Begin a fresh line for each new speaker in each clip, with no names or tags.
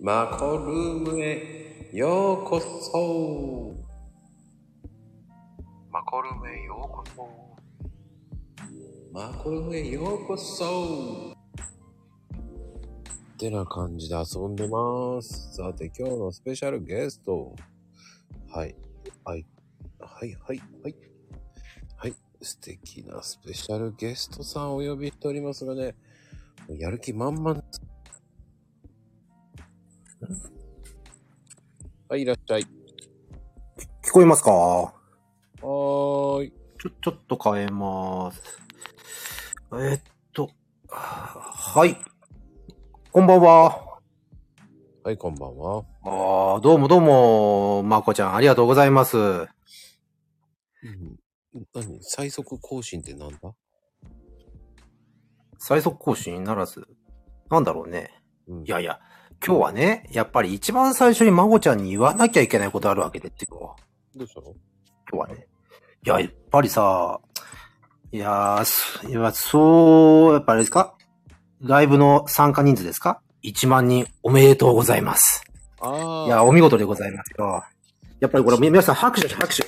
マコルームへようこそ
マコルームへようこそ。
マコルームへようこそってな感じで遊んでます。さて、今日のスペシャルゲスト。はい。はい。はい、はい、はい。はい。素敵なスペシャルゲストさんをお呼びしておりますがね、もうやる気満々です。はい、いらっしゃい。
聞こえますかちょ、
はーい。
ちょっと変えます。えーっと、はい。こんばんは。
はい、こんばんは。
ああ、どうもどうも、まこちゃん、ありがとうございます。
何最速更新ってなんだ
最速更新ならず。なんだろうね。
うん
いやいや、今日はね、やっぱり一番最初にまこちゃんに言わなきゃいけないことあるわけでっていうの
どうしたの
今日はね。いや、やっぱりさ、いやーす、いや、そう、やっぱあれですかライブの参加人数ですか ?1 万人おめでとうございます。
ああ。
いや、お見事でございますよ。やっぱりこれ、み皆さん拍手、拍手。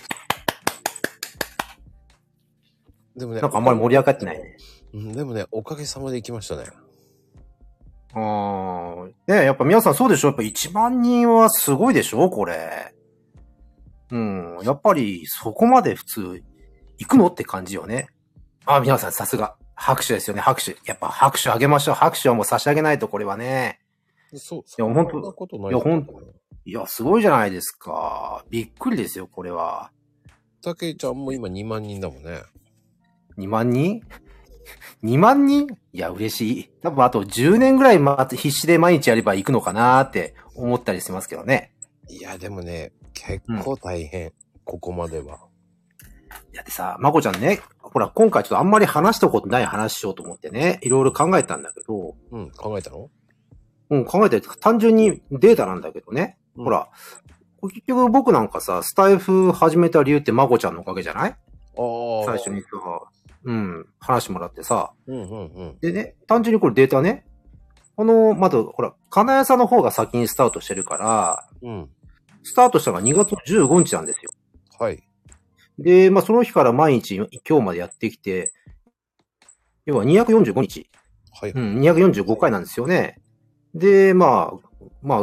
でもね、
なんかあんまり盛り上がってないね。
うんでもね、おかげさまで行きましたね。
うーん。ねえやっぱ皆さんそうでしょやっぱ1万人はすごいでしょこれ。うん。やっぱり、そこまで普通、行くのって感じよね。あ、皆さんさすが。拍手ですよね、拍手。やっぱ拍手あげましょう。拍手はもう差し上げないと、これはね。
そう。
いやほんと
そんなことない
いやほんいや、すごいじゃないですか。びっくりですよ、これは。
たけちゃんも今2万人だもんね。
2万人 ?2 万人いや、嬉しい。多分あと10年ぐらいま必死で毎日やれば行くのかなーって思ったりしますけどね。
いや、でもね、結構大変。ここまでは。
いや、でさ、まこちゃんね、ほら、今回ちょっとあんまり話したことない話しようと思ってね、いろいろ考えたんだけど、
うん、考えたの
うん、考えて、単純にデータなんだけどね、ほら、結局僕なんかさ、スタイフ始めた理由ってまこちゃんのおかげじゃない
ああ。
最初にさ、うん、話してもらってさ、
うんうんうん。
でね、単純にこれデータね、この、まだ、ほら、金谷さんの方が先にスタートしてるから、
うん。
スタートしたのが2月15日なんですよ。
はい。
で、まあ、その日から毎日、今日までやってきて、要は245日、
はい。
うん、245回なんですよね。で、まあ、まあ、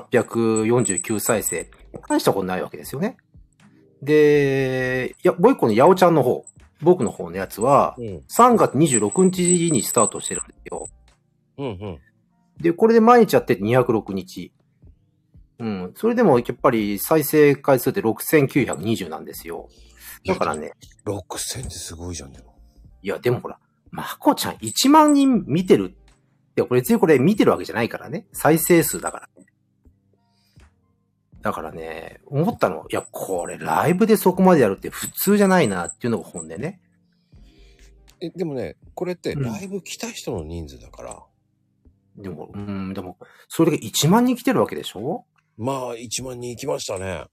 5849再生、大したことないわけですよね。で、いや、もう一個の八尾ちゃんの方、僕の方のやつは、
うん。
3月26日にスタートしてるんですよ。
うんうん。
で、これで毎日やって206日。うん。それでもやっぱり再生回数って6920なんですよ。だからね。
6000ってすごいじゃん、でも。
いや、でもほら、まこちゃん1万人見てる。いや、これ別にこれ見てるわけじゃないからね。再生数だから、ね。だからね、思ったの。いや、これライブでそこまでやるって普通じゃないなっていうのが本音ね。
え、でもね、これって
うん
ライブ来た人の人数だから、
でも、うん、でも、それだけ1万人来てるわけでしょ
まあ1万人行きましたね。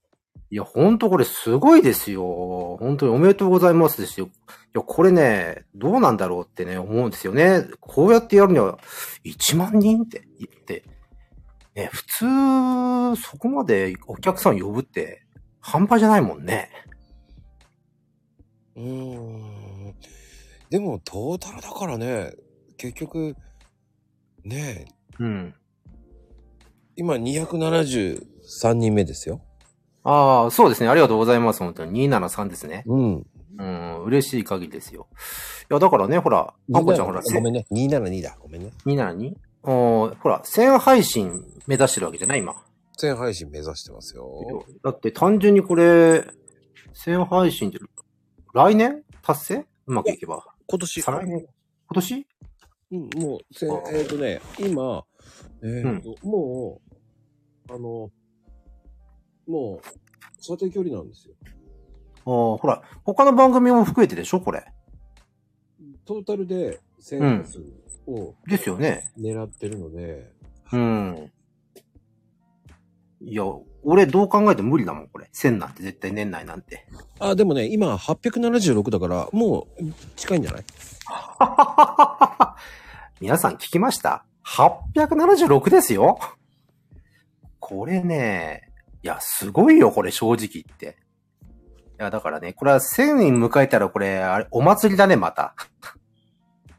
いや、ほんとこれすごいですよ。本当におめでとうございますですよ。いや、これね、どうなんだろうってね、思うんですよね。こうやってやるには、1万人って言って、ね、普通、そこまでお客さん呼ぶって、半端じゃないもんね。
うーん。でも、トータルだからね、結局、ねえ、
うん。
今273人目ですよ。
ああ、そうですね。ありがとうございます。本当に。273ですね。
うん。
うん、嬉しい限りですよ。いや、だからね、ほら、まこちゃんほら、
ごめんね、272だ。ごめんね。
272? おーほら、1000配信目指してるわけじゃない今。
全配信目指してますよ。
だって単純にこれ、1000配信で、来年達成うまくいけば。
今年、
再来年今年
うん、もう、せえっ、とね、今、えーともう、あの、もう、射程距離なんですよ。
あーほら、他の番組も含めてでしょこれ。
トータルで
うん
1000数を
ですよね。
狙ってるので、
うん。いや、俺どう考えても無理だもん、これ。1000なんて絶対年内なんて。
あ、でもね、今876だから、もう近いんじゃない
皆さん聞きました ?876 ですよ。これね、いや、すごいよ、これ、正直言って。いや、だからね、これは1000人迎えたら、これ、あれ、お祭りだね、また。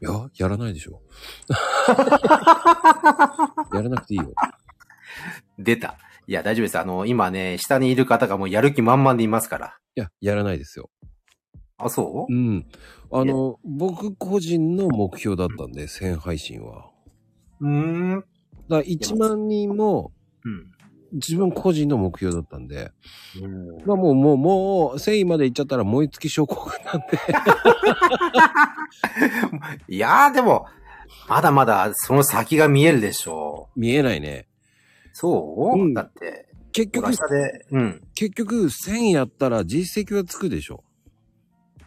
いや、やらないでし ょ。やらなくていいよ。
出た。いや、大丈夫です。あの、今ね、下にいる方がもうやる気満々でいますから。
いや、やらないですよ。
あ、そう
う、ん。あの、僕個人の目標だったんで、1000配信は。
うーん。
だから1万人も
うん。
自分個人の目標だったんで、
うん
まあもう、もう、もう、1000位まで行っちゃったら燃え尽き症候群なんで。
いやー、でも、まだまだその先が見えるでしょ
見えないね。
う。そう、
うん
だって、
結局、
明日で、うん。
結局、1000やったら実績はつくでしょ。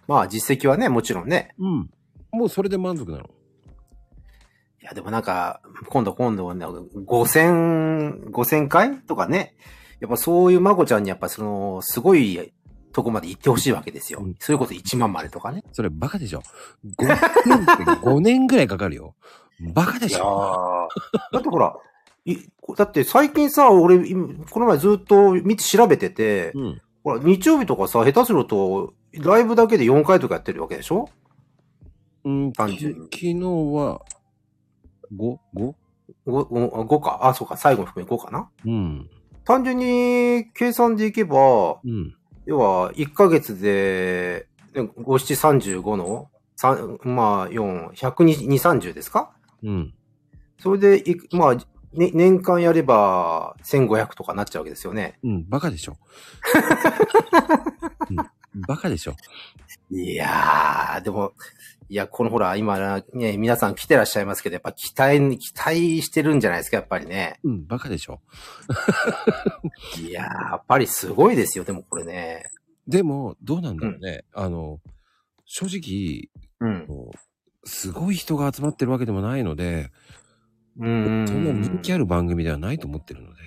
まあ実績はね、もちろんね。
うん。もうそれで満足なの。
いや、でもなんか、今度今度はね、5000、5000回とかね。やっぱそういうまこちゃんにやっぱその、すごいとこまで行ってほしいわけですよ。
うん
そういうこと1万までとかね。
それバカでしょ。5年って5年 ぐらいかかるよ。バカで
い
し
や
ょ。
ー だってほら、いだって最近さ、俺、今この前ずっと見て調べてて、
うん。
ほら、日曜日とかさ、下手すると、ライブだけで4回とかやってるわけでしょ
うん、
単
き
純
昨
に
日は、5、5?
5, 五か。あ、そうか。最後含め5かな。
うん。
単純に計算でいけば、
うん。
要は1ヶ月で、で5、七35の、三まあ4、102、30ですか
うん。
それでいく、まあ、ね、年間やれば1500とかなっちゃうわけですよね。
うん。バカで しょ。うん、バカでしょ。
いやー、でも、いや、このほら、今、ね、皆さん来てらっしゃいますけど、やっぱ期待に、期待してるんじゃないですか、やっぱりね。
うん。バカでしょ。
いやー、やっぱりすごいですよ、でもこれね。
でも、どうなんだろうね。あの、正
うん。
直、こうすごい人が集まってるわけでもないので、
うんうん
そんな人気ある番組ではないと思ってるので。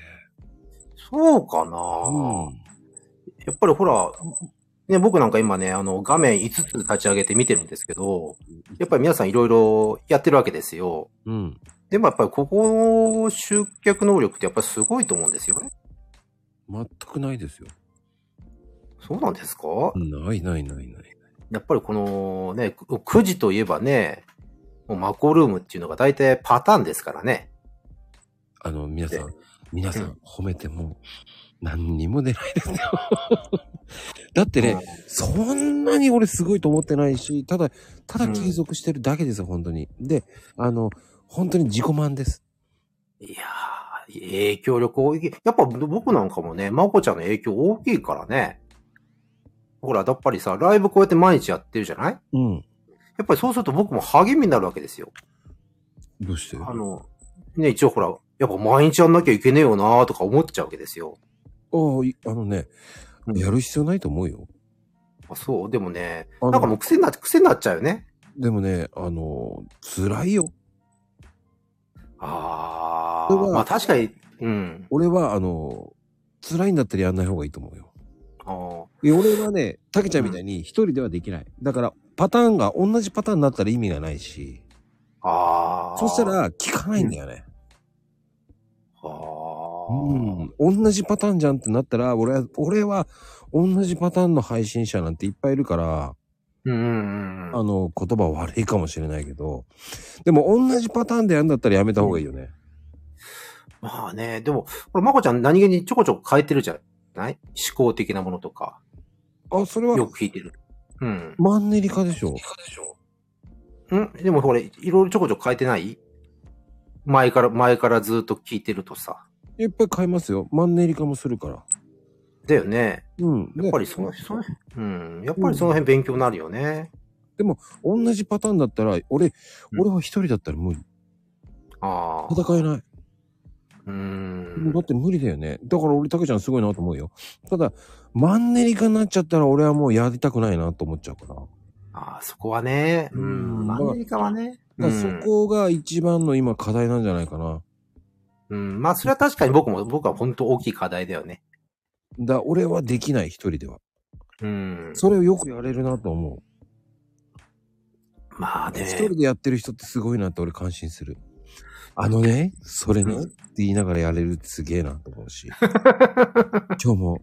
そうかな、
うん。
やっぱりほら、ね、僕なんか今ね、あの、画面5つ立ち上げて見てるんですけど、やっぱり皆さんいろいろやってるわけですよ。
うん。
でもやっぱりここの集客能力ってやっぱりすごいと思うんですよね。
全くないですよ。
そうなんですか、
ないないないない。
やっぱりこのね、く9時といえばね、もうマコルームっていうのが大体パターンですからね。
あの、皆さん
で、
皆さ
うん
ん褒めても何にも出ない ですよ。だってね、そんなに俺すごいと思ってないし、ただ、ただ継続してるだけですよ、本当に。で、あの、本当に自己満です。
いやー、影響力大きい。やっぱ僕なんかもね、まこちゃんの影響大きいからね。ほら、やっぱりさ、ライブこうやって毎日やってるじゃない
うん。
やっぱりそうすると僕も励みになるわけですよ。
どうして
あの、ね、一応ほら、やっぱ毎日やんなきゃいけねえよなーとか思っちゃうわけですよ。
ああいあのね、
うん
やる必要ないと思うよ。
あそう、でもね、
あの
なんかもう癖になっ癖になっちゃうよね。
でもね、あの、辛いよ。
あ
それ
ー、
は
まあ確かに、うん。
俺は、あの、辛いんだったらやんない方がいいと思うよ。
あー
いや俺はね、たけちゃんみたいに一人ではできない。だから、パターンが同じパターンになったら意味がないし、
あー。
そした、ら効かないんだよね。
あー。
うん。同じパターンじゃんってなったら、俺は、俺は同じパターンの配信者なんていっぱいいるから、
うんうんうん。
あの、言葉悪いかもしれないけど、でも同じパターンでやるんだったらやめた方がいいよね。
まあね、でも、これ、まこちゃん何気にちょこちょこ変えてるじゃない思考的なものとか、
あ、それは
よく聞いてる。うん。
マンネリ化でしょ。
んでもほれ、いろいろちょこちょこ変えてない前から、前からずっと聞いてるとさ。
いっぱい買いますよ。マンネリ化もするから。
だよね。
うん。
やっぱりその、その、うん。やっぱりその辺勉強になるよね。
同じパターンだったら、俺、
うん
俺は一人だったら無理。
ああ。
戦えない。
う
だっ
ん。
て無理だよね。だから俺、たけちゃんすごいなと思うよ。ただ、マンネリ化になっちゃったら俺はもうやりたくないなと思っちゃうから。
ああ、そこはね。う。
うんん
アメリカはね。う
だから
ん
そ。こが一番の今課題なんじゃないかな。
うん。まあ、それは確かに僕も、僕は本当大きい課題だよね。
だ俺はできない一人では。
うん。
それをよくやれるなと思
まあ
う。一、
ね。
人でやってる人ってすごいなって俺感心する。あのね、それね、
うん
って言いながらやれるってすげえなと思う し。今日も、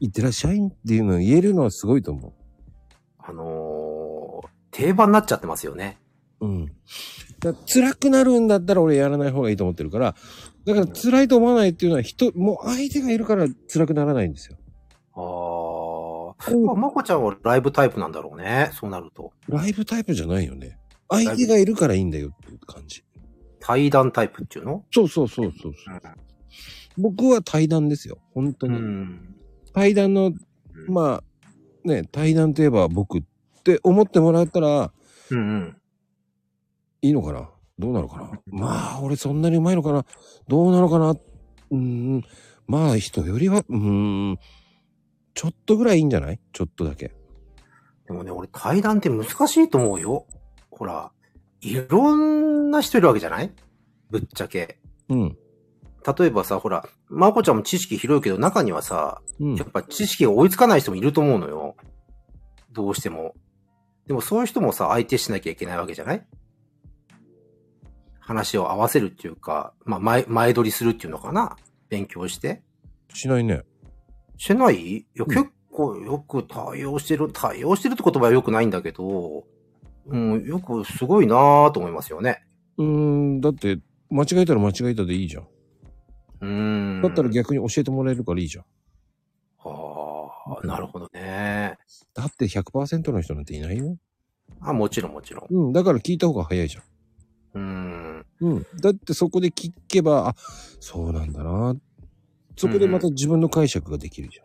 いってらっしゃいっていうのを言えるのはすごいと思
あのー定番になっちゃってますよね。
う。うん。だから辛くなるんだったら俺やらない方がいいと思ってるから、だから辛いと思わないっていうのは人、もう相手がいるから辛くならないんですよ。
あー。まあ、まこちゃんはライブタイプなんだろうね。そうなると。
ライブタイプじゃないよね。相手がいるからいいんだよっていう感じ。
対談タイプっていうの
そうそうそうそうそう。僕は対談ですよ。本当
う
に。
ん。
対談の、
うん
まあ、ね、対談といえば僕って思ってもらえたら
うんうん。
いいのかなどうなのかなまあ、俺そんなにうまいのかなどうなのかなうーん。まあ、人よりは、うーん。ちょっとぐらいいいんじゃないちょっとだけ。
でもね、俺対談って難しいと思うよ。ほら、いろんな人いるわけじゃないぶっちゃけ。
うん。
例えばさ、ほら、まこちゃんも知識広いけど、中にはさ、
うん
や。っぱ知識が追いつかない人もいると思うのよ。どうしても。でもそういう人もさ、相手しなきゃいけないわけじゃない話を合わせるっていうか、まあ前、前取りするっていうのかな勉強して。
しないね。
してないいや、
ん
結構よく対応してる、対応してるって言葉は良くないんだけど、うん、よくすごいなぁと思いますよね。
うーん。だって、間違えたら間違えたでいいじゃん。
うん。
だったら逆に教えてもらえるからいいじゃん。
ああ、なるほどね。
だって100%の人なんていないよ。
あ、もちろんもちろん。
うん。だから聞いた方が早いじゃん。
うん。
うん。だってそこで聞けば、あ、そうなんだな。そこでまた自分の解釈ができるじゃ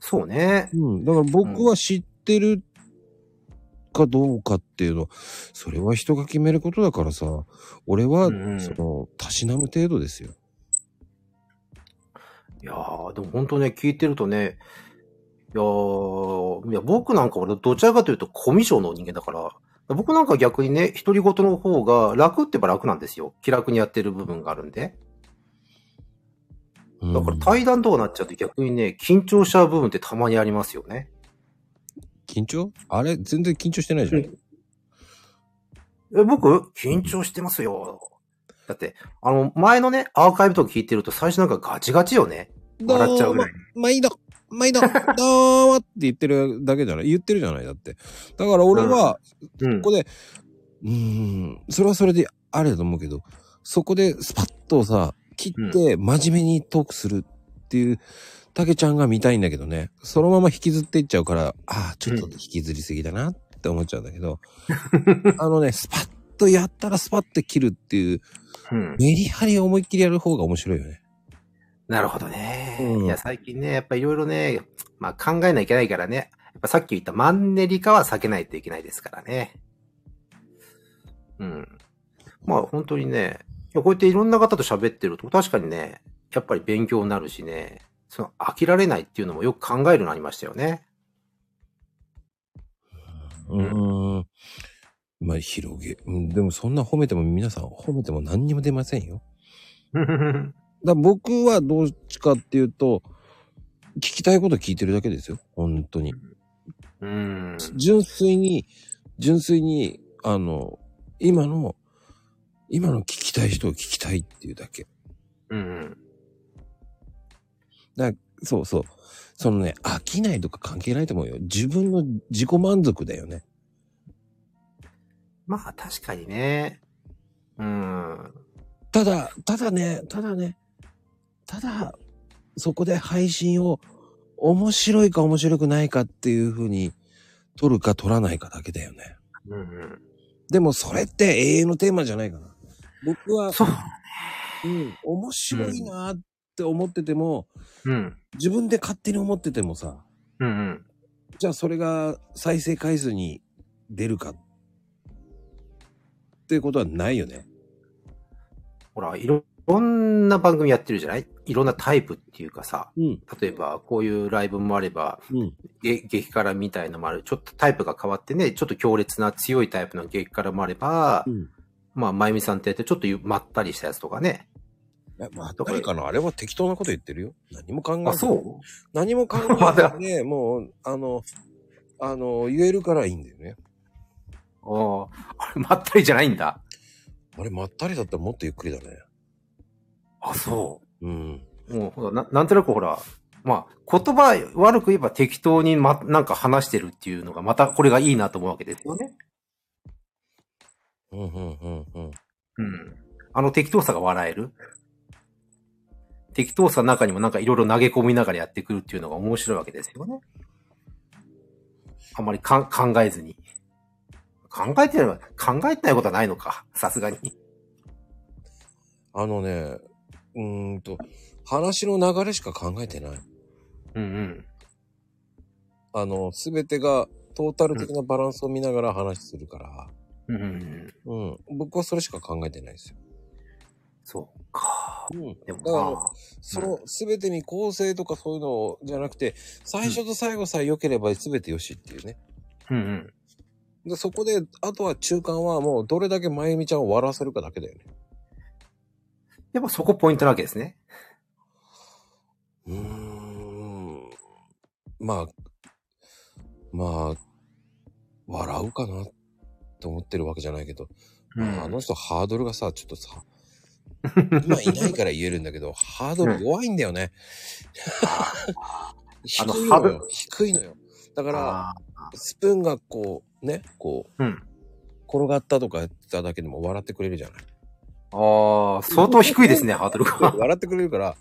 そうね。
ん。うん。だから僕は知ってるかどうかっていうのは、それは人が決めることだからさ、俺は、
うん
その、たしなむ程度ですよ。
いやー、でも本当ね、聞いてるとね、いやー、いや僕なんか俺、どちらかというと、コミュ障の人間だから、僕なんか逆にね、独り言の方が楽って言えば楽なんですよ。気楽にやってる部分があるんで。
うん
だから対談とかなっちゃうと逆にね、緊張しちゃう部分ってたまにありますよね。
緊張あれ全然緊張してないじゃん。
うんえ、僕、緊張してますよ。だって、あの、前のね、アーカイブとか聞いてると最初なんかガチガチよね。笑っちゃうぐらい。
どうも毎度、毎度、どうもって言ってるだけじゃない言ってるじゃないだって。だから俺は、
うん
こ。こで、うーん、それはそれであれだと思うけど、そこでスパッとさ、切って真面目にトークするっていう、たけちゃんが見たいんだけどね、そのまま引きずっていっちゃうから、ああ、ちょっと
うん
引きずりすぎだなって思っちゃうんだけど、 あのね、スパッとやったらスパッと切るっていう、
うん。
メリハリを思いっきりやる方が面白いよね。
なるほどね。
うん
いや、最近ね、やっぱいろいろね、まあ考えなきゃいけないからね。やっぱさっき言ったマンネリ化は避けないといけないですからね。うん。まあ本当にね、いやこうやっていろんな方と喋ってると確かにね、やっぱり勉強になるしね、その飽きられないっていうのもよく考えるようになりましたよね。
うーん。まあ、広げ、うん、でもそんな褒めても皆さん褒めても何にも出ませんよ。
うん
だから僕はどっちかっていうと、聞きたいこと聞いてるだけですよ。本当に。
うん。
純粋に、純粋に、あの、今の、今の聞きたい人を聞きたいっていうだけ。
うん。
そうそう。そのね、飽きないとか関係ないと思うよ。自分の自己満足だよね。
まあ確かにね。うん。
ただ、ただね、ただね、ただ、そこで配信を面白いか面白くないかっていうふうに、撮るか撮らないかだけだよね。
うん。
でもそれって永遠のテーマじゃないかな。僕は、
そう。
うん、面白いなーって思ってても、
うん。
自分で勝手に思っててもさ、
うんうん。
じゃあそれが再生回数に出るかっていうことはないよね。
ほら、いろいろんな番組やってるじゃないいろんなタイプっていうかさ、
うん、
例えばこういうライブもあれば、
うん、
げ激辛みたいのもある。ちょっとタイプが変わってね、ちょっと強烈な強いタイプの激辛もあれば、
うん。
まあ、まゆみさんってやってちょっとゆまったりしたやつとかね。
えまあ、誰かなあれは適当なこと言ってるよ。何も考え
あ、
ない。
そう
何も考
ま
えな
だ
いで、もう、あの、あの、言えるからいいんだよね。
ああ、あれ、まったりじゃないんだ。
あれ、まったりだったらもっとゆっくりだね。
あ、そ
うん。
う。もうほらな、なんとなくほら、まあ、言葉悪く言えば適当にま、なんか話してるっていうのが、またこれがいいなと思うわけですよね。
うん、うん、うん、うん。
うん。あの適当さが笑える。適当さの中にもなんかいろいろ投げ込みながらやってくるっていうのが面白いわけですよね。あんまりかん考えずに。考えてれば、考えてないことはないのか。さすがに。
あのね、うーんと、話の流れしか考えてない。
うんうん。
あの、すべてがトータル的なバランスを見ながら話するから、
うんうんうん。
うん、僕はそれしか考えてないですよ。
そうか。
うん。
でも
だから、
まあ、
その全てに構成とかそういうのをじゃなくて、最初と最後さえ良ければ全て良しっていうね。
うんうん。
でそこで、あとは中間はもうどれだけまゆみちゃんを笑わせるかだけだよね。
やっぱそこポイントなわけですね。
うーん。まあ、まあ、笑うかなって思ってるわけじゃないけど、まああの人ハードルがさ、ちょっとさ、今いないから言えるんだけど、ハードル弱いんだよね。低
あの
い
ハ
の
ード
よ。低いのよ。だから、
あ
スプーンがこう、ね、こう、
うん
転がったとかやっただけでも笑ってくれるじ ゃない。
あー、相当低いですね、ハードルが。
笑ってくれるから、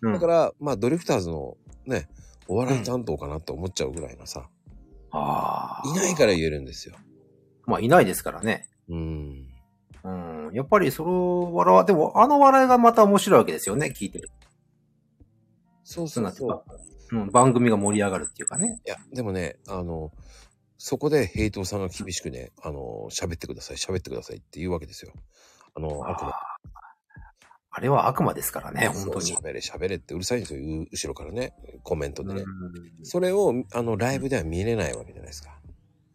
うん
だから、まあ、ドリフターズのね、お笑い担当かなと思っちゃうぐらいのさ、
ああ。
いないから言えるんですよ。
まあ、いないですからね。
うん。
うん、やっぱりその笑わ、でもあの笑いがまた面白いわけですよね、聞いてる。
そう
そ
そうう
なって
そう。
うん、番組が盛り上がるっていうかね。
いや、でもね、あの、そこでヘイトさんが厳しくね、あの、喋ってください、喋ってくださいって言うわけですよ。あの、悪魔
あーあれは悪魔ですからね、本当に。
喋れ、喋れってうるさいんですよ、う後ろからね、コメントでね。
うん
それを、あの、ライブでは見れないわけじゃないですか。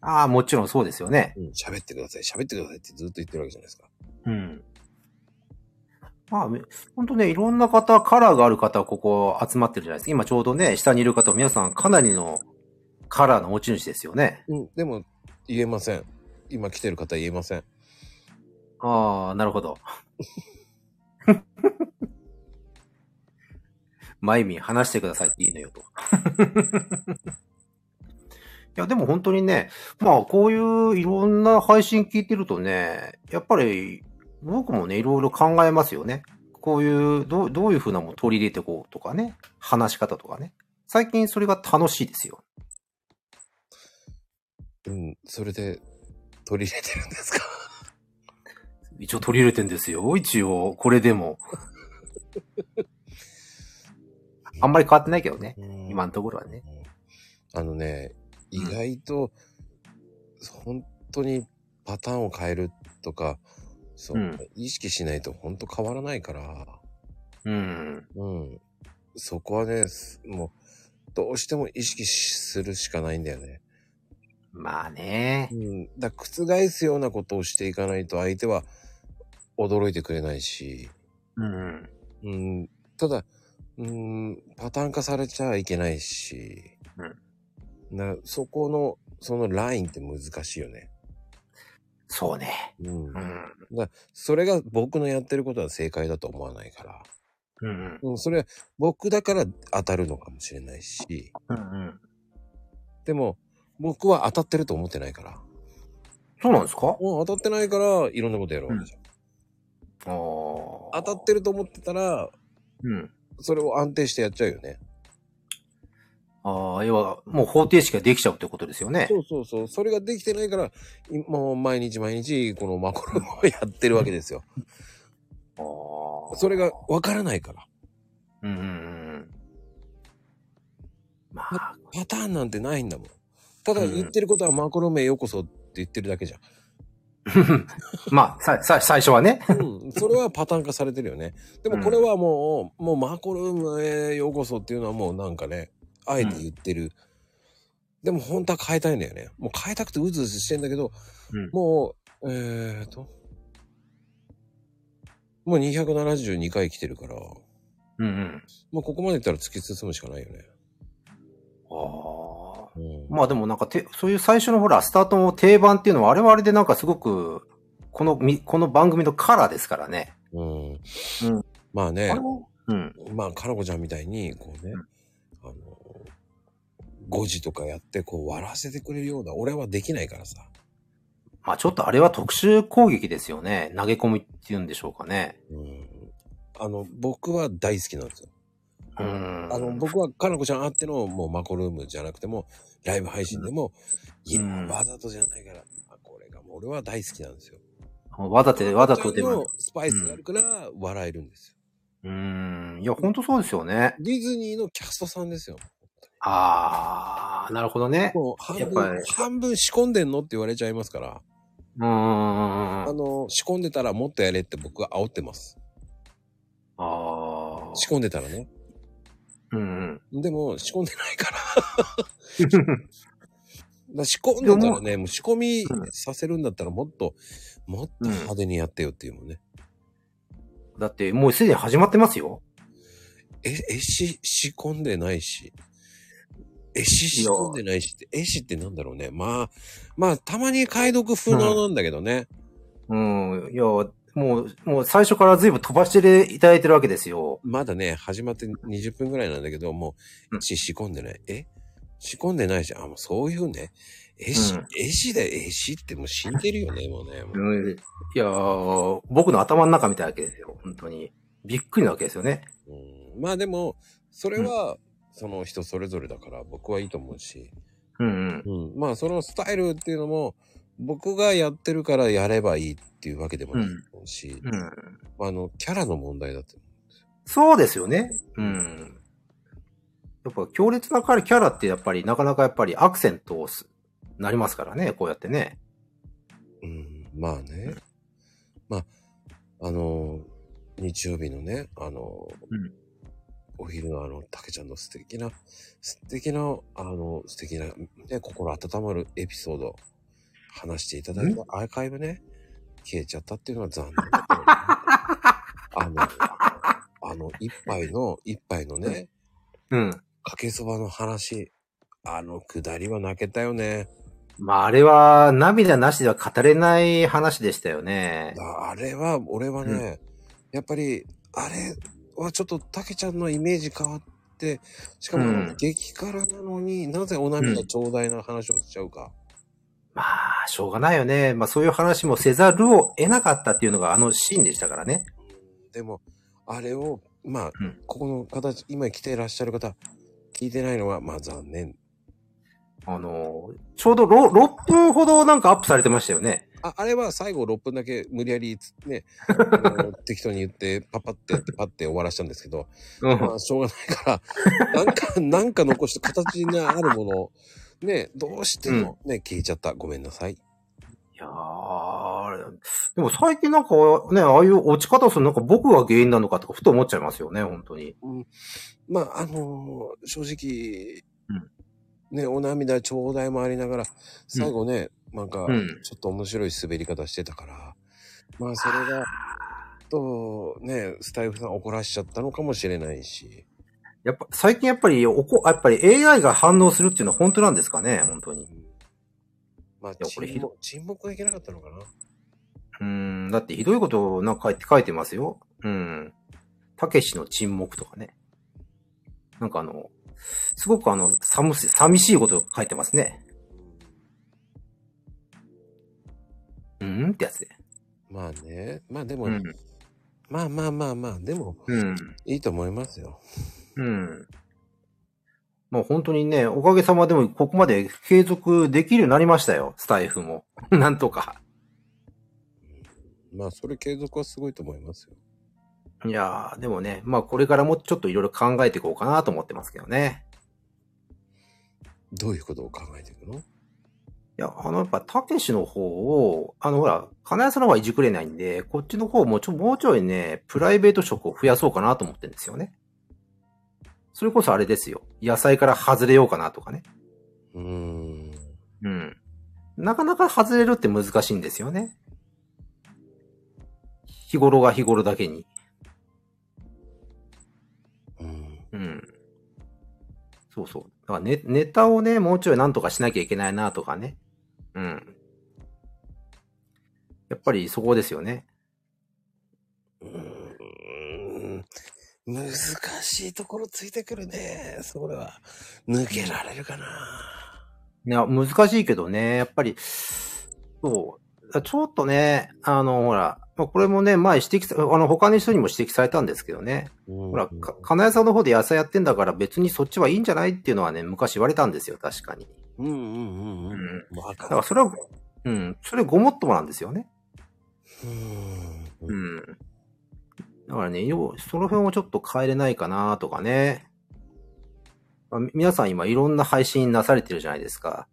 ああ、もちろんそうですよね。
うん喋ってください、喋ってくださいってずっと言ってるわけじゃないですか。
うん。まあ、本当ね、いろんな方、カラーがある方、ここ集まってるじゃないですか。今ちょうどね、下にいる方、皆さんかなりのカラーの持ち主ですよね。
うん、でも、言えません。今来てる方言えません。
ああ、なるほど。マイミン話してくださいっていいのよと。いや、でも本当にね、まあこういういろんな配信聞いてるとね、やっぱり僕もね、いろいろ考えますよね。こういう、どうどういうふうなものを取り入れていこうとかね、話し方とかね。最近それが楽しいですよ。
うん、それで取り入れてるんですか
一応取り入れてんですよ。一応、これでも。 あんまり変わってないけどね。今のところはね。
あのね、
う
意
ん
外と、本当にパターンを変えるとか、そう、
うん
意識しないと本当変わらないから、
うん。
うん。そこはね、すもう、どうしても意識しするしかないんだよね。
まあね
う。ん。だから覆すようなことをしていかないと相手は驚いてくれないし、
うん。
うん、ただ、うん、パターン化されちゃいけないし、なそこの、そのラインって難しいよね。
そうね。
うん
う。ん。
それが僕のやってることは正解だと思わないから。
うん。
うん、それは僕だから当たるのかもしれないし、
うん。
でも僕は当たってると思ってないから。
そうなんですか
もう当たってないからいろんなことやるわけじゃん。
ああ。
当たってると思ってたら、
うん。
それを安定してやっちゃうよね。
ああ、要は、もう方程式ができちゃうってことですよね。
そうそうそう。それができてないから、いもう毎日毎日、このマコロンをやってるわけですよ。
ああ。
それがわからないから。
うんうんうん。まあ、
パターンなんてないんだもん。ただ
うん
言ってることはマコロメようこそって言ってるだけじゃん。
まあ、さ、さ、最初はね。
うん、それはパターン化されてるよね。でもこれはもう、もうマコルームへようこそっていうのはもうなんかね、あえて言ってる。でも本当は変えたいんだよね。もう変えたくてうずうずしてんだけど、
うん
もう、えーと、もう272回来てるから、
うんうん。
もうここまでいったら突き進むしかないよね。
ああ。
うん
まあでもなんかて、そういう最初のほら、スタートの定番っていうのは、あれはあれでなんかすごくこのみ、この番組のカラーですからね。
うん。
うん
まあね
あれ、もうん。
まあ、かなこちゃんみたいに、こうね、
うん
あの、5時とかやって、こう、笑わせてくれるような、俺はできないからさ。
まあちょっとあれは特殊攻撃ですよね。投げ込みっていうんでしょうかね。
うん。あの、僕は大好きなんですよ。
う
あの、
ん。
僕は、かなこちゃんあっての、もう、マコルームじゃなくても、ライブ配信でも、いや、
うん
わざとじゃないから、まあこれが、もう俺は大好きなんですよ。
わざと、わざとで
の
も。
スパイスがあるから、笑えるんです
うん。いや、ほんとそうですよね。
よ。ディズニーのキャストさんですよ。
あー、なるほどね。
もう、半
やっぱ
分
り、
半分仕込んでんのって言われちゃいますから。
うーん。
あ
あ
の、仕込んでたらもっとやれって僕は煽ってます。
あー。
仕込んでたらね。
うん
でも、仕込んでないから。だか
うん。
ら仕込んでたらね、もう仕込みさせるんだったらもっと、もっと派手にやってよっていうもんね。
だって、もうすでに始まってますよ。
え、えし、仕込んでないし。えし仕込んでないしって、えしってなんだろうね。まあ、まあ、たまに解読不能なんだけどね。
うん。いや、もう、もう最初から随分飛ばしていただいてるわけですよ。
まだね、始まって20分ぐらいなんだけど、も
う
う、
ん
し、仕込んでない。え仕込んでないし、あ、もうそういうね。えし、
うん
えしだよ、えしってもう死んでるよね、もうね。もう
うんいやー、僕の頭の中みたいなわけですよ。本当に。びっくりなわけですよね。
うんまあでも、それは、その人それぞれだから、僕はいいと思うし、
うんうん。
うん、まあそのスタイルっていうのも、僕がやってるからやればいいっていうわけでもないと思うし、
うん。
まああの、キャラの問題だって。
そうですよね。うん。やっぱ強烈なキャラってやっぱりなかなかやっぱりアクセントをすなりますからね。こうやってね。
うん、まあね。まあ、あの、日曜日のね、あの、
うん
お昼のあの、たけちゃんの素敵な、素敵な、あの、素敵な、ね、心温まるエピソード、話していただいたアーカイブね、消えちゃったっていうのは残 念だけどね、あの、あの、一杯の、一杯のね、
うん。
かけそばの話、あの、くだりは泣けたよね。
まああれは涙なしでは語れない話でしたよね。
ああれは、俺はね、やっぱり、あれはちょっと、たけちゃんのイメージ変わって、しかも、
うん
激辛なのになぜお涙ちょうだいな話をしちゃうか。
まあ、しょうがないよね。まあそういう話もせざるを得なかったっていうのがあのシーンでしたからね。
でも、あれを、まあ、
うん
ここの形、今来ていらっしゃる方、聞いてないのは、まあ残念。
あのー、ちょうど 6, 分ほどなんかアップされてましたよね。
ああれは最後6分だけ無理やりつね、あ の適当に言って、パパってやって、パって終わらしたんですけど、
うん
まあ、しょうがないから、 なんか、なんか残して形にあるものを、ね、どうしてもね、消えちゃった。ごめんなさい。
いやー、でも最近なんかね、ああいう落ち方をするのなんか僕が原因なのかとかふと思っちゃいますよね、本当に。
まあ、あのー正直、
うん
ね、お涙ちょうだいもありながら、最後ね、なんか
う、ん。
ちょっと面白い滑り方してたから、まあ、それが、と、ね、スタイフさん怒らしちゃったのかもしれないし、
やっぱ、最近やっぱりおこ、やっぱり AI が反応するっていうのは本当なんですかね、本当に。
まあ、
やこれひ
沈
ど
黙、沈黙がいけなかったのかな。
うん、だってひどいことをなんか書いて、書いてますよ。うん。たけしの沈黙とかね。なんかあの、すごくあの、寂し、寂しいことを書いてますね。うんってやつで。
まあね、まあでも、
うん。
まあまあまあまあ、でも、
うん。
いいと思いますよ。
うん。まあ本当にね、おかげさまでもここまで継続できるようになりましたよ、スタイフも。 なんとか。
まあ、それ継続はすごいと思いますよ。
いやー、でもね、まあこれからもちょっといろいろ考えていこうかなと思ってますけどね。
どういうことを考えていくの
いや、あの、やっぱ、たけしの方を、あの、ほら、金谷さんの方はいじくれないんで、こっちの方もちょ、もうちょいね、プライベート食を増やそうかなと思ってるんですよね。それこそあれですよ。野菜から外れようかなとかね。
うーん。
うん。なかなか外れるって難しいんですよね。日頃が日頃だけに。
うん。
うん。そうそう。だからネネタをね、もうちょいなんとかしなきゃいけないなとかね。うん。やっぱりそこですよね。
うーん難しいところついてくるね。それは。抜けられるかな。
いや、難しいけどね、やっぱり、そう、ちょっとね、あの、ほら、まあこれもね、前指摘さ、あの、他の人にも指摘されたんですけどね、
ほ
ほら、か金谷さんの方で野菜やってんだから別にそっちはいいんじゃないっていうのはね、昔言われたんですよ、確かに。
うんうんうんう。
うんん。
わか
だか
る
らそれは、うん、それごもっともなんですよね。
う。
うんん。だからね、ようその辺をちょっと変えれないかなとかね。まあみ皆さん今いろんな配信なされてるじゃないですか。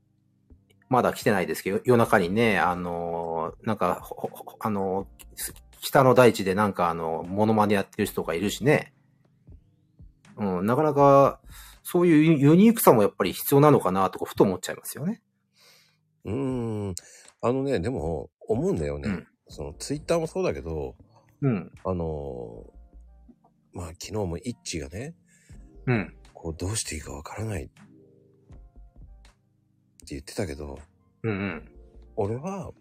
まだ来てないですけど、夜中にね、あのーなんか、ほほほあのーす北の大地でなんかあの、モノマネやってる人がいるしね。うん、なかなか、そういうユユニークさもやっぱり必要なのかなとか、ふと思っちゃいますよね。
うん。あのね、でも、思うんだよね。
うん
その、ツイッターもそうだけど、
うん、
あのーまあ、昨日もイッチがね、
うん、
こう、どうしていいかわからない。って言ってたけど、
うん、うん。
俺は、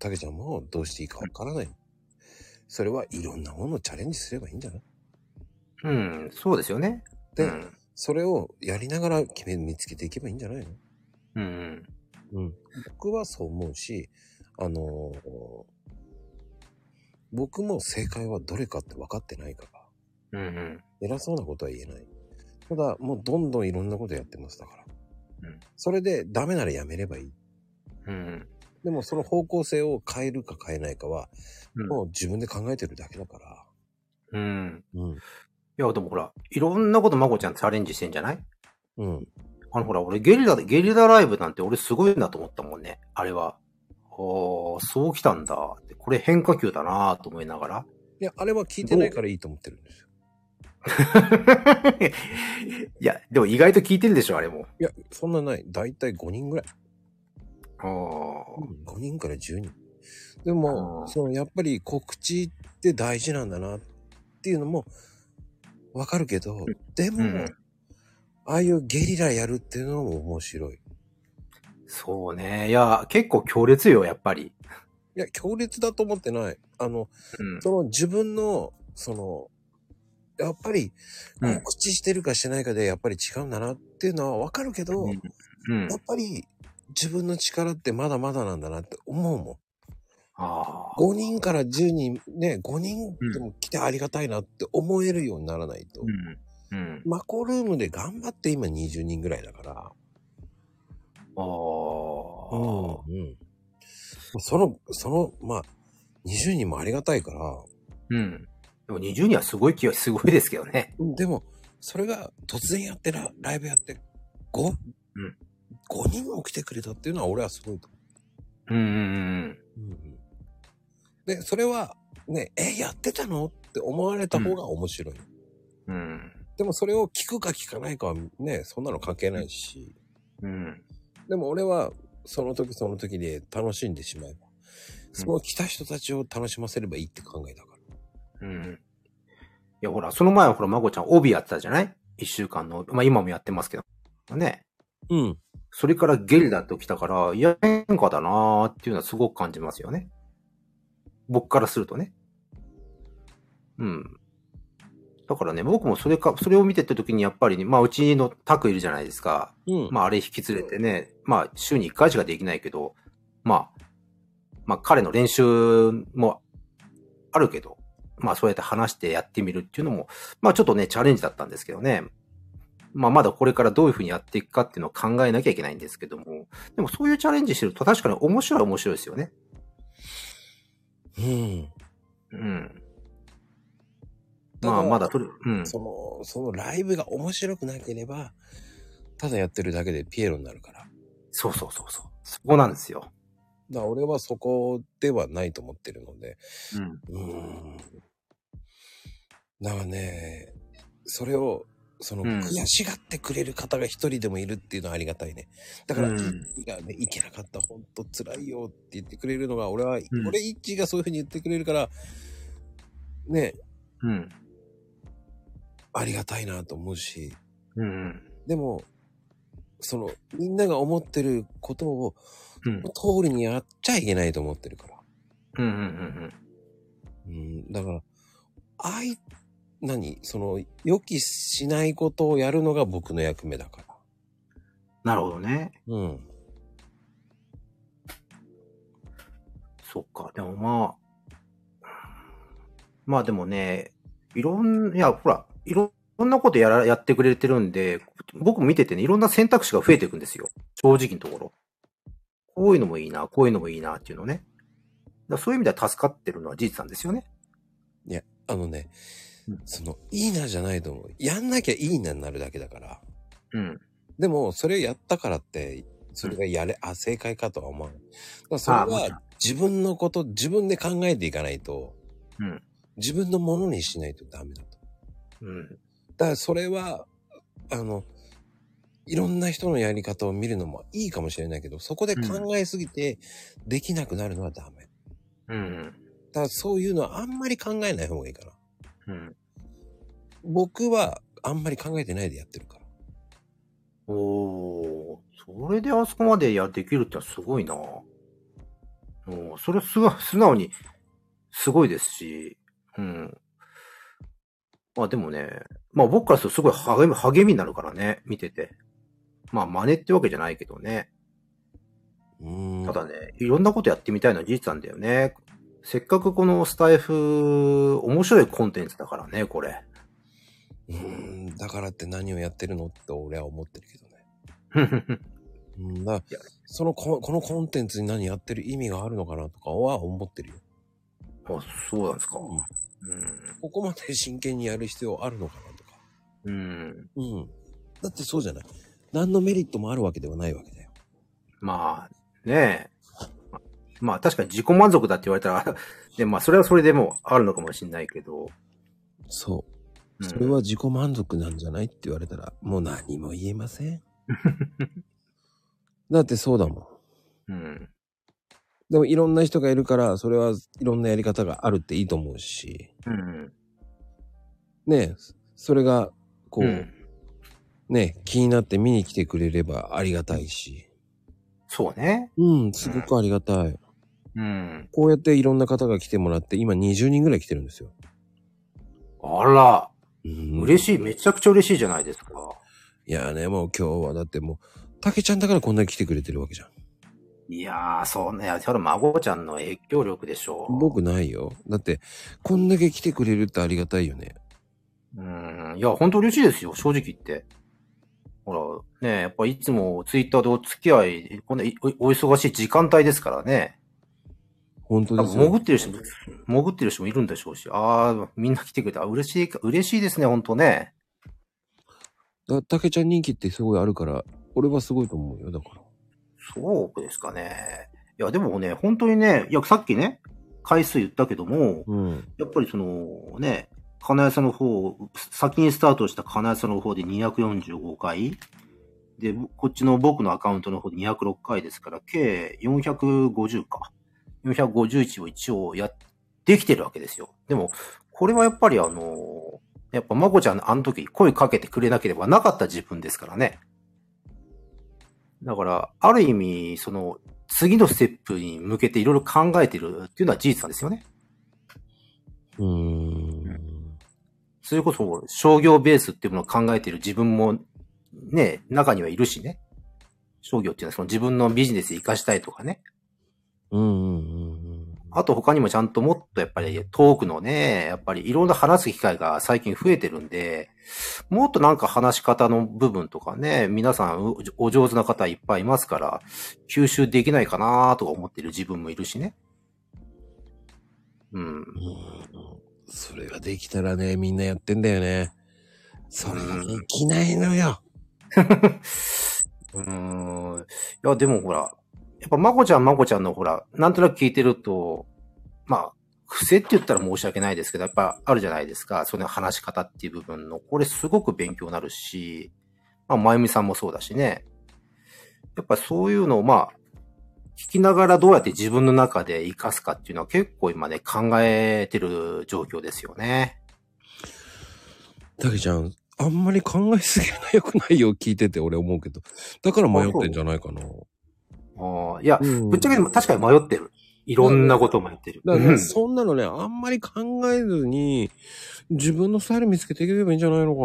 たけちゃんもどうしていいかわからない。それはいろんなものをチャレンジすればいいんじゃない
うん、そうですよね。
で、
うん、
それをやりながら決め、見つけていけばいいんじゃないの
うんう
う
ん。
ん。僕はそう思うし、あのー僕も正解はどれかって分かってないから、
うんうん。
偉そうなことは言えない。ただ、もうどんどんいろんなことやってますだから。
うん
それでダメならやめればいい。
うん
でもその方向性を変えるか変えないかは、
うん。
もう自分で考えてるだけだから。
うん。
うん。
いや、でもほら、いろんなことまこちゃんチャレンジしてんじゃない
うん。
あのほら、俺ゲリラ、ゲリラライブなんて俺すごいなと思ったもんね。あれは。おー、そう来たんだって。これ変化球だなと思いながら。
いや、あれは聞いてないからいいと思ってるんですよ。
いや、でも意外と聞いてるでしょ、あれも。
いや、そんなない。だいたい5人ぐらい。
おー。
5人から10人。でも、
あー
そのやっぱり告知って大事なんだなっていうのもわかるけど、でも、
うん
ああいうゲリラやるっていうのも面白い。い
そうね。いや、結構強烈よ、やっぱり。
や、強烈だと思ってない。あの、
うん。
その自分の、その、やっぱり
うん
告知してるかしてないかでやっぱり違うんだなっていうのはわかるけど、
うんうん
や。っぱり自分の力ってまだまだなんだなって思うもん。
あー。
5人から10人、ね、5人でも来てありがたいなって思えるようにならないと。
うん。うん。
マコルームで頑張って今20人ぐらいだから。
あー。
うん。その、その、まあ、20人もありがたいから、
うん。でも20人はすごい気が、すごいですけどね。
でも、それが突然やってら、ライブやって、5?
ん
5人も来てくれたっていうのは俺はすごいと思
うんうん
う。で、それは、ね、え、やってたのって思われた方が面白い。
うんうん。
でもそれを聞くか聞かないかはね、そんなの関係ないし。
うん。うん。
でも俺は、その時その時で楽しんでしまえば。その来た人たちを楽しませればいいって考えだから。
うん。いや、ほら、その前はほら、まこちゃん帯やってたじゃない一週間の帯、まあ今もやってますけど。ね。
うん。
それからゲリラと来たから、いや、変化だなーっていうのはすごく感じますよね。僕からするとね。うん。だからね、僕もそれか、それを見てった時にやっぱりね、まあうちのタクいるじゃないですか。
うん。
まああれ引き連れてね、まあ週に1回しかできないけど、まあ、まあ彼の練習もあるけど、まあそうやって話してやってみるっていうのも、まあちょっとね、チャレンジだったんですけどね。まあまだこれからどういうふうにやっていくかっていうのを考えなきゃいけないんですけども、でもそういうチャレンジしてると確かに面白いは面白いですよね。
うん。
うん。
ただ
まあまだそれ、うん。
その、そのライブが面白くなければ、ただやってるだけでピエロになるから。だか
そうそうそうそう。そこなんですよ。
ら俺はそこではないと思ってるので。
うん。
うん。だからね、それを、その、
うん
悔しがってくれる方が一人でもいるっていうのはありがたいね。だから、
うん
いやね、いけなかった、ほんと辛いよって言ってくれるのが、俺は、
ん
俺一致がそういうふうに言ってくれるから、ね、
うん。
ありがたいなと思うし、
うん。
でも、その、みんなが思ってることを、
うん。
通りにやっちゃいけないと思ってるから。
うんうんうん
うん、だから、あい、何その、予期しないことをやるのが僕の役目だから。
なるほどね。
うん。
そっか。でもまあ、まあでもね、いろん、いや、ほら、いろんなことやら、やってくれてるんで、僕も見ててね、いろんな選択肢が増えていくんですよ。正直のところ。こういうのもいいな、こういうのもいいなっていうのね。だからそういう意味では助かってるのは事実なんですよね。
あのね
うん、
その、いいなじゃないと思う。やんなきゃいいなになるだけだから。
うん。
でも、それをやったからって、それがやれ、あ、正解かとは思わない。だからそれ
あもちろ
は自分のこと、自分で考えていかないと、
うん
自分のものにしないとダメだと。
うん。
だからそれは、あの、いろんな人のやり方を見るのもいいかもしれないけど、そこで考えすぎてできなくなるのはダメ。
うん。
だからそういうのはあんまり考えない方がいいかな。
うん。
僕はあんまり考えてないでやってるから。
おー、それであそこまでやできるってのはすごいな。おーそれすが 素直にすごいですし、うん。まあでもね、まあ僕からするとすごい励み、励みになるからね、見てて。まあ真似ってわけじゃないけどね。
うーん。
ただね、いろんなことやってみたいのは事実なんだよね。せっかくこのスタイフ、面白いコンテンツだからね、これ。
うーん、だからって何をやってるのって俺は思ってるけどね。うん、だ
いや
そのこ、このコンテンツに何やってる意味があるのかなとかは思ってるよ。
あ、そうなんですか。
うん
うん。
ここまで真剣にやる必要あるのかなとか。
うん。
うん。だってそうじゃない。何のメリットもあるわけではないわけだよ。
まあ、ねえ。まあ確かに自己満足だって言われたら、 でまあそれはそれでもうあるのかもしれないけど。
そうう。
ん
それは自己満足なんじゃないって言われたら、もう何も言えませ ん。だってそうだもん。
うん。
でもいろんな人がいるから、それはいろんなやり方があるっていいと思うし、
うん。
ねえそれが、こう、
うん
ねえ気になって見に来てくれればありがたいし、
そうね。
うん、すごくありがたい。
うん。
こうやっていろんな方が来てもらって、今20人ぐらい来てるんですよ。
あら、
うん
嬉
い。
しい。めちゃくちゃ嬉しいじゃないですか。
いやね、もう今日はだってもう、たけちゃんだからこんなに来てくれてるわけじゃん。
いやー、そうね。それ孫ちゃんの影響力でしょう。
僕ないよ。だって、こんだけ来てくれるってありがたいよね。
うん。いや、本当嬉しいですよ。正直言って。ほら、ねえやっぱいつもツイッターでお付き合い、こんないおお忙しい時間帯ですからね。
本当
多
です
分潜
よ。
ってる人も、潜ってる人もいるんでしょうし、ああ、みんな来てくれた。あ嬉しいか、嬉しいですね、本当ね。
だたけちゃん人気ってすごいあるから、俺はすごいと思うよ。だから。
そうですかね。いや、でもね、本当にね、いや、さっきね、回数言ったけども、
うん。
やっぱりその、ね、金谷さんの方、先にスタートした金谷さんの方で245回、で、こっちの僕のアカウントの方で206回ですから、計450か。451を一応やってきてるわけですよ。でも、これはやっぱりあの、やっぱまこちゃんあの時声かけてくれなければなかった自分ですからね。だから、ある意味、その、次のステップに向けていろいろ考えてるっていうのは事実なんですよね。
うーん。
それこそ商業ベースっていうものを考えている自分もね、中にはいるしね。商業っていうのはその自分のビジネス活かしたいとかね。
うんうんうんうん。
あと他にもちゃんともっとやっぱりトークのね、やっぱりいろんな話す機会が最近増えてるんで、もっとなんか話し方の部分とかね、皆さんおお上手な方いっぱいいますから、吸収できないかなとか思ってる自分もいるしね。うん。
うんそれができたらね、みんなやってんだよね。それができないのよ。
うーん。いや、でもほら、やっぱまこちゃんまこちゃんのほら、なんとなく聞いてると、まあ、癖って言ったら申し訳ないですけど、やっぱあるじゃないですか。その話し方っていう部分の。これすごく勉強になるし、まあ、まゆみさんもそうだしね。やっぱそういうのをまあ、聞きながらどうやって自分の中で活かすかっていうのは結構今ね、考えてる状況ですよね。
たけちゃん、あんまり考えすぎなよくないよ、聞いてて俺思うけど。だから迷ってんじゃないかな。
あーいや、
うん
ぶっちゃけでも確かに迷ってる。いろんなこともやってる。
だからね、
うん
そんなのね、あんまり考えずに、自分のスタイル見つけていければいいんじゃないのか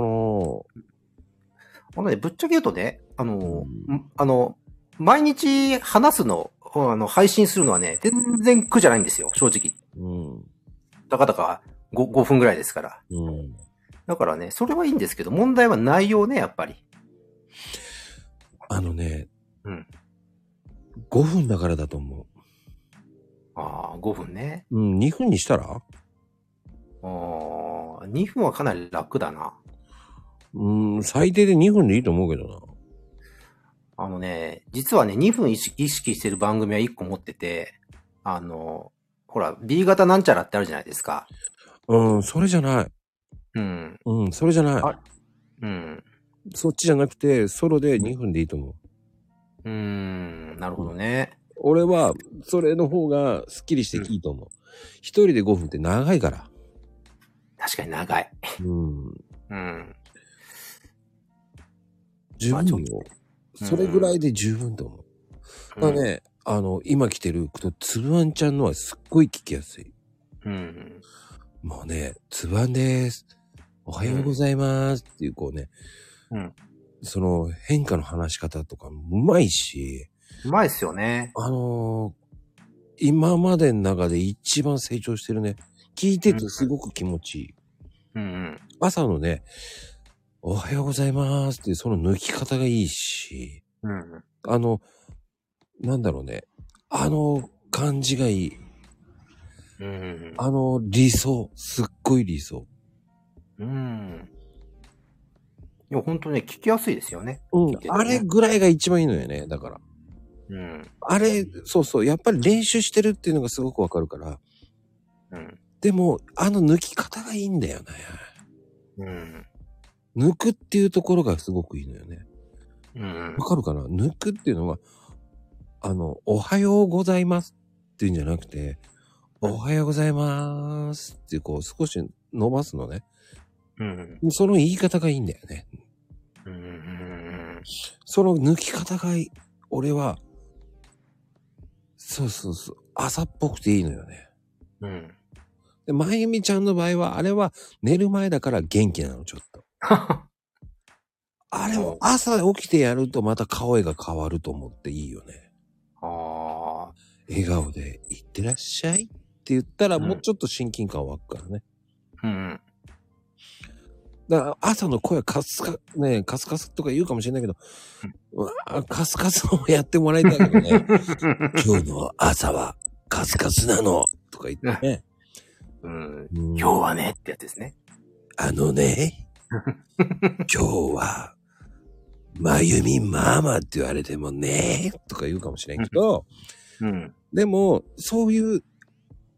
あのね、ぶっちゃけ言うとね、あの、
うん
んあの、毎日話すの、あの、配信するのはね、全然苦じゃないんですよ、正直。
なうん。
だかだか 5, 5分ぐらいですから。
うん。
だからね、それはいいんですけど、問題は内容ね、やっぱり。
あのね、
うん。
5分だからだと思
ああ、5分ね。
う。うん、2分にしたら
ああ、2分はかなり楽だな。
うん、最低で2分でいいと思うけどな。
あのね、実はね、2分意識意識してる番組は1個持ってて、あの、ほら、B 型なんちゃらってあるじゃないですか。
うん、それじゃない。
うん。
うん、それじゃない
あ。うん。
そっちじゃなくて、ソロで2分でいいと思う。
うーん、なるほどね。
俺は、それの方がスッキリしていいと思う。一、人で5分って長いから。
確かに長い。
うん。
うん。
十
まあちょ
分
っ
よ。それぐらいで十分と思う。だからね、あの、今来てること、つぶあんちゃんのはすっごい聞きやすい。
うん。
もうね、つぶあんです。おはようございます。っていう、こうね。
うん
その変化の話し方とかもうまいし、
うまいっすよね。
あのー今までの中で一番成長してるね。聞いててすごく気持ちいい。
うん
朝のね、おはようございますっていうその抜き方がいいし、
うん。うん。
あの、なんだろうね、あの感じがいい。
うん。
あの理想、すっごい理想。
うん。いや、本当ね、聞きやすいですよね。
う
聞い
ん
て、るね
あれぐらいが一番いいのよね、だから。
うん。
あれ、そうそう、やっぱり練習してるっていうのがすごくわかるから。
うん。
でも、あの抜き方がいいんだよね。
うん。
抜くっていうところがすごくいいのよね。
うん
わ。かるかな抜くっていうのは、あの、おはようございますっていうんじゃなくて、おはようございますってこう少し伸ばすのね。
うん。
その言い方がいいんだよね。
うん。
その抜き方がいい。俺は、そうそうそう。朝っぽくていいのよね。
うん。
で、まゆみちゃんの場合は、あれは寝る前だから元気なの、ちょっと。あれは朝起きてやるとまた声が変わると思っていいよね。
ああ、
笑顔で「いってらっしゃい」って言ったら
うん
もうちょっと親近感湧くからね。
うん。
だから朝の声はカスカ、ねカスカスとか言うかもしれないけど、うわーカスカスをやってもらいたいけどね。今日の朝はカスカスなのとか言ってね。
うん。
今
今日はねってやつですね。
あの ね、今日は、まゆみママって言われてもね、とか言うかもしれんけど、
うん。
でも、そういう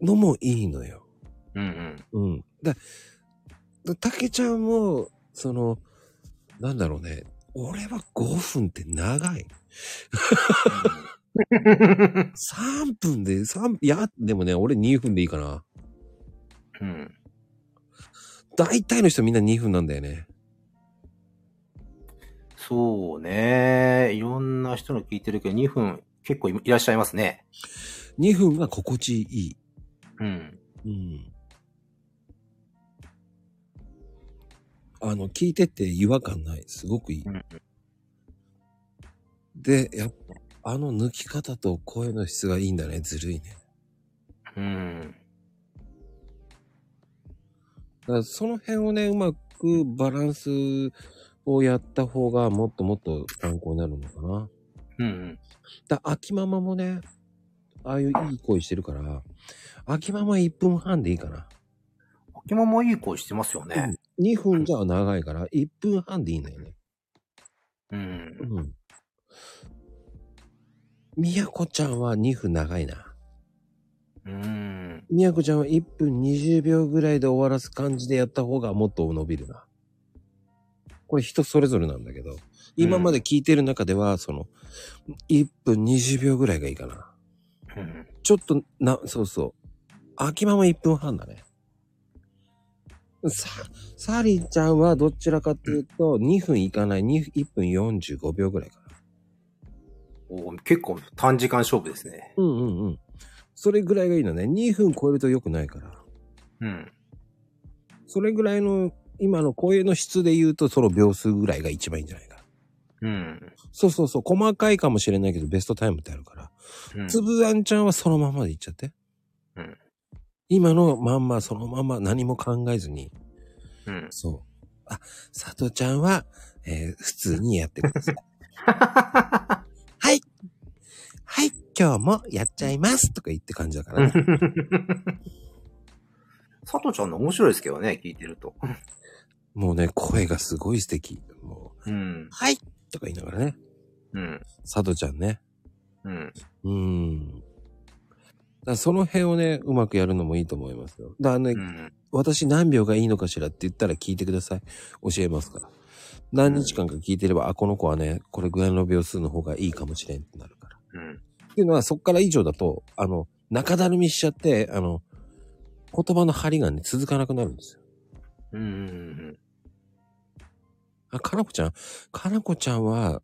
のもいいのよ。
うん。
うん。だ、だたけちゃんも、その、なんだろうね。俺は5分って長い。3分で、3、いや、でもね、俺2分でいいかな。
うん。
大体の人みんな2分なんだよね。
そうね。いろんな人の聞いてるけど、2分結構いらっしゃいますね。
2分が心地い
うん。
い。うん。あの、聞いてて違和感ない。すごくいい。
うん
で、やっぱ、あの抜き方と声の質がいいんだね。ずるいね。
うん。
だからその辺をね、うまくバランスをやった方がもっともっと参考になるのかな。
うん。
だ秋ママもね、ああいういい声してるから、秋ママ1分半でいいかな。
秋ママいい声してますよね。
2分じゃ長いから、1分半でいいんだよね。
うん
う。ん。みやこちゃんは2分長いな。
うん。
みやこちゃんは1分20秒ぐらいで終わらす感じでやった方がもっと伸びるな。これ人それぞれなんだけど、今まで聞いてる中では、その、1分20秒ぐらいがいいかな。
うん。
ちょっと、な、そうそう。秋ママ1分半だね。さ、サリーちゃんはどちらかっていうと、2分いかない、2 1分45秒ぐらいかな。
お結構短時間勝負ですね。
うんうんうん。それぐらいがいいのね。2分超えると良くないから。
うん。
それぐらいの、今の声の質で言うと、その秒数ぐらいが一番いいんじゃないかな。
うん。
そうそうそう、細かいかもしれないけど、ベストタイムってあるから。
うん
つぶあんちゃんはそのままでいっちゃって。
うん
今のまんま、そのまま何も考えずに。
うん。
そう。あ、佐藤ちゃんは、えー普通にやってください。はい。 はい、今日もやっちゃいますとか言って感じだからね。
佐藤ちゃんの面白いですけどね、聞いてると。
もうね、声がすごい素敵。もう、
うん。
はいとか言いながらね。
うん。
佐藤ちゃんね。
うん。
うーん。だからその辺をね、うまくやるのもいいと思いますよ。だからね、
うん。
私何秒がいいのかしらって言ったら聞いてください。教えますから。何日間か聞いてれば、あ、この子はね、これぐらいの秒数の方がいいかもしれんってなるから。
うん。
っていうのは、そっから以上だと、あの、中だるみしちゃって、あの、言葉の張りがね、続かなくなるんですよ。
うん。うん。
あ、かなこちゃんかなこちゃんは、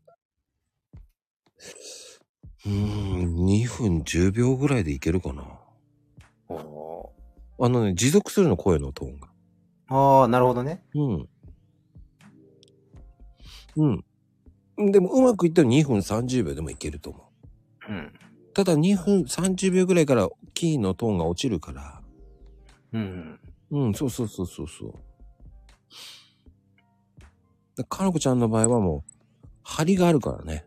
うーん、2分10秒ぐらいでいけるかな。
あー
あのね、持続するの、声のトーンが。
あー、なるほどね。
うん。うん。でも、うまくいったら2分30秒でもいけると思う。
うん。
ただ、2分30秒ぐらいから、キーのトーンが落ちるから。
うん。
うん、そうそうそうそうそう。だかなこちゃんの場合はもう、張りがあるからね。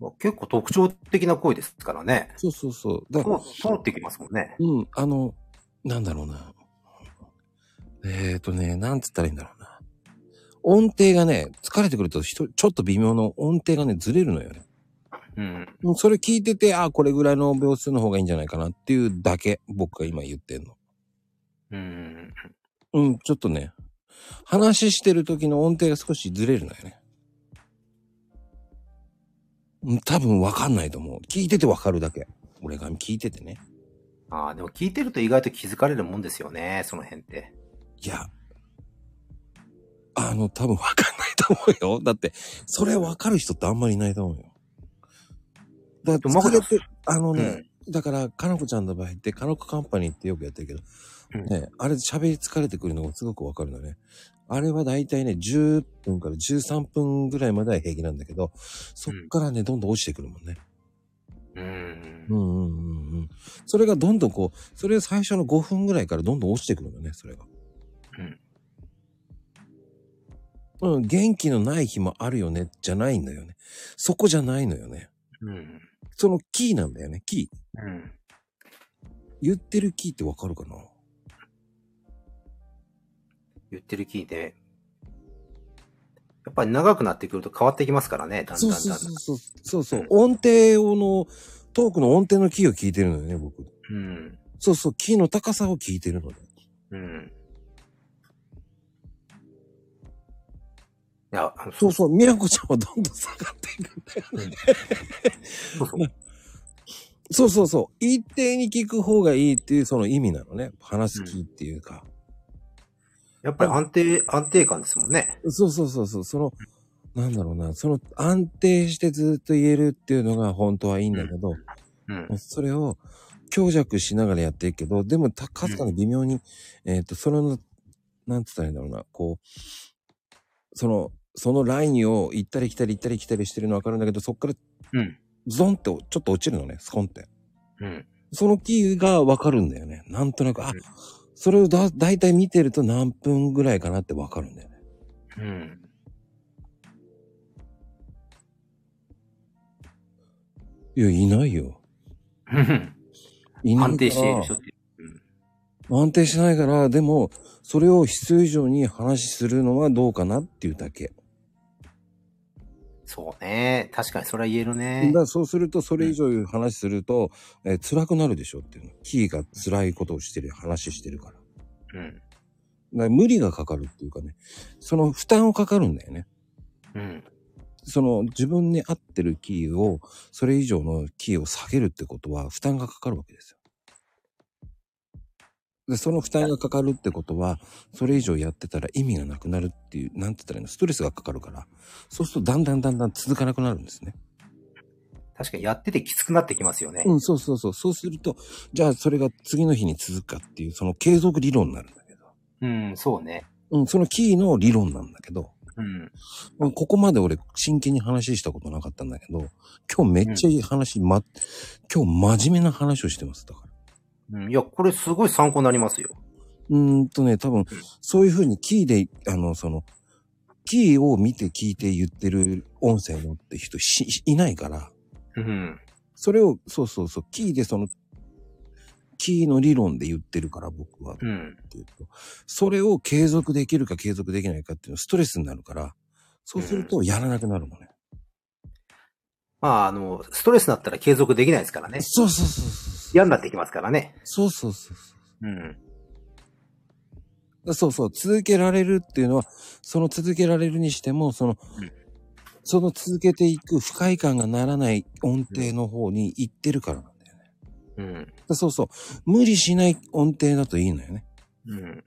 まあ結構特徴的な声ですからね。
そうそうそう。だ
もう通ってきますもんね。
うん、あの、なんだろうな。えーとね、なんつったらいいんだろうな。音程がね、疲れてくるとひとちょっと微妙な音程がね、ずれるのよね。
うん。
うんそれ聞いてて、ああ、これぐらいの秒数の方がいいんじゃないかなっていうだけ、僕が今言ってんの。
うん。
うん、ちょっとね、話してる時の音程が少しずれるのよね。うん多分わかんないと思う。聞いててわかるだけ。俺が聞いててね。
ああ、でも聞いてると意外と気づかれるもんですよね、その辺って。
いや、あの、多分わかんないと思うよ。 だって、それわかる人ってあんまりいないと思うよ。だって、
でも
それって、あの
う
ね、。だから、かのこちゃんの場合って、かのこカンパニーってよくやってるけど、
うん
ね、あれ喋り疲れてくるのがすごくわかるのね。あれはだいたいね、10分から13分ぐらいまでは平気なんだけど、そっからね、どんどん落ちてくるもんね。
うん
う。んうんうんうん。それがどんどんこう、それ最初の5分ぐらいからどんどん落ちてくるのね、それが。うん、元気のない日もあるよね、じゃないんだよね。そこじゃないのよね。
うん。
そのキーなんだよね、キー。
うん。
言ってるキーってわかるかな
言ってる聞いて、やっぱり長くなってくると変わってきますからね、だんだ
そ
ん
う
だん
そう
だん。
そうそう。そうそう。音程をの、トークの音程のキーを聞いてるのよね、僕。
うん。
そうそう、キーの高さを聞いてるので。
うん。いや、
そうそう、みやこちゃんはどんどん下がっていくんだよね。
そうそう。
そうそうそう。一定に聞く方がいいっていうその意味なのね。話すキーっていうか。
やっぱり安定、安定感ですもんね。
そうそうそうそう。その、なんだろうな。その安定してずっと言えるっていうのが本当はいいんだけど、
うん。
それを強弱しながらやっていくけど、でもたかすかに微妙に、えっ、と、それの、なんつったらいいんだろうな、こう、その、そのラインを行ったり来たり行ったり来たりしてるのわかるんだけど、そっから
うん。
ゾンってちょっと落ちるのね、スコンって。
うん。
そのキーがわかるんだよね。なんとなく、あ
うん、
それをだ、だいたい見てると何分ぐらいかなってわかるんだよね。
うん。
いや、いないよ。いないから
安定している人って。
安定しないから、でも、それを必要以上に話しするのはどうかなっていうだけ。
そうね。確かにそれは言える
だ
ね
か。らそうすると、それ以上話すると、えー辛くなるでしょっていうの。キーが辛いことをしてる、話してるから。だか
うん。
ら無理がかかるっていうかね、その負担をかかるんだよね。
うん。
その自分に合ってるキーを、それ以上のキーを下げるってことは、負担がかかるわけですよ。で、その負担がかかるってことは、それ以上やってたら意味がなくなるっていう、なんて言ったらいいの、ストレスがかかるから、そうするとだんだんだんだん続かなくなるんですね。
確かにやっててきつくなってきますよね。
うん、そうそうそう。そうすると、じゃあそれが次の日に続くかっていう、その継続理論になるんだけど。
うん、そうね。
うん、そのキーの理論なんだけど、
うん。
まあここまで俺真剣に話したことなかったんだけど、今日めっちゃいい話、ま、今日真面目な話をしてます、だから。
うん、いや、これすごい参考になりますよ。
うーんとね、多分、そういうふうにキーで、あの、その、キーを見て聞いて言ってる音声のって人しいないから、
うん。
それを、そうそうそう、キーでその、キーの理論で言ってるから僕はって
うん。
いうと、それを継続できるか継続できないかっていうのはストレスになるから、そうするとやらなくなるもんね。
まあ、あの、ストレスになったら継続できないですからね。
そうそうそうそう。
嫌になってきますからね。
そうそうそうそう。
うん。
そうそう、続けられるっていうのは、その続けられるにしても、その、
うん
その続けていく不快感がならない音程の方に行ってるからなんだよね。
うん。
そうそう、無理しない音程だといいのよね。
うん。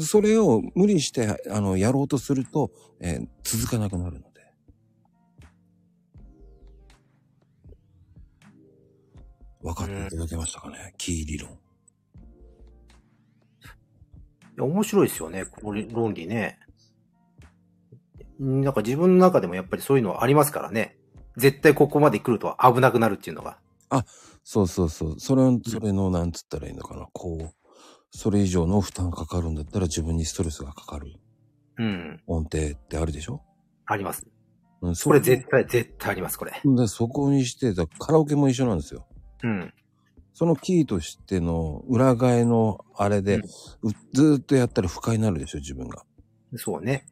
それを無理して、あの、やろうとすると、えー続かなくなるので。分かっていただけましたかね、キー理論。
いや、面白いですよね。これ、論理ね。うんなんか自分の中でもやっぱりそういうのはありますからね。絶対ここまで来ると危なくなるっていうのが。
そうそうそう。それを、それの、なんつったらいいのかな。こう、それ以上の負担かかるんだったら自分にストレスがかかる
うん。
音程ってあるでしょ
あります。
うん、そ
これ絶対、絶対あります、これ。
だそこにして、だカラオケも一緒なんですよ。
うん。
そのキーとしての裏替えのあれで、うずーっとやったら不快になるでしょ、自分が。
そうね。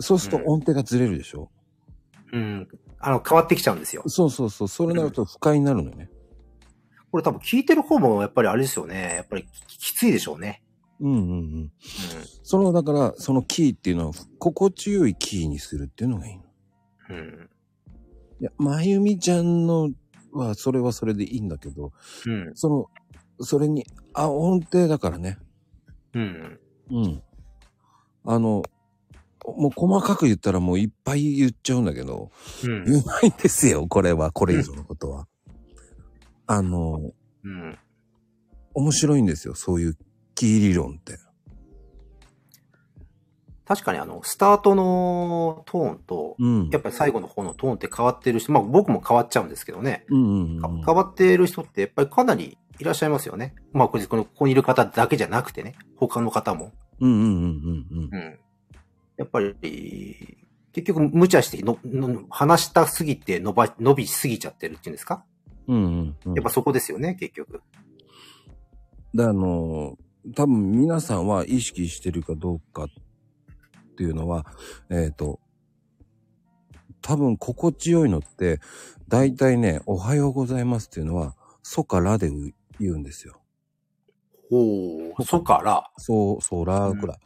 そうすると
うん
音程がずれるでしょ、
うん。あの、変わってきちゃうんですよ。
そうそうそう。それになると不快になるのよね。
これ多分聞いてる方もやっぱりあれですよね。やっぱりききついでしょうね。
うんうんうん。その、だから、そのキーっていうのは、心地よいキーにするっていうのがいいの。
うん。うん。
いや、まゆみちゃんのは、それはそれでいいんだけど、
うん。
その、それに、あ、音程だからね。
うん。
うん。あの、もう細かく言ったらもういっぱい言っちゃうんだけど、
うん。
うまいんですよ、これは、これ以上のことは。あの、
うん。
面白いんですよ、そういうキー理論って。
確かにあの、スタートのトーンと、
うん。
やっぱり最後の方のトーンって変わってる人、まあ僕も変わっちゃうんですけどね。
うんうん、う
か
ん。
変わってる人ってやっぱりかなりいらっしゃいますよね。まあこれこのここにいる方だけじゃなくてね、他の方も。
うんうんうんうんうん。
うん。やっぱり、結局無茶しての、の話したすぎて伸ば、伸びしすぎちゃってるっていうんですか
うんうんうん。
やっぱそこですよね、結局。
で、あの、多分皆さんは意識してるかどうかっていうのは、えっ、と、多分心地よいのって、大体ね、おはようございますっていうのは、ソからで言うんですよ。
おお、そから、
そう、ソラーくらい。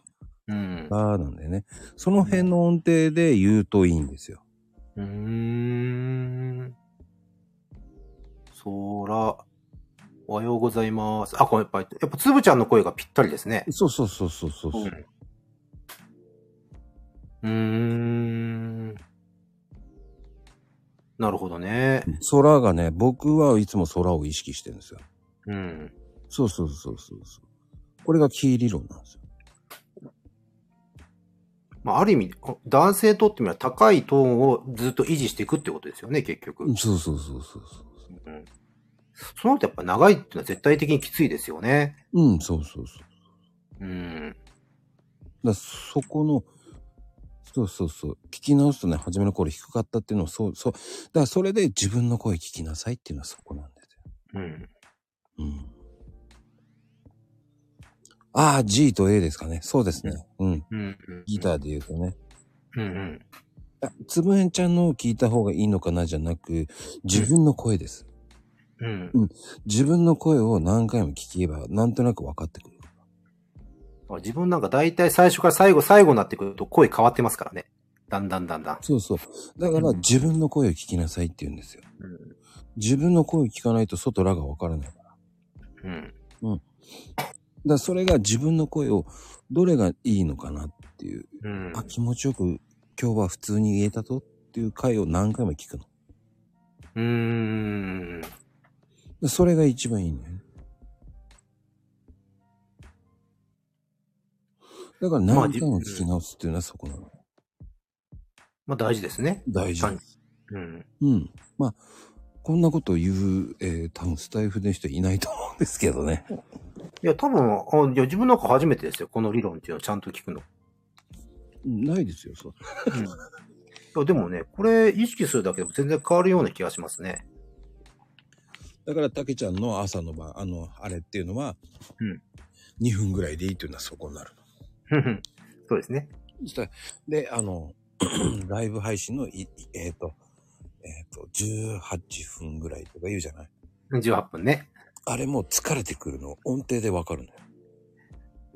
うん。
ラーなんでね。その辺の音程で言うといいんですよ。
うーん。そら、おはようございます。あ、これやっぱり、やっぱつぶちゃんの声がぴったりですね。
そうそうそうそうそうそう。
うーん。なるほどね。
ソラがね、僕はいつもソラを意識してるんですよ。
うん。
そうそうそうそうそう。これがキー理論なんですよ。
まあ、ある意味、男性にとってみれば高いトーンをずっと維持していくってことですよね、結局。うん。
そうそうそうそうそう。
その後やっぱ長いっていうのは絶対的にきついですよね。
うん、そうそうそう。
うん。
だそこの、そうそうそう。聞き直すとね、初めの頃低かったっていうのは、そうそう。だからそれで自分の声聞きなさいっていうのはそこなんですよ。
うん。
うん。ああ、G と A ですかね。そうですね。うん。
うん。
ギターで言うとね。
うんうん。
あつぶえんちゃんのを聞いた方がいいのかなじゃなく、自分の声です。
うん。
自分の声を何回も聞けば、なんとなく分かってくる。
あ自分なんか大体最初から最後、最後になってくると声変わってますからね。だんだんだんだん。
そうそう。だから
うん
自分の声を聞きなさいって言うんですよ。自分の声を聞かないと外らが分からない。
うん。
だからそれが自分の声をどれがいいのかなっていう、
うん。
あ気持ちよく今日は普通に言えたぞっていう回を何回も聞くの
うーん。
それが一番いいね。だから
まあ
何回も聞き直すっていうのはそこなの。
まあ大事ですね。
大事。
はいうん。
うん。まあ、こんなことを言う、えー、多分スタイフの人いないと思うんですけどね。
いや、多分、あいや、自分なんか初めてですよ。この理論っていうのをちゃんと聞くの。
ないですよ、そう。
うん、いやでもね、これ意識するだけでも全然変わるような気がします ね。
だから、たけちゃんの朝の晩、あの、あれっていうのは、
うん
2分ぐらいでいいというのはそこになる
ふんふんそうですね。
の。そしたらで、あの、 ライブ配信のい、いえっ、と、えっ、と、18分ぐらいとか言うじゃない
18分ね。
あれもう疲れてくるの、音程でわかるのよ。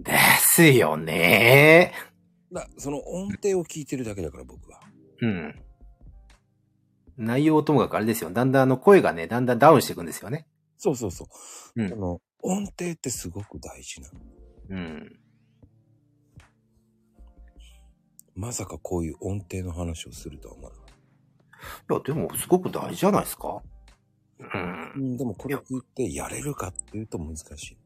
ですよね
だその音程を聞いてるだけだから、僕は。
うん。内容ともかくあれですよ。だんだんあの声がね、だんだんダウンしていくんですよね。
そうそうそう。
うん
あの、音程ってすごく大事なの。
うん。
まさかこういう音程の話をするとは思わなかっ
いや、でもすごく大事じゃないですか。うん
た。。うん、でもこれ聞いてやれるかっていうと難しい。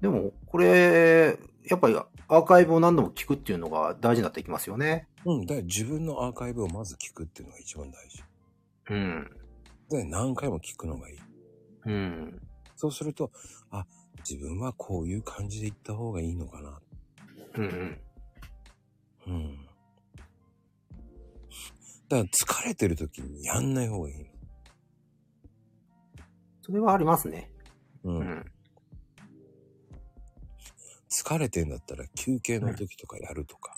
でも、これ、やっぱりアーカイブを何度も聞くっていうのが大事になっていきますよね。
うん、だから自分のアーカイブをまず聞くっていうのが一番大事。
うん。
で、何回も聞くのがいい。
うん。
そうすると、あ、自分はこういう感じで行った方がいいのかな。
うんうん。
うん。だから疲れてる時にやんない方がいい
それはありますね。
の。
う
うん。
ん。
疲れてんだったら休憩の時とかやるとか。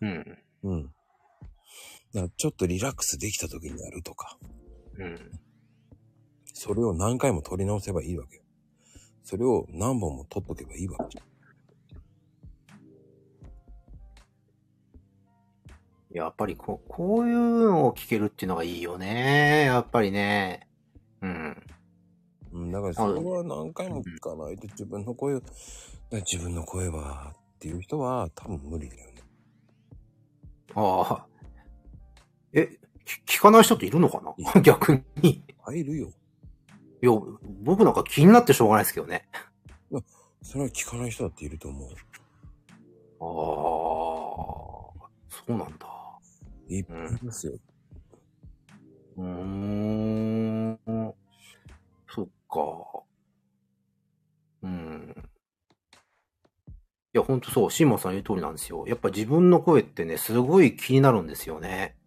うん。
うん。だからちょっとリラックスできた時にやるとか。
うん。
それを何回も撮り直せばいいわけよ。それを何本も撮っとけばいいわけじゃん。
やっぱりこう、こういうのを聞けるっていうのがいいよね。やっぱりね。うん。
うん、だからそれは何回も聞かないと自分の声を、だから自分の声はっていう人は多分無理だよね。
ああ。え、き聞かない人っているのかな 逆に。
入るよ。
いや、僕なんか気になってしょうがないですけどね。
それは聞かない人だっていると思う。
ああ。そうなんだ。
いっぱいいますよ。
うーん。そっか。うん。いや、ほんとそう。シーマンさん言う通りなんですよ。やっぱ自分の声ってね、すごい気になるんですよね。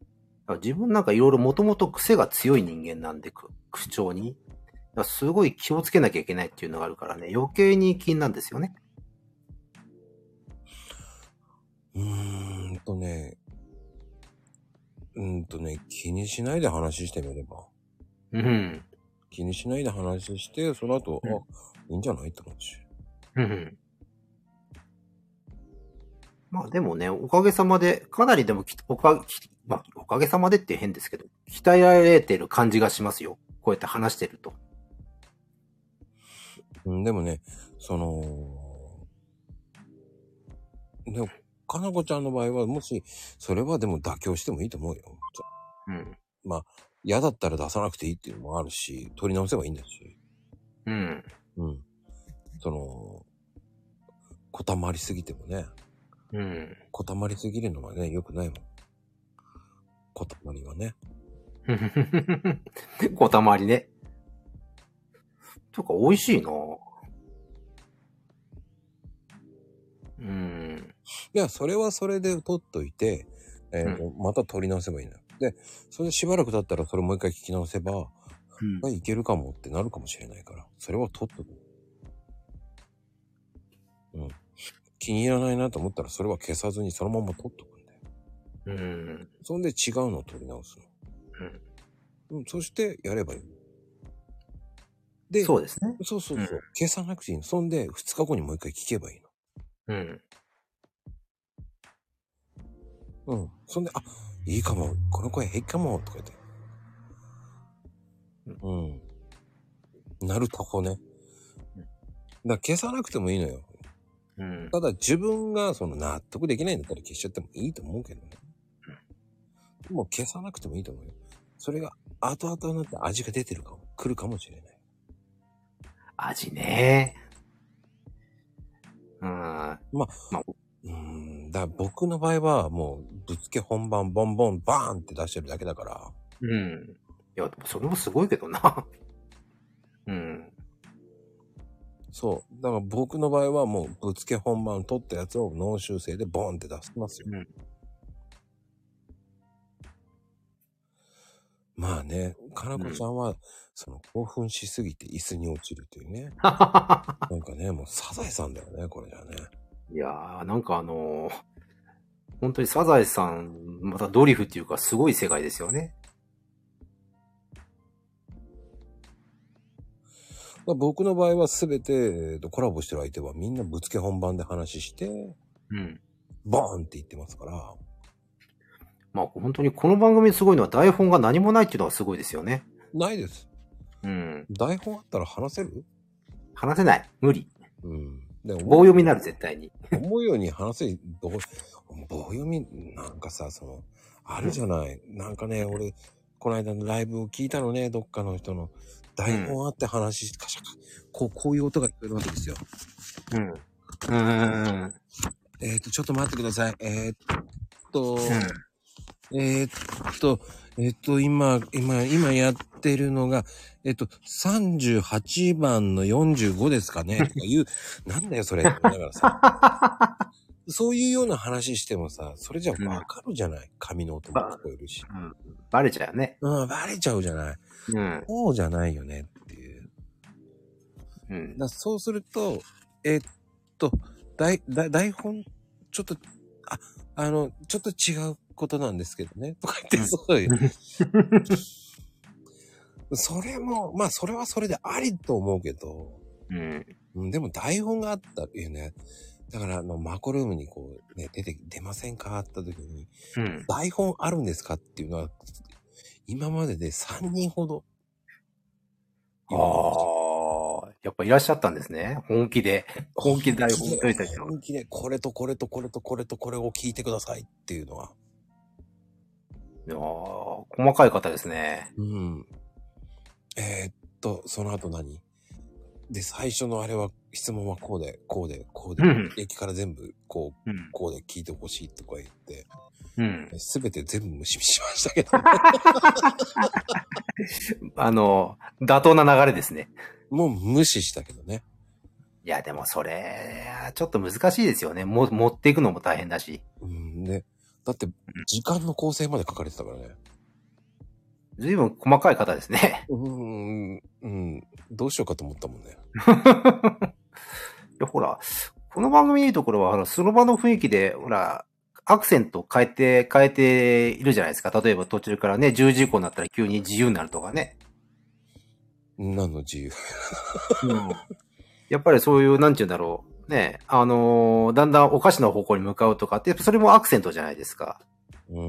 だから自分なんかいろいろもともと癖が強い人間なんで、く口調に。だからすごい気をつけなきゃいけないっていうのがあるからね、余計に気になるんですよね。
うーんとね、うーんとね、気にしないで話してみれば。
うん。
気にしないで話して、その後、
うん
あ、いいんじゃないって思うし。
うんまあでもね、おかげさまで、かなりでもき、おか、きまあ、おかげさまでって変ですけど、鍛えられてる感じがしますよ。こうやって話してると。
うん、でもね、その、でも、かなこちゃんの場合は、もし、それはでも妥協してもいいと思うよ。
うん。
嫌だったら出さなくていいっていうのもあるし、取り直せばいいんだし。
うん。
うん。その、こたまりすぎてもね、
うん。
こたまりすぎるのはね、良くないもん。こたまりはね。
こたまりね。とか、美味しいなうん。
いや、それはそれで取っといて、えーまた取り直せばいいのよ。で、それでしばらく経ったらそれもう一回聞き直せば、
うん
まあ、いけるかもってなるかもしれないから、それは取っとく。うん。気に入らないなと思ったら、それは消さずにそのまま取っとくんだよ。
うん。
そんで違うのを取り直すの。うん。そして、やればいい。で、
そううですね。
そうそうそう、
うん
消さなくていいの。そんで、2日後にもう一回聞けばいい
うん。
の。うん。そんで、あ、いいかも。この声平気かも。とか言って。うん。なるとこね。
うん
だから消さなくてもいいのよ。
うん。
ただ自分がその納得できないんだったら消しちゃってもいいと思うけどね。もう消さなくてもいいと思うよ。それが後々になって味が出てるかも、来るかもしれない。
味ね。うん。
う
ま
ーん、だから僕の場合はもう、ぶっつけ本番、ボンボン、バーンって出してるだけだから、
うん。いや、でもそれもすごいけどな。 うん。
そう。だから僕の場合はもう、ぶっつけ本番、取ったやつを脳修正でボーンって出しますよ。
うん
まあね、かなこちゃんは、その、興奮しすぎて椅子に落ちるというね。なんかね、もうサザエさんだよね、これじゃね。
いやー、なんかあのー本当にサザエさん、またドリフっていうかすごい世界ですよね。
まあ僕の場合は全て、えーとコラボしてる相手はみんなぶつけ本番で話して、
うん。
バーンって言ってますから。
まあ本当にこの番組すごいのは台本が何もないっていうのがすごいですよね。
ないです。
うん。
台本あったら話せる
話せない。無理。
うん。で
棒読みになる、絶対に。
思うように話せ、どう棒読み、なんかさ、その、あるじゃない。なんかね、俺、この間のライブを聞いたのね、どっかの人の。台本あって話、カシャカ、こう、こういう音が聞こえるわけですよ。
うん。うーん。
えっ、と、ちょっと待ってください。えっと、
う
えーっと、えーっと、今、今、今やってるのが、えーっと、38番の45ですかねとか言う、なんだよ、それ。だからさ、そういうような話してもさ、それじゃわかるじゃない髪の音も聞こえるし。
ん。バレちゃうよね。
うん、バレちゃうじゃない
うん。
そうじゃないよねっていう。
う
だ
ん
か。らそうすると、えーっと、台、台台本、ちょっと、あ、あの、ちょっと違うことなんですけどね、とか言って、そういう。それも、まあ、それはそれでありと思うけど、
うん。
うんでも台本があったっていうね、だから、あの、マコルームにこう、ね、出て、出ませんかって時に、
うん。
台本あるんですかっていうのは、今までで3人ほど。
ああ、やっぱいらっしゃったんですね。本気で。本気で台本書いた人
本気で、これとこれとこれとこれとこれを聞いてくださいっていうのは。
ああ、細かい方ですね。
うん。えーっと、その後何で、最初のあれは、質問はこうで、こうで、こうで
うん、
駅から全部、こう、
うん。
こうで聞いてほしいとか言って、
うん。
すべて全部無視しましたけ ど、
あの、妥当な流れですね。
もう無視したけどね。
いや、でもそれ、ちょっと難しいですよね。も、持っていくのも大変だし。
うんね。だって、時間の構成まで書かれてたからね。
随分細かい方ですね。
うん、うん、どうしようかと思ったもんね。
いや、ほら、この番組のいいところは、ほらその場の雰囲気で、ほら、アクセント変えて、変えているじゃないですか。例えば途中からね、10時以降になったら急に自由になるとかね。
何の自由。
やっぱりそういう、なんて言うんだろう。ね、あのーだんだんおかしな方向に向かうとかって、やっぱそれもアクセントじゃないですか。
うん、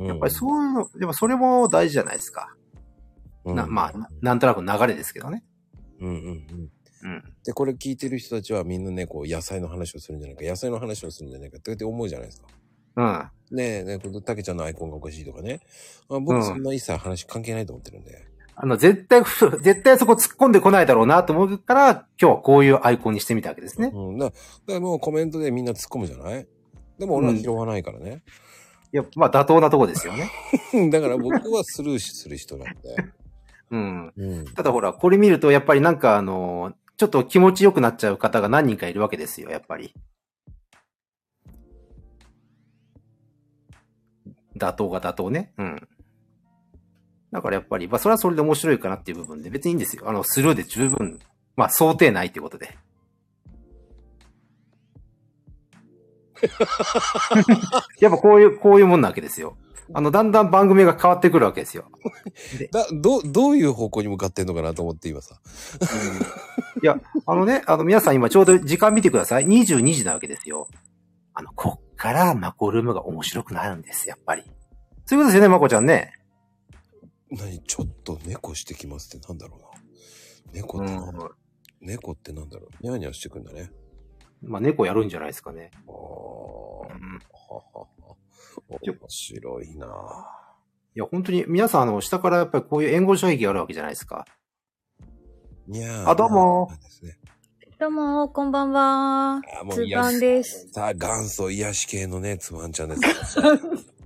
うん
やっぱりそういうの、でもそれも大事じゃないですか。
うん
な、まあ、ななんとなく流れですけどね。
うんうんうん。
うん。
で、これ聞いてる人たちはみんなね、こう、野菜の話をするんじゃないか、野菜の話をするんじゃないかって思うじゃないですか。
うん。
ねえ、ねえ、このたけちゃんのアイコンがおかしいとかね。あ僕、
うん
そんな一切話関係ないと思ってるんで。
あの、絶対、 絶対そこ突っ込んでこないだろうなと思うから、今日はこういうアイコンにしてみたわけですね。
うん。だだからもうコメントでみんな突っ込むじゃないでも俺は拾わないからね。
いや、まあ、妥当なとこですよね。
だから僕はスルーする人なん で。
うん。
うん。
ただほら、これ見ると、やっぱりなんかあの、ちょっと気持ちよくなっちゃう方が何人かいるわけですよ、やっぱり。妥当が妥当ね。うん。だからやっぱり、まあ、それはそれで面白いかなっていう部分で、別にいいんですよ。あの、スルーで十分、まあ、想定内っていうことで。やっぱこういう、こういうもんなわけですよ。あの、だんだん番組が変わってくるわけですよ。
だ、ど、どういう方向に向かってんのかなと思って今さ。
いや、あのね、あの皆さん今ちょうど時間見てください。22時なわけですよ。あの、こっからマコルームが面白くなるんです、やっぱり。そういうことですよね、マコちゃんね。
何ちょっと猫してきますってなんだろうな。猫ってなんだ、猫ってなんだろう。ニャーニャーしてくんだね。
まあ、猫やるんじゃないですかね。
ああ。
うん
ははは面白いなぁ
や、本当に、皆さん、あの、下からやっぱりこういう援護射撃あるわけじゃないですか。
にゃー。
あどうも
にゃーですね。
どうも、こんばんは。
あーも
つ
う癒
ばん
し。
です。
さあ、元祖癒し系のね、つばんちゃんです。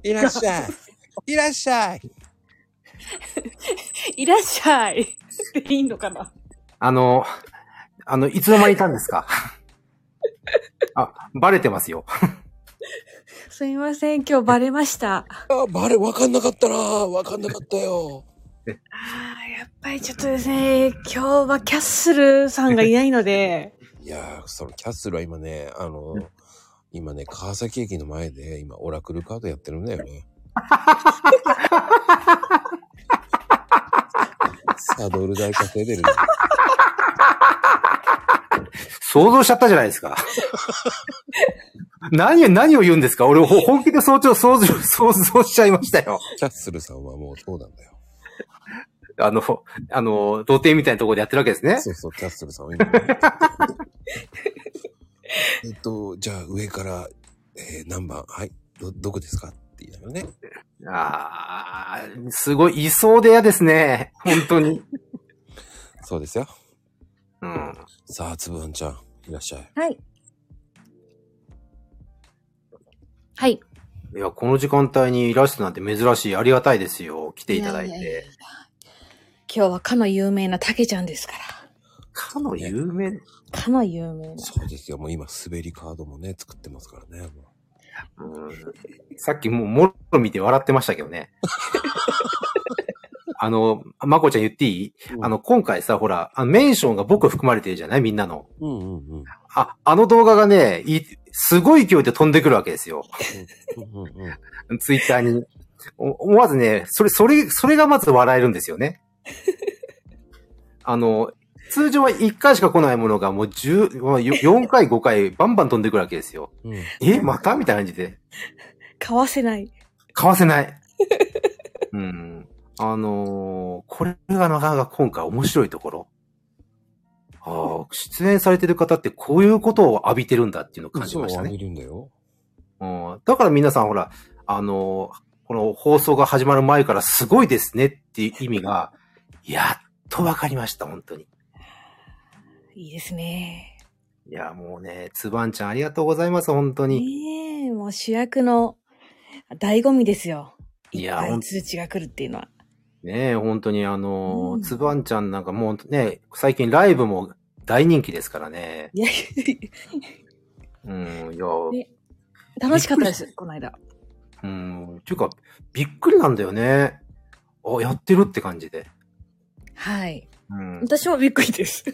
いらっしゃい。いらっしゃい。
いらっしゃい。 でいいのかな
あの、あの、いつの間にいたんですかあ、バレてますよ。
すみません、今日バレました。
あ、バレ、わかんなかったな。わかんなかったよ。
あーやっぱりちょっとですね、今日はキャッスルさんがいないので、
いやー、そのキャッスルは今ね、あの
うん、
今ね、川崎駅の前で、今、オラクルカードやってるんだよ ね。さあ、ドル代稼いでるね。
想像しちゃったじゃないですか。何を、何を言うんですか俺、ほ本気で想像、想像、想像しちゃいましたよ。
キャッスルさんはもうそうなんだよ。
あの、あの、童貞みたいなところでやってるわけですね。
そうそう、キャッスルさんは今、ね。えっと、じゃあ、上から、えー何番はい、ど、どこですかって言いながらね。
あー、すごい、いそうで嫌ですね。本当に。
そうですよ。
うん。
さあ、つぶあんちゃん、いらっしゃい。
はい。はい。
いや、この時間帯にいらしてなんて珍しい、ありがたいですよ。来ていただい
いやいやいや
て。
今日はかの有名なたけちゃんですから。
かの有名な、
かの有名な。
そうですよ。もう今、滑りカードもね、作ってますからね。もう
うん、さっきもう、もろ見て笑ってましたけどね。あの、まこちゃん言っていい、
うん
あの、今回さ、ほら、あのメンションが僕含まれてるじゃないみんなの。
うんうんうん。
あ、あの動画がね、いすごい勢いで飛んでくるわけですよ。
うんうんうん
ツイッターに。お思わずね、それ、それ、それがまず笑えるんですよね。 あの、通常は1回しか来ないものがもう10、まあよ4回、5回、バンバン飛んでくるわけですよ。
うん
え、またみたいな感じで。
かわせない。
買わせない。 うん。あのーこれがなかなか今回面白いところ。ああ、出演されてる方ってこういうことを浴びてるんだっていうのを感じました
そう
ね
浴。びるんだよ。
うん、だから皆さんほら、あの、この放送が始まる前からすごいですねっていう意味が、やっとわかりました、本当に。
いいですね。
いや、もうね、つばんちゃんありがとうございます、本当に。
ねえ、もう主役の醍醐味ですよ。
い
いっ
や
ぱ
ほん
い通知が来るっていうのは。
ねえ、本当にあの
う、ん
つばんちゃんなんかもうね、最近ライブも大人気ですからね。
いや、
うん、いや、
ね楽しかったです、この間。
うん、っていうか、びっくりなんだよね。あ、やってるって感じで。
はい。
うん。
私もびっくりです。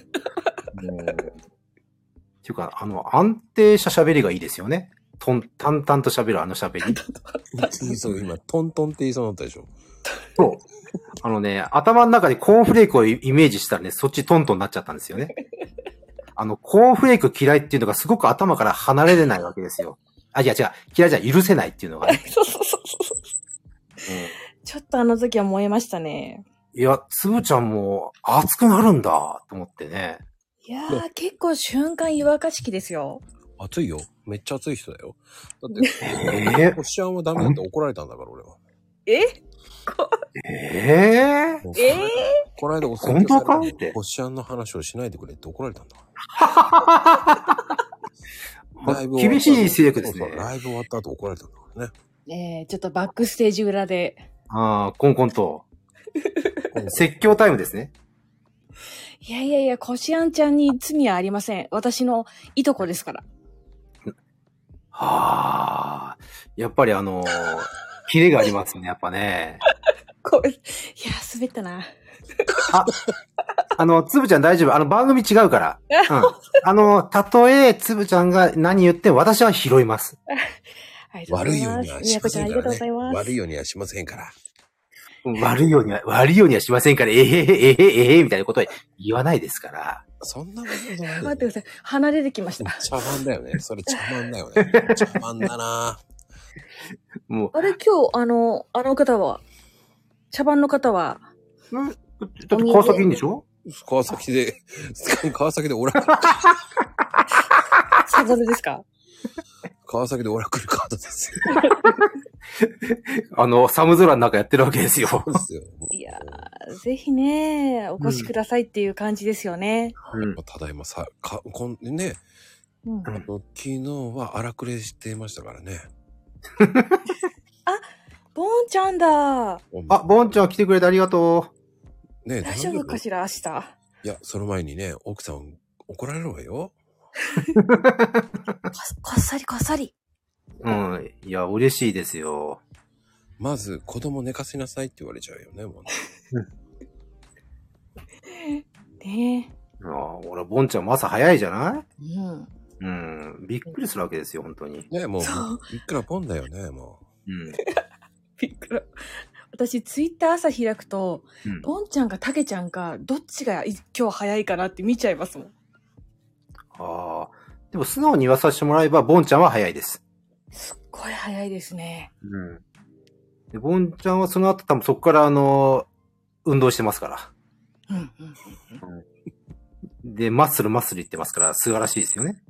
もうっていうか、あの、安定した喋りがいいですよね。とん、淡々と喋るあの喋り。
そう、今、トントンって言いそうになったでしょ。
そう。あのね、頭の中でコーンフレークをイイメージしたらね、そっちトントンになっちゃったんですよね。あの、コーンフレーク嫌いっていうのがすごく頭から離れれないわけですよ。あ、いや違う、嫌いじゃない許せないっていうのがね。
そうそうそうそう。 ちょっとあの時は燃えましたね。
うん、いや、つぶちゃんも熱くなるんだ、と思ってね。
いやー、結構瞬間湯沸かし器ですよ。
熱いよ。めっちゃ熱い人だよ。だって、
え
おっしゃんはダメだって怒られたんだから、俺は。
え
ええ
もう
え
この間お説
本
教
当
さ
か
れ
ったて
おっしゃんの話をしないでくれって怒られたんだか
ー
ら。ライブ終わ
厳
った
しい制約です
そうそう
ね。
ライブ終わった後怒られたんだからね。
えー、ちょっとバックステージ裏で。
ああ、コンコン と。説教タイムですね。
いやいやいや、こしあんちゃんに罪はありません。私のいとこですから。
はあ。やっぱりあのー、キレがありますね、やっぱね。
こういやー、滑ったな。
あの、つぶちゃん大丈夫。あの、番組違うから。うん。あの、たとえ、つぶちゃんが何言っても私は拾います。
ありがと う
悪
ご
い
ざ
よう
ま
に
す
は
み
し
や
ま
こち
せ
ゃ
ん
ん、あり
から
がとうござい
ね。
ます。
悪いようにはしませんから。
悪いようには、悪いようにはしませんから、えへへ、えへへ、えへみたいなことは言わないですから。
そんなことないよ。
待ってください。離れてきました。
茶番だよね。それ茶番だよね。 茶番だな
も
あれ、今日、あの、あの方は、茶番の方は、
う、んだって川崎いいんでしょ
川崎で、川崎でオラ、
サドルですか
川崎でオラクルカードですよ。
あの、寒空の中やってるわけですよ。
そうですよ。
いやーぜひね、お越しくださいっていう感じですよね。
うん
ただいまさ、か、こん、ね、
うん
あの昨日は荒くれしてましたからね。
ボンちゃんだ
あ、ボンちゃん来てくれてありがと
ね
大丈夫かしら明日。
いや、その前にね、奥さん怒られるわよ。
ここっそりこっそり。
う。うん。いや、嬉しいですよ。
まず、子供寝かせなさいって言われちゃうよね、もうね。
ね
あほら、ボンちゃんも朝早いじゃない
え。うん。
うん。びっくりするわけですよ、本当に。
ねもう
そう、
いくらポンだよね、も
うん。
びっくら。私、ツイッター朝開くと、
うん
ボンちゃんかタケちゃんか、どっちがい今日早いかなって見ちゃいますもん。
ああ。でも素直に言わさせてもらえば、ボンちゃんは早いです。
すっごい早いですね。
うん。で、ボンちゃんはその後多分そこからあの、運動してますから。
うんうん。
で、マッスルマッスル言ってますから、素晴らしいですよね。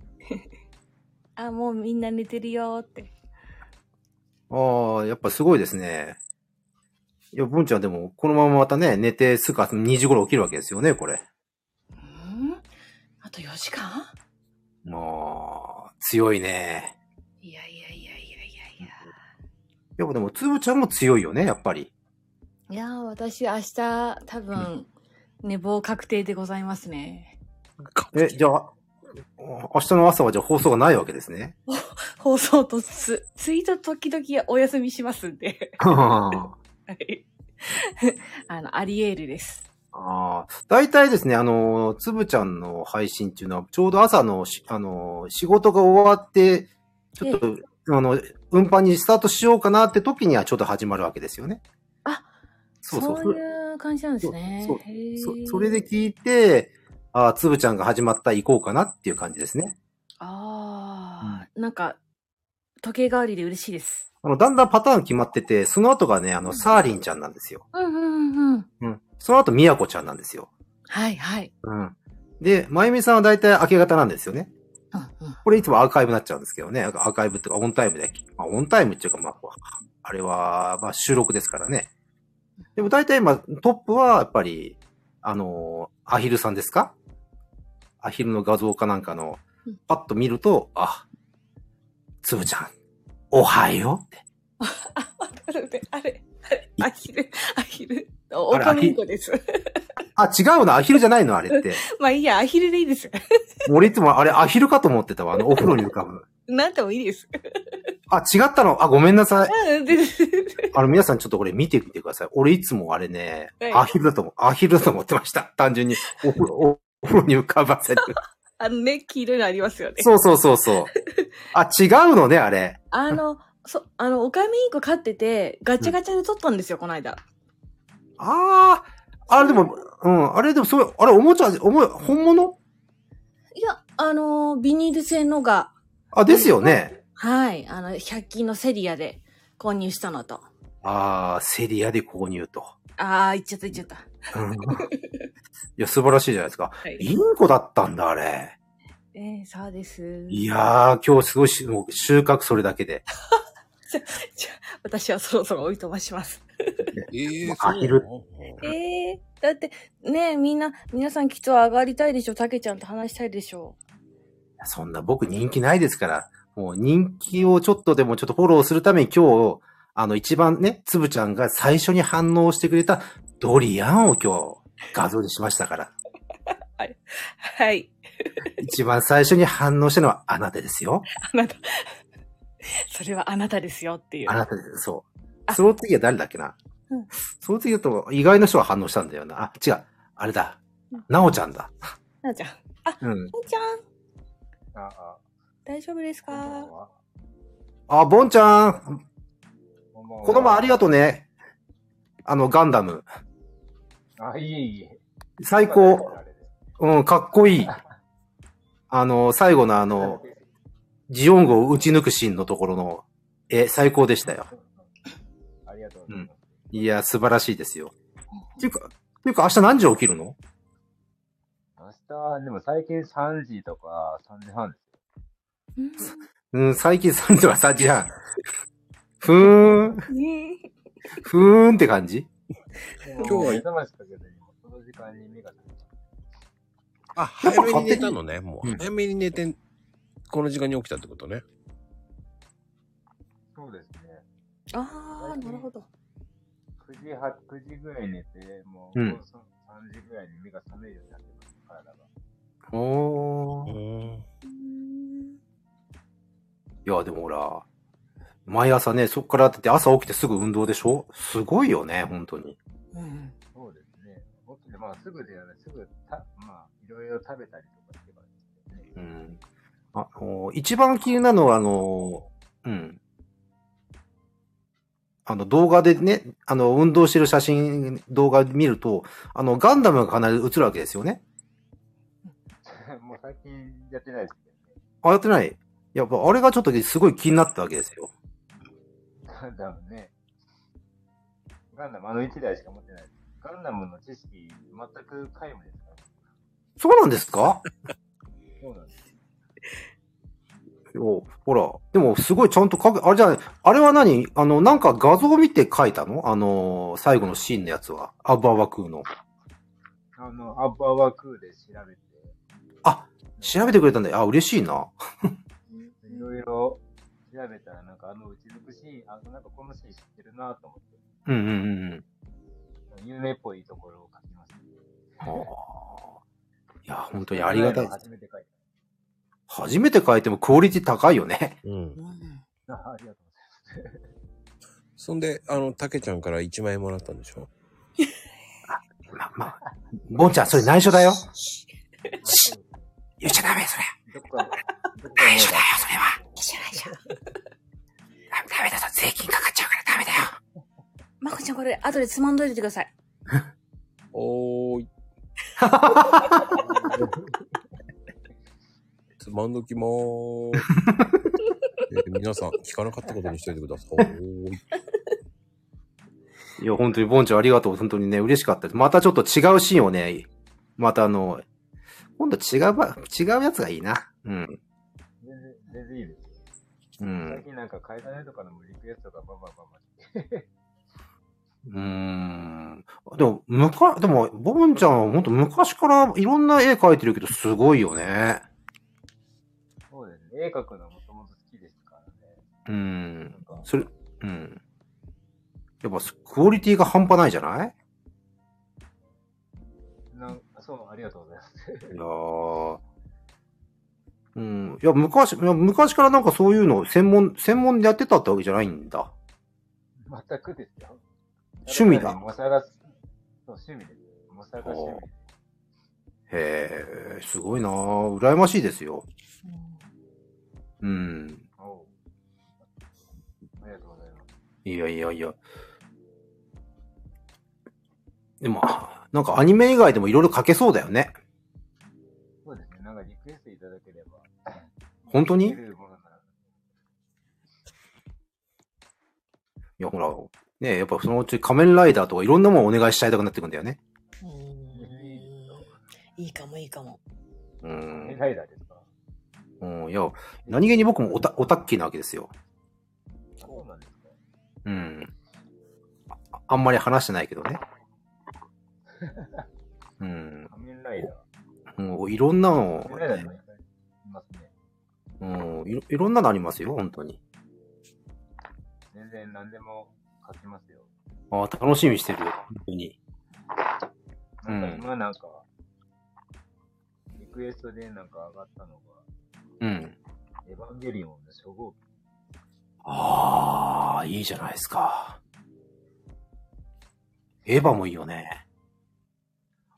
あ、もうみんな寝てるよーって。
ああ、やっぱすごいですね。いや、ボンちゃんでも、このまままたね、寝てすぐ2時頃起きるわけですよね、これ。
うんあと4時間
まあ、強いね。
いやいやいやいやいやいや。
やっぱでも、つぶちゃんも強いよね、やっぱり。
いやー、私明日、多分、寝坊確定でございますね。
う。
え、じゃあ、明日の朝はじゃあ放送がないわけです ね。
放送とツツイート時々お休みしますんで。
あ
はい。あの、アリエールです。
あ。大体ですね、あの、つぶちゃんの配信っていうのは、ちょうど朝のし、あの、仕事が終わって、ちょっと、あの、運搬にスタートしようかなって時にはちょっと始まるわけですよね。
あ、
そうそう。それ
いう感じなんですね。
そう
へー
そそれで聞いて、ああ、つぶちゃんが始まった、行こうかなっていう感じですね。
あー、なんか、時計代わりで嬉しいです。
あの、だんだんパターン決まってて、その後がね、あの、サーリンちゃんなんですよ。
うんうんうん。
うん。その後、みやこちゃんなんですよ。
はいはい。
うん。で、まゆみさんは大体明け方なんですよね。
うんうん。
これいつもアーカイブになっちゃうんですけどね。アーカイブっていうか、オンタイムで。まあ、オンタイムっていうか、まあ、あれは、まあ、収録ですからね。でも大体、まあ、トップは、やっぱり、あのーアヒルさんですかアヒルの画像かなんかの
うん、
パッと見ると、あ、つぶちゃん、おはようって。
あれ、あれ、アヒル、アヒル。オ
あれ
カメインコです。
あ、違うの、アヒルじゃないの、あれ って。
まあいいや、アヒルでいいです。
俺いつも、あれ、アヒルかと思ってたわ、あの、お風呂に浮かぶ。
なんでもいいです。
あ、違ったの、あ、ごめんなさい。
うんで
あの、皆さんちょっとこれ見てみてください。俺いつもあれね、
はい
アヒルだと思う、アヒルだと思ってました。単純に、お風呂、おお風呂に浮かばせる。
あのね、黄色いのありますよね。
そうそうそうそう。あ、違うのね、あれ。
あ の、そ、あの、オカメインコ飼ってて、ガチャガチャで撮ったんですよ、この間。
ああ、あれでも、うん、あれでもそれ、あれおもちゃ、おも、本物
いや、あのービニール製のが、
あ、ですよね。
はい、あの、100均のセリアで購入したのと。
ああ、セリアで購入と。
あー、行っちゃった行っちゃった。
うん、いや、素晴らしいじゃないですか。
はい
インコだったんだ、あれ。
えー、そうです。
いやー、今日すごいし、もう収穫それだけで。
私はそろそろ追い飛ばします。
ええ
アヒル
えー、だって、ねみんな、皆さんきっと上がりたいでしょ、たけちゃんと話したいでしょ。
そんな僕人気ないですから、もう人気をちょっとでもちょっとフォローするために今日、あの一番ね、つぶちゃんが最初に反応してくれたドリアンを今日画像にしましたから、
はい、
一番最初に反応したのはあなたですよ。
あなた。 それはあなたですよっていう
あ。なたです。そう。
あ
その次は誰だっけな、
うん
その次だと意外な人が反応したんだよな。あ、違う。あれだ
うん。
なおちゃんだ。
なあちゃん。な
うん。
あちゃん、
あ
大丈夫です
あ、こんば
か
んは。
あ、ボンちゃん。
こんばんは
この前ありがとうね。あの、ガンダム。
あ、いえいえ。
最高。うん、かっこいい。あの、最後のあの、ジオングを撃ち抜くシーンのところの、え、最高でしたよ。
ありがとうございます。
いや、素晴らしいですよ。っていうか、っていうか明日何時起きるの
明日、でも最近3時とか3時半です。
うん
うん、最近3時は3時半。 ふーん、
ねえ
ふーんって感じ
今
日は
目覚ましかけて、この時間に目が覚めた。
あ、
やっぱ
早めに寝たのね。もう、
うん
早めに寝て、この時間に起きたってことね。
そうですね。
ああ、なるほど。
9時、は9時ぐらいに寝て、もう、
うん
3時ぐらいに目が覚めるようになってます、体が。
おー。
ん。
うーん
いや、でもほら、毎朝ね、そっからだって朝起きてすぐ運動でしょすごいよね、本当に。
そうですね。起きて、まあ、すぐではない、すぐた、まあ、いろいろ食べたりとかしてからです
う
ね。
ん。あのー、一番気になるのは、あのー、うん。あの、動画でね、あの、運動してる写真、動画見ると、あの、ガンダムが必ず映るわけですよね。
もう最近やってないですけどね。
あ、やってない。やっぱ、あれがちょっとすごい気になったわけですよ。
ガンダムね。ガンダム、あの1台しか持ってないです。ガンダムの知識、全く皆無ですから。
そうなんですか
そうなんです。
おほら。でも、すごいちゃんと書く。あれじゃない。あれは何あの、なんか画像を見て書いたのあのー、最後のシーンのやつは。アバーワクーの。
あの、アッパーワークーで調べて。
あ調べてくれたんだよ。あ、嬉しいな。
いろいろ調べたら、なんかあのうちのくシーン、あのなんかこのシーン知ってるなと思って、
うんうんうんうん。
有名っぽいところを書きました。
あーいや、本当にありがたいです。
初めて書い
初めて書いてもクオリティ高いよね。
うん。
た。あありがとうございます。
そんで、あの、たけちゃんから1万円もらったんでしょ
まあまあ。ボンちゃん、それ内緒だよ。言っちゃダメ、それ。
どこか、どこか
内緒だよ、それは。
よいしょよいしょ。
ダダメだぞ、税金かかっちゃうからダメだよ。
まこちゃんこれ、後でつまんどいててください。
お ーい。つまんどきま ーす。えー皆さん、聞かなかったことにしといてください。おーい。
いや、本当に、ボンちゃんありがとう。本当にね、嬉しかったです。またちょっと違うシーンをね、またあの、今度違うば、違うやつがいいな。うん。
全然、全然いいです。
う
最
ん。
近なんか会社ねとかのリクエストがバンバンバンバン来て。
うーん。でも、むか、でも、ボンちゃんは本当昔からいろんな絵描いてるけど、すごいよね。
そうですね。絵描くのもともと好きでしたからね。
う。
なんんか、
それ、うん。やっぱ、クオリティが半端ないじゃない
なんそう、ありがとうございます。
いやーうん。いや、昔、いや昔からなんかそういうの、専門、専門でやってたってわけじゃないんだ。
全くですよ。
趣味だ
模写が、そう、趣味です。模写が趣味です。
へえ、すごいなあ羨ましいですよ。うん。
おうありがとうございます。
いやいやいや。でも、あなんかアニメ以外でもいろいろ書けそうだよね。
そうですね。なんかリクエストいただければ。
本当に
できるものなら
いや、ほら、ねえやっぱそのうち仮面ライダーとかいろんなものお願いしちゃいたくなってくんだよね。
いいかもいいかも。
う
仮面
ん。
ライダーですか
うん、いや、何気に僕もオタオタッキーなわけですよ。
そうなんですか
うん。ああんまり話してないけどね。うん。
仮面ライダー。
もういろんなの
仮、面ライダーっていっぱいいますね。
うんいろ、いろんなのありますよ、本当に。
全然何でも書きますよ。
ああ、楽しみにしてる。本当に。
なんか
うん
今なんか、リクエストでなんか上がったの
うん。
が、エヴァンゲリオンの初号機。
ああ、いいじゃないですか。エヴァもいいよね。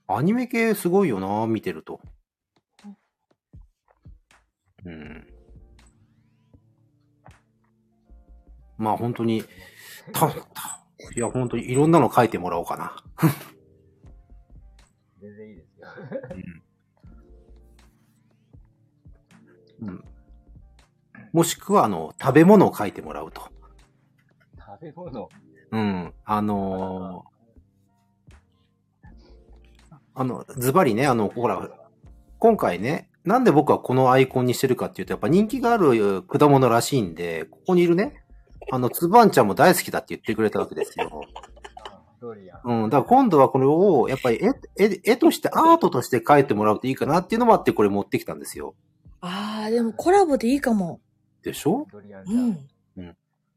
アニメ系すごいよな、見てると。うん。まあ本当に、た、た、いや本当にいろんなの書いてもらおうかな。
全然いいですよ。
うん。もしくは、あの、食べ物を書いてもらうと。
食べ物。
うん。あのーあの、ズバリね、あの、ほら、今回ね、なんで僕はこのアイコンにしてるかっていうと、やっぱ人気がある果物らしいんで、ここにいるね、あの、つばんちゃんも大好きだって言ってくれたわけですよ。
ドリアン。
うん。だから今度はこれを、やっぱり絵、絵、絵として、アートとして描いてもらうといいかなっていうのもあって、これ持ってきたんですよ。
ああ、でもコラボでいいかも。
でしょ
ドリアンち
う
ゃん。
ん。
い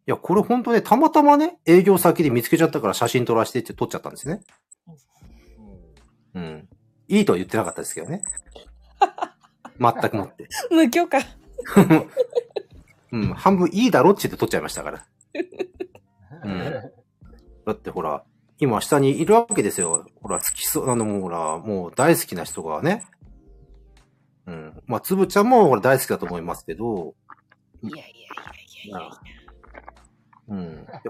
や、これ本当ね、たまたまね、営業先で見つけちゃったから写真撮らせてって撮っちゃったんですね。
うん
うん。いいとは言ってなかったですけどね。全くもって。
無許可。
うん。半分いいだろっちって撮っちゃいましたから。うんだってほら、今下にいるわけですよ。ほら、好きそう、あの、もうほら、もう大好きな人がね。うん。まあ、つぶちゃんもほら大好きだと思いますけど、
いやいやいやいやいや。
うん。で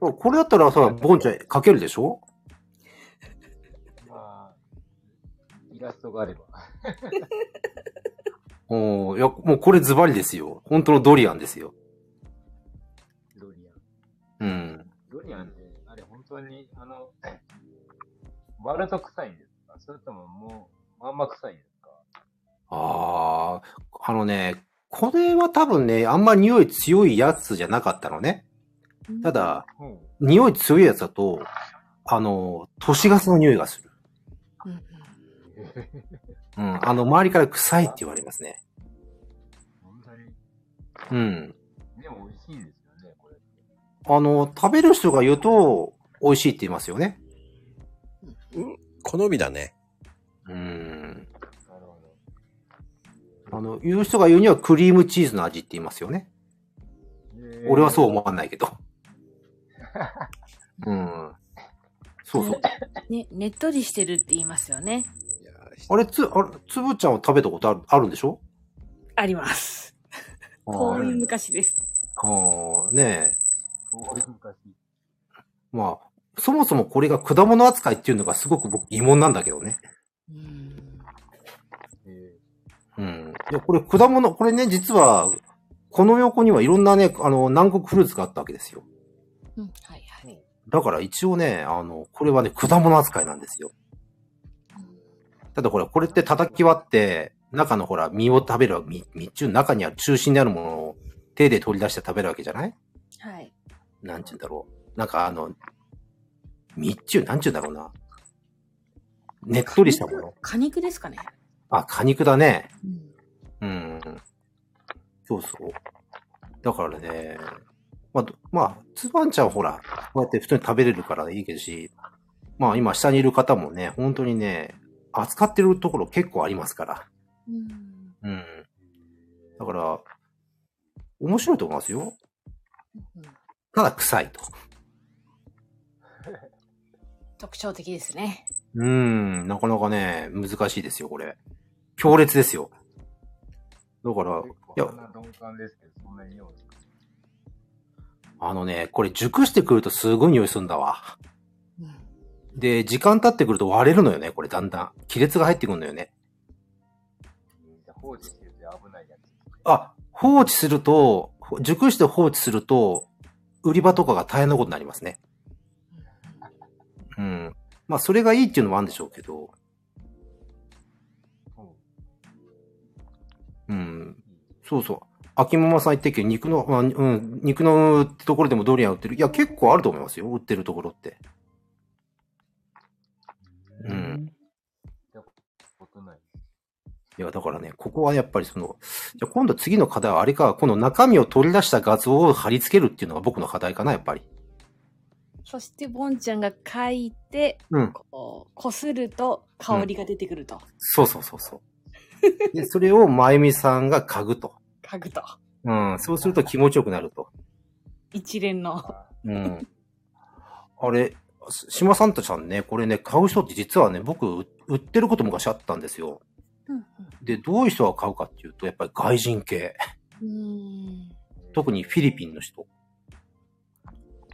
もこれだったらさ、ボンちゃん描けるでしょ
まあ、イラストがあれば。
おーいや、もうこれズバリですよ。本当のドリアンですよ。
ドリア
う
ン。
ん。
ドリアンって、あれ本当に、あの、割ると臭いんですかそれとももう、まんま臭いんですか
ああ、あのね、これは多分ね、あんま匂い強いやつじゃなかったのね。ただ、
うん。
匂い強いやつだと、あの、都市ガスの匂いがする。
うんうん、
うん。あの、周りから臭いって言われますね。
本当に。
うん。
でも美味しいですよね、これ。
あの、食べる人が言うと、美味しいって言いますよね。
好みだね。
うん。
なるほど。
あの、言う人が言うにはクリームチーズの味って言いますよね。俺はそう思わないけど。うん。そうそう。
ね、ねっとりしてるって言いますよね。
いや
あれ、つ、あれ、つぶちゃんは食べたことある、あるんでしょ
あります。遠い昔です。
あーねえ。
そう。昔。
まあ、そもそもこれが果物扱いっていうのがすごく僕疑問なんだけどね。
うん。
え
うん。いや、これ果物、これね、実は、この横にはいろんなね、あの、南国フルーツがあったわけですよ。
うん、はいはい。
だから一応ね、あの、これはね、果物扱いなんですよ。ただほら、これって叩き割って、中のほら、実を食べるわ、実、実中、中にある中心であるものを手で取り出して食べるわけじゃない
はい。
なんちゅうんだろう。なんかあの、密中、なんちゅうんだろうな。ねっとりしたもの。
果肉ですかね。
あ、果肉だね。
う
う
ん。
ん。そうそう。だからね、まあ、どまあ、つばんちゃんはほら、こうやって普通に食べれるからいいけどし、まあ今下にいる方もね、本当にね、扱ってるところ結構ありますから。
うん。
うん。だから、面白いと思いますよ。ただ臭いと。
特徴的ですね。
うーん、なかなかね、難しいですよ、これ。強烈ですよ。だか
え
ら、
結構、
いや
そんな鈍感ですけど、そんなに匂いですか
あのね、これ熟してくるとすごい匂いするんだわ。
うん。
で、時間経ってくると割れるのよね、これだんだん。亀裂が入ってくるのよね。
じゃあ放置してて危ないやつ。
あ、放置すると、ほ熟して放置すると、売り場とかが大変なことになりますね。うん。まあ、それがいいっていうのもあるんでしょうけど、
うん。
うん。そうそう。秋ママさん言ってっけど、肉の、まあうん、肉のところでもドリアン売ってる。いや、結構あると思いますよ、売ってるところって。うん。
ことない。
いや、だからね、ここはやっぱりその、じゃあ今度次の課題はあれか、この中身を取り出した画像を貼り付けるっていうのが僕の課題かな、やっぱり。
そして、ボンちゃんが書いて、
うん。
こう、こすると香りが出てくると。
そうそうそうそう。 で、それをまゆみさんが嗅ぐと。
嗅ぐと。
うん。そうすると気持ちよくなると。
一連の。
うん。あれ、し島サンタちゃんね、これね、買う人って実はね、僕、う売ってること昔あったんですよ。
うん。
で、どういう人が買うかっていうと、やっぱり外人系。
うん。
特にフィリピンの人。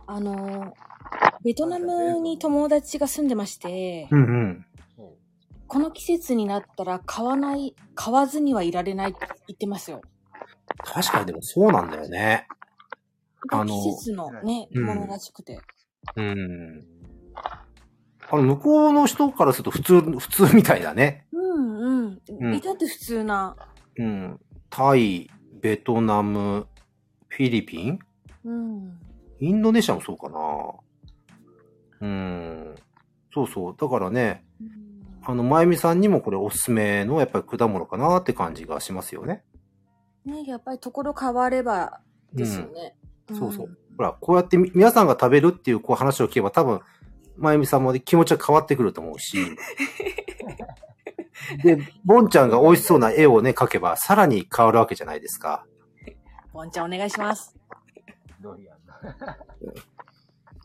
あの、ベトナムに友達が住んでまして、
んうん。
ほ
この季節になったら買わない、買わずにはいられないって言ってますよ。
確かにでもそうなんだよね。あの
季節のね、
うん
ものらしくて。
うん。あの、向こうの人からすると普通、普通みたいだね。
うんうん。
うん
いたって普通な。
うん。タイ、ベトナム、フィリピン
うん。
インドネシアもそうかな。うん。そうそう。だからね、あの、まゆみさんにもこれおすすめのやっぱり果物かなって感じがしますよね。
ね、やっぱりところ変わればですよね。
うん。そうそう。ほら、こうやってみ皆さんが食べるっていうこう話を聞けば多分、まゆみさんも気持ちが変わってくると思うし。で、ボンちゃんが美味しそうな絵をね、描けばさらに変わるわけじゃないですか。
ボンちゃんお願いします。
ドリアンだ。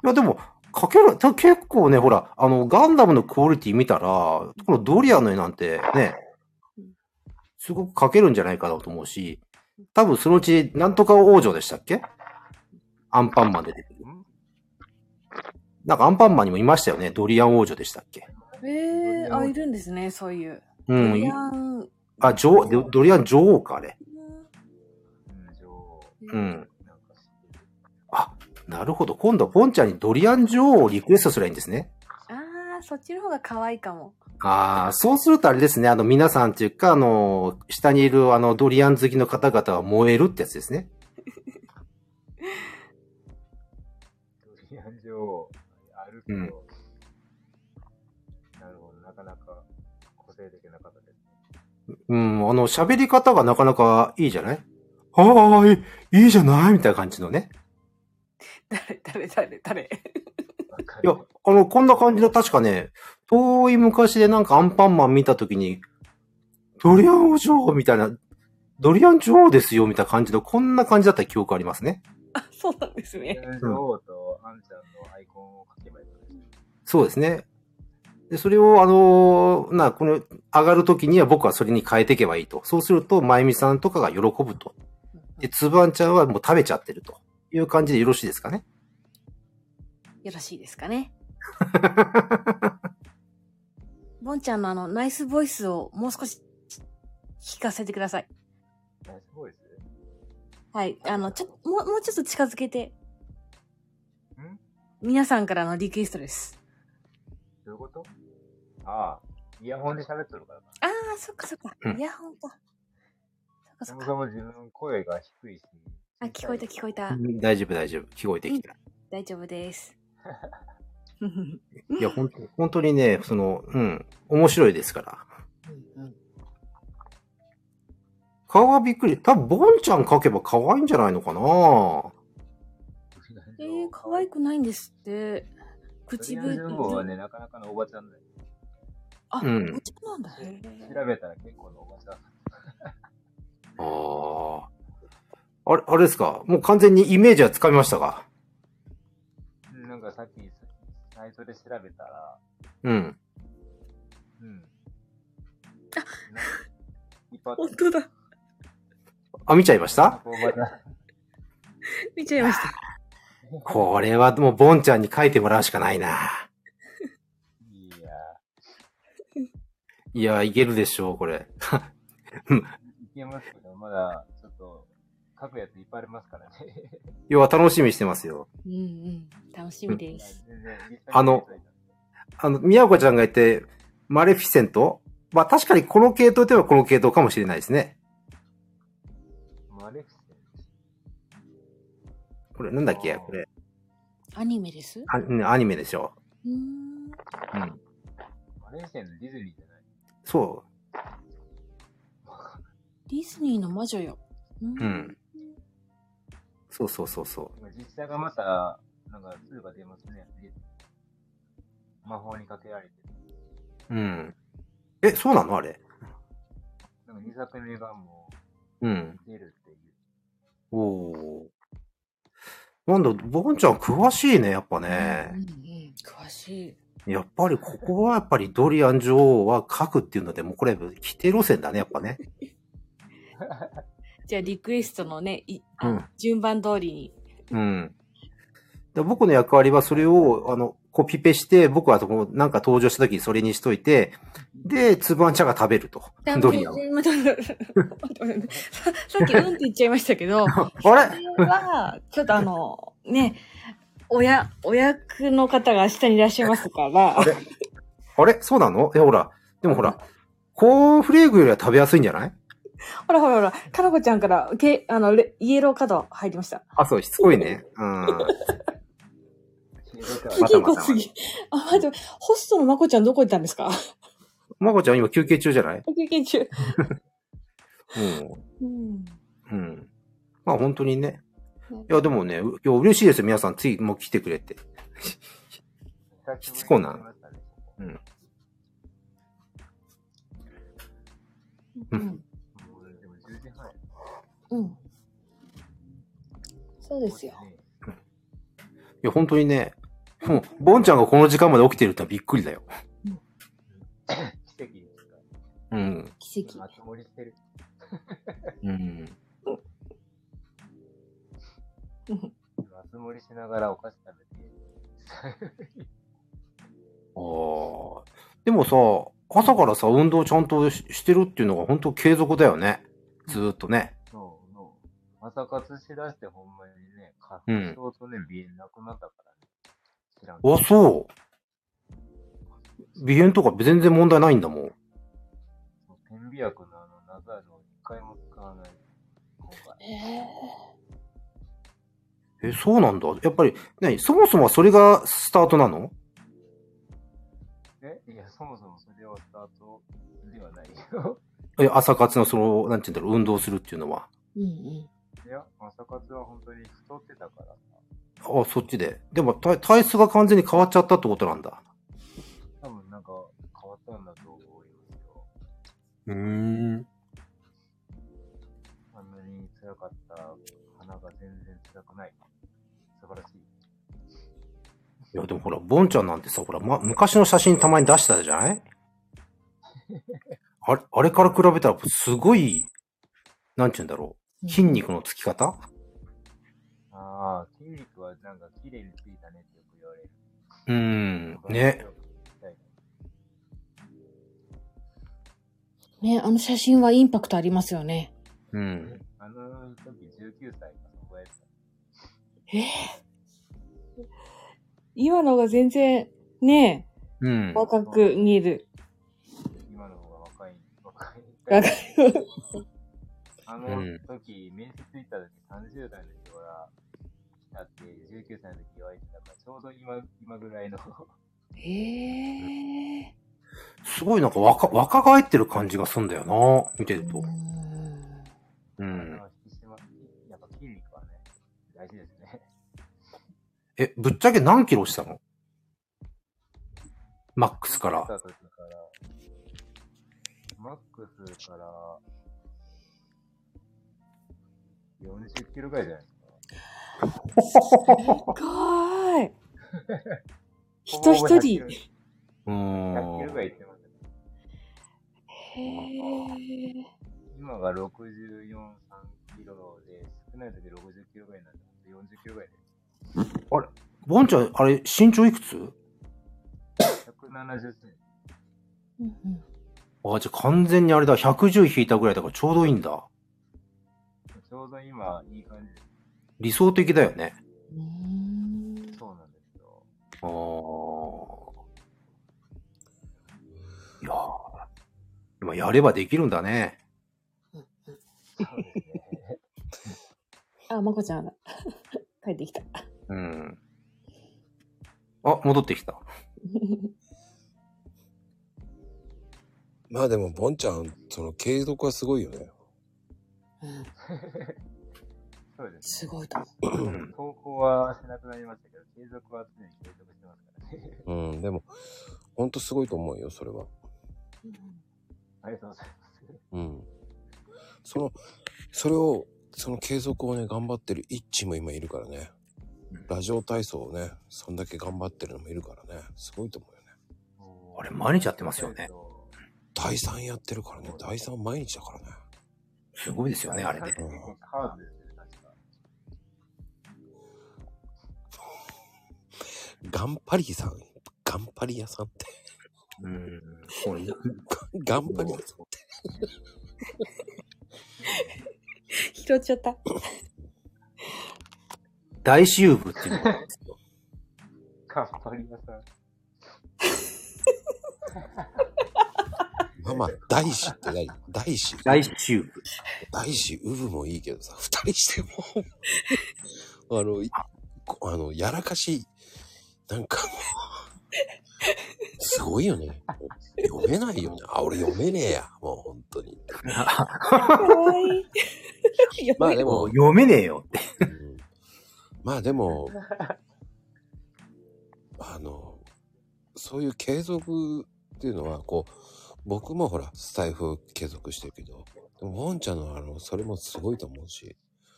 いや、でも、描ける、た結構ね、ほら、あの、ガンダムのクオリティ見たら、このドリアンの絵なんてね、すごく描けるんじゃないかなと思うし、多分そのうち、なんとか王女でしたっけアンパンマン出てくる。なんかアンパンマンにもいましたよね。ドリアン王女でしたっけ
ええあ、いるんですね、そういう。
う。
うん
い
ん。
あ、女王、ドドリアン女王か、あれ。
うん、女王。
うん。
なんか知ってる。
なるほど。今度はボンちゃんにドリアン女王をリクエストすればいいんですね。
ああ、そっちの方が可愛いかも。
ああ、そうするとあれですね。あの、皆さんっていうか、あの、下にいるあの、ドリアン好きの方々は燃えるってやつですね。
ドリアン女王。あるけど、なるほど、なかなか個性的な方です。
うん、あの、喋り方がなかなかいいじゃないはーい、いいじゃないみたいな感じのね。
誰、誰、誰、誰。
わか
い
る
や、あの、こんな感じの、確かね、遠い昔でなんかアンパンマン見たときに、ドリアン女王みたいな、ドリアン女王ですよみたいな感じの、こんな感じだった記憶ありますね。
あ、 そうなんです
ドリ
ね。
アン女王とアンちゃんのアイコンを書けばいいのね。
そうですね。で、それを、あのーな、この、上がるときには僕はそれに変えていけばいいと。そうすると、まゆみさんとかが喜ぶと。で、つぶあんちゃんはもう食べちゃってるという感じでよろしいですかね。
よろしいですかね。ボンちゃんのあの、ナイスボイスをもう少し聞かせてください。
ナイスボイス
はい。あの、ちょ、もう、もうちょっと近づけて。
ん
皆さんからのリクエストです。
どういうことああ、イヤホンで喋っとるからか。
ああ、そっかそっか。
うん
イヤホンか。そっかそ
そ
っ
も
か。
そも自分の声が低いし。
あ、聞こえた聞こえた。
大丈夫、大丈夫。聞こえてきた。
大丈夫です。
いや、本当に本当にね、その、うん、面白いですから。顔がびっくり。多分、ボンちゃん描けば可愛いんじゃないのかな
えー、可愛くないんですって。口
唇。
ぶ
ドリアン女王はね、なかなかのおばちゃんだよ。
あ、
うん
お茶なんだね。
調べたら結構のおばちゃん。
ああ。あれ、あれですかもう完全にイメージはつかみましたか
うんなんかさっき、サイトで調べたら、
うん。
うん。なんかいっぱいあった
本当だ。
あ、見ちゃいました
おばちゃん
見ちゃいました。
これはもう、ボンちゃんに描いてもらうしかないな。
いや
いや、いけるでしょう、これ。
ー、いけますけど、まだ、ちょっと、書くやついっぱいあります からね。
要は楽しみにしてますよ。
うんうん。楽しみです。
全然
あの、あの、宮岡ちゃんが言って、マレフィセントまあ確かにこの系統といえばこの系統かもしれないですね。
マレフィセント
これなんだっけこれ
アニメですう
あ、うんアニメでしょ。
ーん。
うん。
マレフィセントディズニーじゃない
そ
ディズニーの魔女よ。う
う。うん。そうそうそうそう。
今実写がまた、なんか、2が出ますね。魔法にかけられて。
うん。え、そうなのあれ。
なんか2作目がも
うん。
う出るっていう。
おお。なんだ、ボンちゃん詳しいね、やっぱ
うんう
ね。
ん。詳しい。
やっぱりここはやっぱりドリアン女王は書くっていうので、もうこれ、規定路線だね、やっぱね。
じゃあ、リクエストのね、い
うん
順番通りに。
うん。で僕の役割はそれを、あの、コピペして、僕はそこなんか登場した時にそれにしといて、で、つぶあんちゃんが食べると。ドリアンを。
さ さっき、うんって言っちゃいましたけど、
あれ
これは、ちょっとあの、ね、親、お役の方が下にいらっしゃいますから、
あれあれそうなのえ、ほら。でもほら、コーンフレークよりは食べやすいんじゃない
ほらほらほら、かのこちゃんから、けあのレイエローカード入りました。
あ、そう、しつこいね。うん。
次
ま
次
た
行こう、
また
次。あ、待って、ホストのまこちゃんどこ行ったんですか
まこちゃん今休憩中じゃない
休憩中。
う
うん。
ん。うん。まあ本当にね
ね。
いや、でもね、ういや嬉しいですよ、皆さん。つい、もう来てくれて。しつこいな
う
うんん。
でも10時半
うん。そうですよ。
いや、本当にね。もう、ボンちゃんがこの時間まで起きてるってのはびっくりだよ。
奇跡ですか
うん。
奇跡。
熱盛りしてる。
うん。
熱盛りしながらお菓子食べて。
ああ。でもさ、朝からさ、運動ちゃんとししてるっていうのが本当継続だよね。ずーっとね。
そう、そう。朝活しだしてほんまにね、
うん
花粉症とね、鼻炎なくなったからね。知らんけど
あ、そう。鼻炎とか全然問題ないんだもん。
点鼻薬のあのナザールを一回も使わない。今回。
え
え、そうなんだ。やっぱり、ね、そもそもはそれがスタートなの
えいや、そもそもそれはスタートではないよ。
え、朝活のその、なんて言うんだろう、運動するっていうのは。
ー。うん
いや、朝活は本当に太ってたからさ。
あ、そっちで。でも体、体質が完全に変わっちゃったってことなんだ。
多分なんか変わったんだと思いますよ。
うーん。
あんなに辛かった鼻が全然辛くない。素晴らしい。
いや、でもほら、ボンちゃんなんてさ、ほら、ま、昔の写真たまに出したじゃないあれ、あれから比べたら、すごい、なんて言うんだろ
う
う。
ん。
筋肉のつき方
ああ、筋肉はなんか綺麗についたねってよく言われる。
うーん。ね。。
ね、あの写真はインパクトありますよね。
うん。
あの時19歳かな、覚えて
ええ今のが全然、ね
うん。
若く見える。
た。今の方が若い。若い。
若い。
あの
うん
時、面接行った時30代の人が来たって19歳の時言われてたから、ちょうど今、今ぐらいの。
へえ。
すごいなんか若、若返ってる感じがすんだよな、見てると
う。ん
うん。
引き締まやっぱ筋肉はね、大事ですね。
え、ぶっちゃけ何キロ落ちたのマックスか
マッ
ら。
クスから。マックスから、40キロぐらいじゃないですか。
すごーい。
ほ
人
ぼほぼ
一人
100。キ
うー
ロ100キロぐらい
ん。
いってますね。
へえ。
今が64、3キロで、少ない時60キロぐらいなんで、40キロぐらいで。
ボンちゃん、あれ、身長いくつ
170センチ。
うんうん
あ、じゃあ完全にあれだ、110引いたぐらいだからちょうどいいんだ。
ちょうど今、いい感じで
理想的だよね。
うーん
す。そうなんですよ。
ああ。いやー今やればできるんだね。
そうですね。
あ、まこちゃんだ。 帰ってきた。
うん。あ、戻ってきた。
まあでも、ボンちゃん、その継続はすごいよね。
うん
そうですね。
すごいと思
うん。
投稿はしなくなりましたけど、継続は常に継続してますからね。
うん、でも、ほんとすごいと思うよ、それは。
う。
ありがとうございます。
うん。その、それを、その継続をね、頑張ってるイッチも今いるからね。ラジオ体操をね、そんだけ頑張ってるのもいるからね。すごいと思うよね。
あれ毎日やってますよね
第3やってるからね。第3毎日だからね。
すごいですよね、あれ
ね。
ね。
結構ハードですね、確か。
ガンパリさん。ガンパリ屋さん って。
うん。これ
ガンパリ屋さんって。
拾っちゃった。
大私有部っていうの があるんですよ。
カッパリ屋さん。
まあまあ、大志って何大志。
大集部。
大志、ウブもいいけどさ、二人しても 、あの、いあの、やらかし、なんかもう、すごいよね。読めないよね。あ、俺読めねえや。もう本当に。
かわいい。
まあで
も
も
う、読めねえよって。
うんまあでも、あの、そういう継続っていうのは、こう、僕もほら、スタイフを継続してるけど、でも、ボンちゃんのあの、それもすごいと思うし、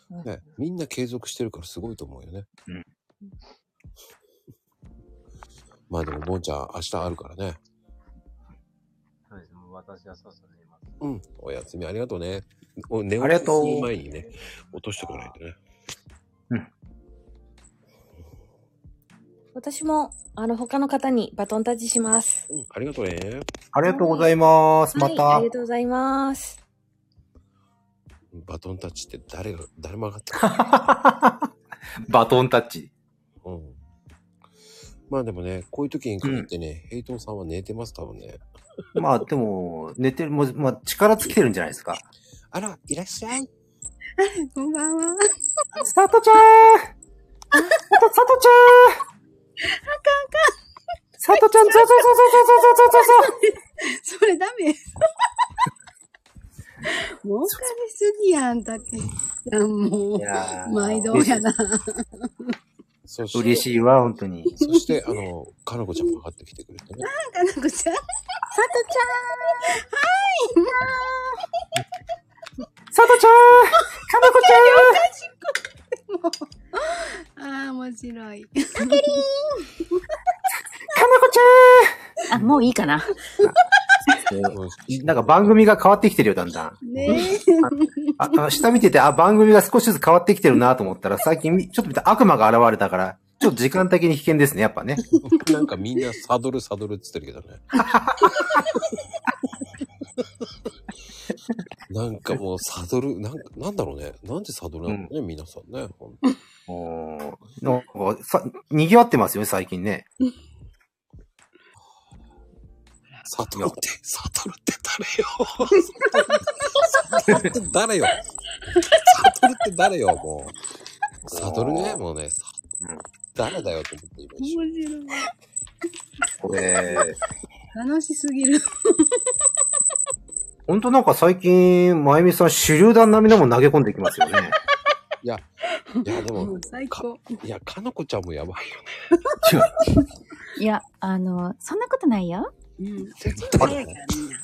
うん
ね、みんな継続してるからすごいと思うよね。
うん
まあでも、ボンちゃん、明日あるからね。
そうです。もう私はそうそう寝ます。
うん。お休みありがとうね。お寝
ありがとう
する前にね、落としてこないとね。
私も、あの、他の方にバトンタッチします。
うん。ありがとうね。
ありがとうございます。ま
はい、あ
た
り。がとうございます。
バトンタッチって誰が、誰も上がってこない
バトンタッチ。
うん。まあでもね、こういう時に限ってね、ヘイトンさんは寝てます、多分ね。
まあでも、寝てる、もう、まあ力尽きてるんじゃないですか。
あら、いらっしゃい。
こんばんは。
さとちゃんさと、さとちゃんあかんあかん。さとちゃん、そうそうそうそうそうそうそうそう。
それダ メ。儲かりすぎやん、だって。も
いやー
う、 毎度やな。
そして、
嬉しいわ、本当に。
そして、あの、かなこちゃんも上がってきてくれてね。
かなこちゃん。
さとちゃんかなこちゃ
ああ、面白い。
んかなこち
あ、もういいかな。
ゃんなんか番組が変わってきてるよ、だんだん。
ね
ああ下見てて、あ、番組が少しずつ変わってきてるなと思ったら、最近み、ちょっと見た悪魔が現れたから、ちょっと時間的に危険ですね、やっぱね。
なんかみんなサドルサドルって言 ってるけどね。なんかもうサドル、なんかなんだろうね。なんでサドルなのね、皆さんね。ほんと
おなんかさ、賑わってますよね、最近ね。
サドルって、サドルって誰よ。サドルって誰よ。サドルって誰よ、もう。サドルね、もうね。サ
うん
誰だよと思って今
面
一瞬
白い。
こ れ、
楽しすぎる。
ほんとなんか最近、まゆみさん、手榴弾並みでも投げ込んできますよ ね。
いや、で
も
も
う、最高。
いや、かのこちゃんもやばいよね。
いや、あの、そんなことないよ。
うん。
絶
あ
対。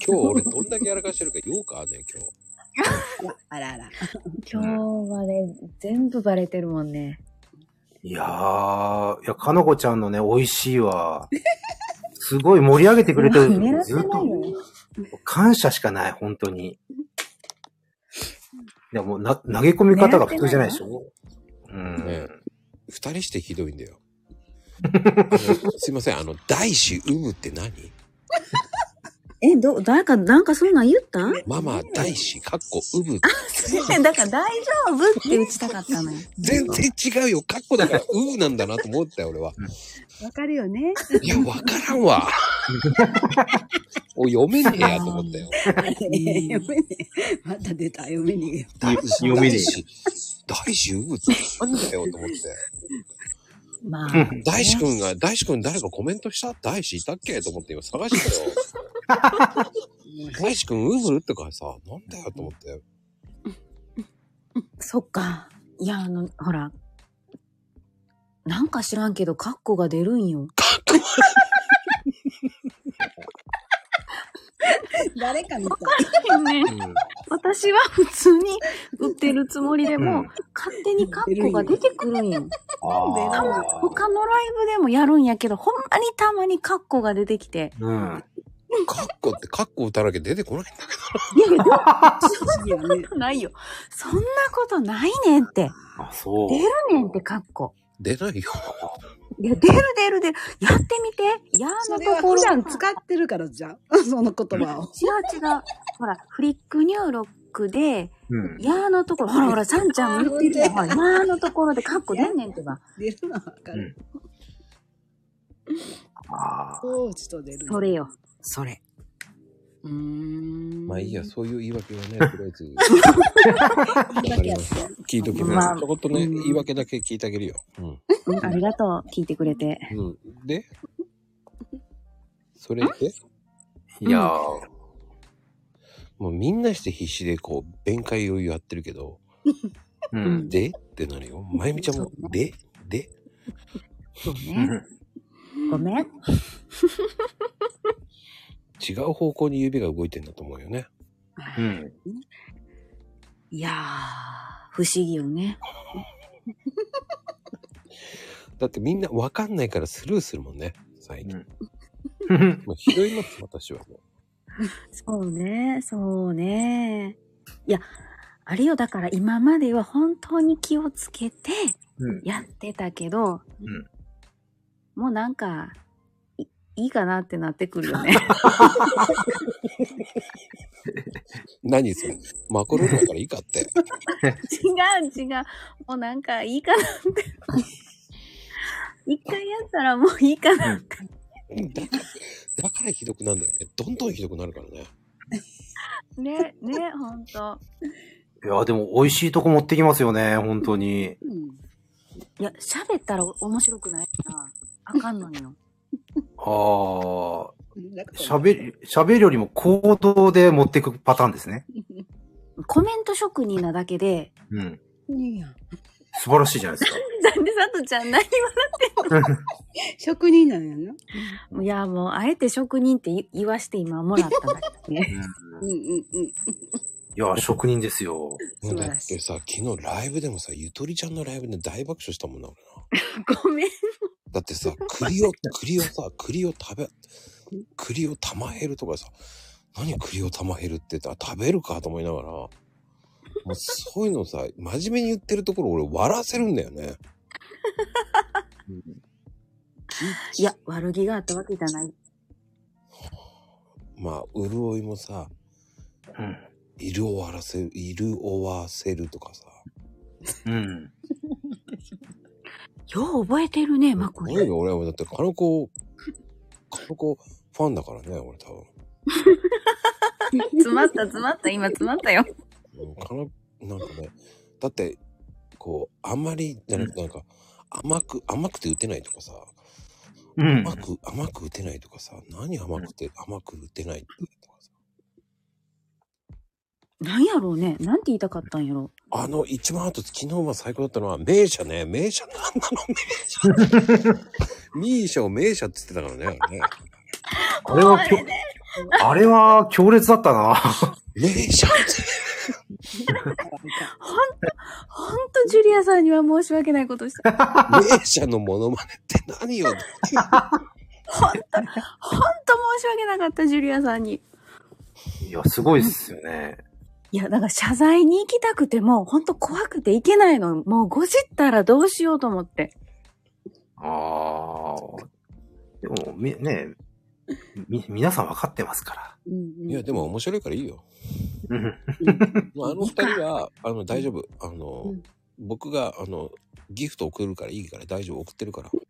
今日俺どんだけやらかしてるか言おうかね、今日。
あらあら。
今日はね、全部バレてるもんね。
いやー、いや、かのこちゃんのね、美味しいわ。すごい盛り上げてくれてる。
狙って
ず
な
っ
い
と
よね。
感謝しかない、本当に。でもうな、投げ込み方が普通じゃないでしょ。うん。
ね二人してひどいんだ よ。あのすいません、あの、大志うむって何
え、ど、誰か、なんかそんなん言った
ママ大志、かっこうむ。
だから大丈夫って打ちたかったのよ。
全然違うよ。かっこだからうむなんだなと思ったよ、俺は。
わかるよね。
いや、わからん わ。お読めねえやと思ったよ。
読めねえ。また出た、読めねえ。
大
読めねえ
大志、大志うむってなんだよと思って。
まあ、
大志くんが、大志くん誰かコメントした大志いたっけと思って今探してたよ。大志くんうむるってからさ、なんだよと思って。
そっか。いや、あの、ほら。なんか知らんけど、カッコが出るんよ。
誰か見た。
ね、私は普通に打ってるつもりで
うん
も、勝手にカッコが出てくるんよ。
あー
他のライブでもやるんやけど、ほんまにたまにカッコが出てきて。
うん。
カッコってカッコ打たなきゃ出てこないんだけ
いやいや、
いいよね。
ないよ。そんなことないねんって。
あ、そう。
出るねんって、カッコ。
ど。出ないよ。
いや、出る出る出る。やってみて。や
そ
ーの
れは
と
普
ころ。違
段
う
使ってるからじゃん。その言葉を。
違う。ほら、フリック入力で、
うん。
やーのところ、ほらほら、サンちゃんも言ってるやん。ほら、やーのところでカッコ出んねんってば。
出るのはわかる。
ああ。
コーチと出る。
それよ。それ。うーん。
まあいいや、
そ
そういう言い訳はね、とりあえず。わかりました聞いとき
ま
ま
あ
す。ちょこっとね、
うん
言い訳だけ聞いてあげるよ。うん。
うん。ありがとう。聞いてくれて。
うん、で、それで、
いや
もうみんなして必死でこう、弁解をやってるけど、
ー、うん。
でってなるよ。まゆみちゃんも
そう、だ
で、で、
そうね。ごめん。
違う方向に指が動いてんだと思うよね。
うん。
いやー、不思議よね。
だってみんなわかんないからスルーするもんね、最近。
うん。
もうひどいます、私はもう。
そうね、そうね。いや、あれよ、だから今までは本当に気をつけて
うん
やってたけど、
うん
もうなんかい、いいかなってなってくる よね。
何それマコロンだからいいかって。
違う違う。もうなんかいいかなって。一回やったらもういいかな。
だから、だからひどくなんだよね。どんどんひどくなるからね。
ね、ね、ほんと。
いや、でも美味しいとこ持ってきますよね、本当に。
いや、喋ったら面白くないな。あかんのよ。
ああ、喋り、喋るよりも行動で持っていくパターンですね。
コメント職人なだけで、
うん。
いや
素晴らしいじゃないですか。
なんでさとちゃん何
職人なんやな。
もいや、もう、あえて職人って言言わして今もらったんだけどね。
うんうんうん。
いや、職人ですよ。
素晴
だ
ら
っ
しい
てさ、昨日ライブでもさ、ゆとりちゃんのライブで大爆笑したもんな、俺な。
ごめん。
だって さ、栗を、栗をさ、栗を食べ、栗を玉減るとかさ、何栗を玉減るって言ったら食べるかと思いながら、もうそういうのさ、真面目に言ってるところ俺笑わせるんだよ ね。
いや、悪気があったわけじゃない。
まあ、潤いもさ、
うん。
いる終わらせる、いる終わせるとかさ。
うん。
よう覚えてるね、マコ
い
リ
いよ、俺はだって、カの子、カの子ファンだからね、俺多分。
詰まった、詰まった、今詰まったよ。
うんかな、なんかね、だって、こう、あんまり、じゃなくて、なんか、甘く、甘くて打てないとかさ、
うん。
甘く、甘く打てないとかさ、何甘くて、甘く打てないってとかさ、
なんやろうね。なんて言いたかったんやろ
あの、一番後、昨日は最高だったのは、名車ね、名車なんなの、名車。ミーシャを名車って言ってたからね、あれね
あれはきょ、あれは強烈だったな。
名車って。
う。ほんと、ジュリアさんには申し訳ないことした。
名車のモノマネって何よ。
ほんと申し訳なかった、ジュリアさんに。
いや、すごいっすよね。
いや、だから謝罪に行きたくても、ほんと怖くて行けないの。もうごじったらどうしようと思って。
ああ。でも、み、ねみ、皆さん分かってますか
いや、でも面白いからいいよ。
ら。うん。
まあ、あの二人は、あの、大丈夫。あの、
うん
僕が、あの、ギフト送るからいいから大丈夫。送ってるから。
そ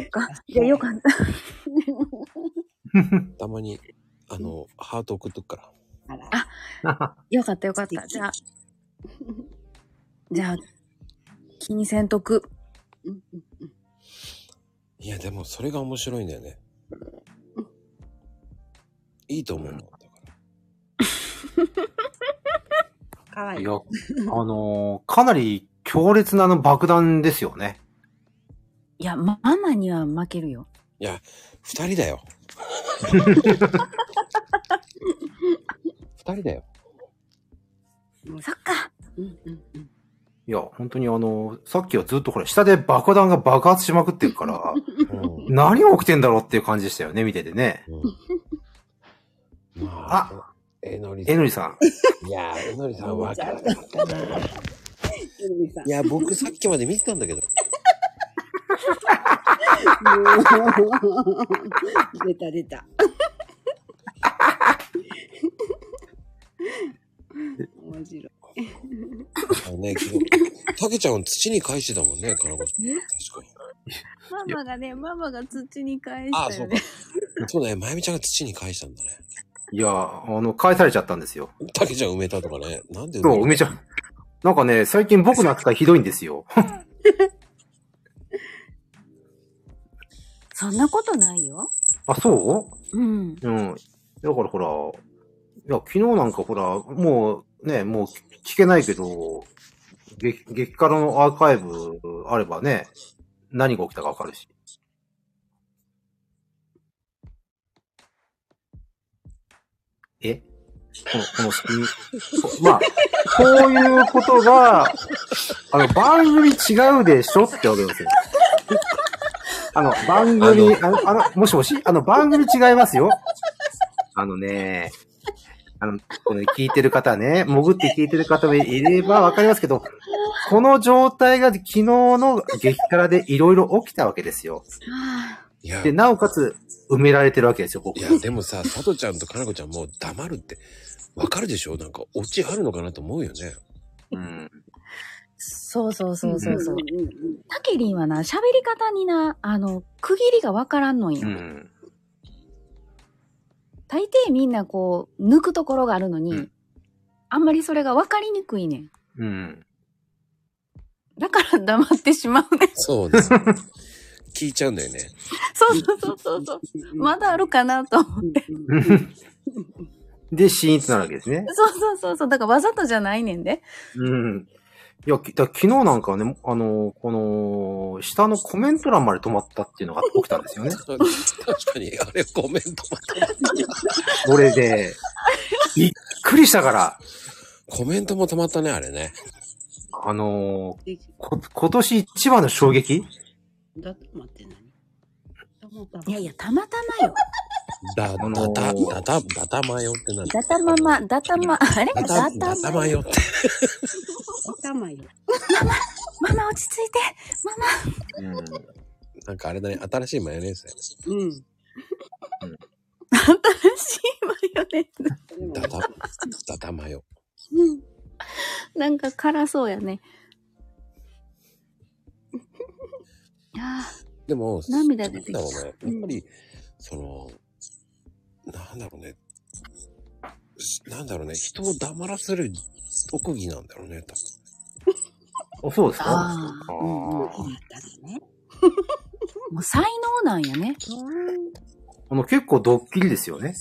っか。いや、よかった。
たまに、あの、ハート送っとくから。
あら。
よかった、よかった。じゃあ、じゃあ、気にせんとく。
うんうんうん
いや、でもそれが面白いんだよね。いいと思うの。だから
かわい
い
い。
や、あのーかなり強烈なあの爆弾ですよね。
いや、ママには負けるよ。
二人だよ。二人だよ。
そっか。
うんうんうん。
いや、本当にあのーさっきはずっとこれ、下で爆弾が爆発しまくってるか
う
ら、何が起きてんだろうっていう感じでしたよね、見ててね。
ん。うん、まあ、えのりさ
え
ん。
のりさん。
いやー、えのりさんわかる。
えのりさん
いや、僕さっきまで見てたんだけど。
もう出た出た。面白い。
あのね、昨日、たけちゃんを土に返してたもんね、かなこちゃん。確か
ママがね、ママが土に返
に。
し
ああ、
た
そ
よ
うか
ね。。
そうだね、まゆみちゃんが土に返したんだね。
いや、あの、返されちゃったんですよ。
たけちゃん埋めたとかね。なんで埋め
そう、梅ちゃん。なんかね、最近僕の扱いひどいんですよ。
そんなことないよ。
あ、そう
うん。
うん。だからほら、いや、昨日なんかほら、もうね、もう聞けないけど、激、激辛のアーカイブあればね、何が起きたかわかるし。えこの、この仕組み。 そうまあ、こういうことが、あの、番組違うでしょってわけですよ。あの、番組、あの、あのもしもしあの、番組違いますよ。あのね、あの、この聞いてる方ね、潜って聞いてる方もいればわかりますけど、この状態が昨日の激辛でいろいろ起きたわけですよ。
いや
で、、なおかつ埋められてるわけですよ、僕
い。や、でもさ、さとちゃんとかなこちゃんもう黙るって、わかるでしょなんか、オチあるのかなと思うよね。
うん。
そうそうそうそうそう
う。んうん
タケリンはな、喋り方にな、あの、区切りがわからんのよ。
うん。
大抵みんなこう、抜くところがあるのに、
うん
あんまりそれがわかりにくいねん。
うん。
だから黙ってしま うね。
そうです。聞いちゃうんだよね。
そうそうそうそうそう。まだあるかなと思う。
うんうん
で、シーンとなるわけですね。
そうそうそうそう。だからわざとじゃないねんで。
うん。いや、きだ昨日なんかはね、あの、この、下のコメント欄まで止まったっていうのが起きたんですよ ね。
確かに、あれコメントまた、
俺で、びっくりしたから、
コメントもたまったね、あれね。
あのーこ、今年一番の衝撃
だって待って何たまたま
いやいや、たまたまよ。
だ、
あの
だ
ー
た、だた、だたまよってなんだ
だたまま、だたま、あれ
だ
だ
た、
た
だた
ま
ま
よ。
よって。
頭よ。
ママ落ち着いて。
うん。
なんかあれだね、新しいマヨネーズだよ
うん。
新しいマヨネーズ。
ね。だた、だたまよ。
うん
なんか辛そうや ね。いや
でも、
涙出てきた
なんだろうね。やっぱり、その、なんだろうね。しなんだろうね。人を黙らせる特技なんだろうね、多分。
あそうですか
あー
うんう
あ
ん。
ー
いいだってね。
ーもう才能なんやね。
この結構ドッキリですよね。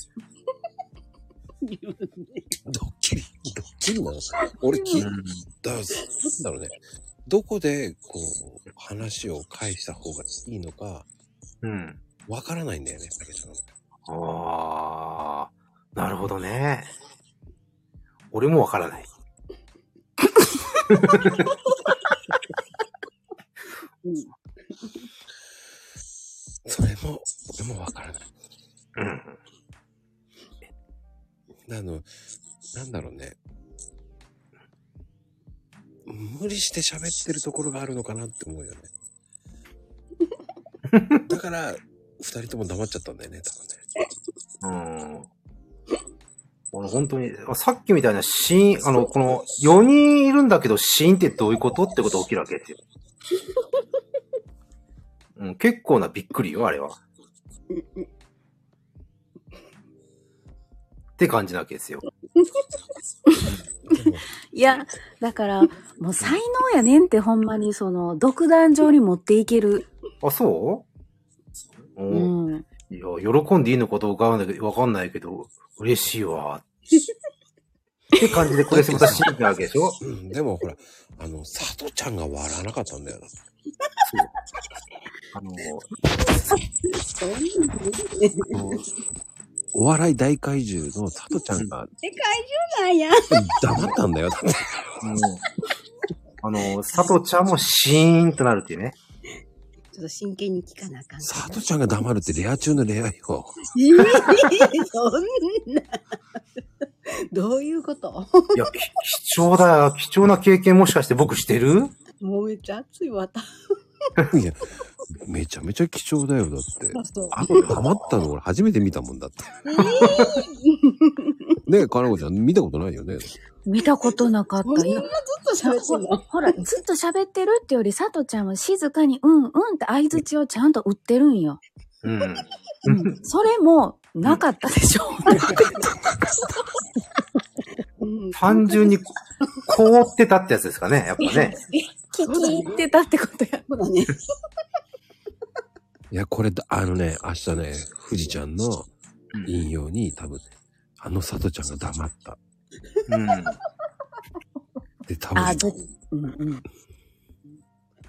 ドッキリドッキリなの俺聞いた、なんだろうね。どこで、こう、話を返した方がいいのか、
うん。
わからないんだよね、竹ちゃんの場合。
ああ、なるほどね。俺もわからない。
うん
それも、俺もわからない。
うん。
あの、なんだろうね。無理して喋ってるところがあるのかなって 思うよね。だから、二人とも黙っちゃったんだよね、多分ね。
うん。この本当に、あさっきみたいなシーン、あの、この4人いるんだけどシーンってどういうことってことが起きるわけですよ。うん、結構なびっくりよ、あれは。って感じなわけです よ。
でも
いや、だから、もう才能やねんってほんまにその、独壇場に持っていける。
あ、そう、
う
うん、
ん。
いや、喜んでいいのかどうかわかんないけどわかんないけど、嬉しいわ。って感じで、これまたシーンなわけでしょ
うん、でもほら、あの、佐藤ちゃんが笑わなかったんだよな。
あの、
そんなの
お笑い大怪獣の佐藤ちゃんが
世界中なんや。
黙ったんだよ。だって
もう、あの、佐藤ちゃんもシーンとなるっていうね。
ちょっと真剣に聞かなあかん。
佐藤ちゃんが黙るってレア中のレアよ。
えーそんな。どういうこと
いや、き貴重だよ。貴重な経験もしかして僕してる
もうめっちゃ熱いわ。た
いや、めちゃめちゃ貴重だよ、だって。
そう。
あと、ハマった の俺初めて見たもんだって。ねえ、かなこちゃん見たことないよね。
見たことなかっ
こん
た。
ないず
や
っと喋ってんの
ほら、ずっと喋ってるってより、佐藤ちゃんは静かに、うんうんって相槌をちゃんと打ってるんよ。
うん。
うんそれもなかったでしょ。
うん
単純に凍ってたってやつですかね、やっぱね。
聞き入ってたってことや。
そう だね。
いや、これだ、あのね、明日ね、富士ちゃんの引用に多分ね、あの佐藤ちゃんが黙った。
うん。
で、多分、
あ、
あ
ずうんうん。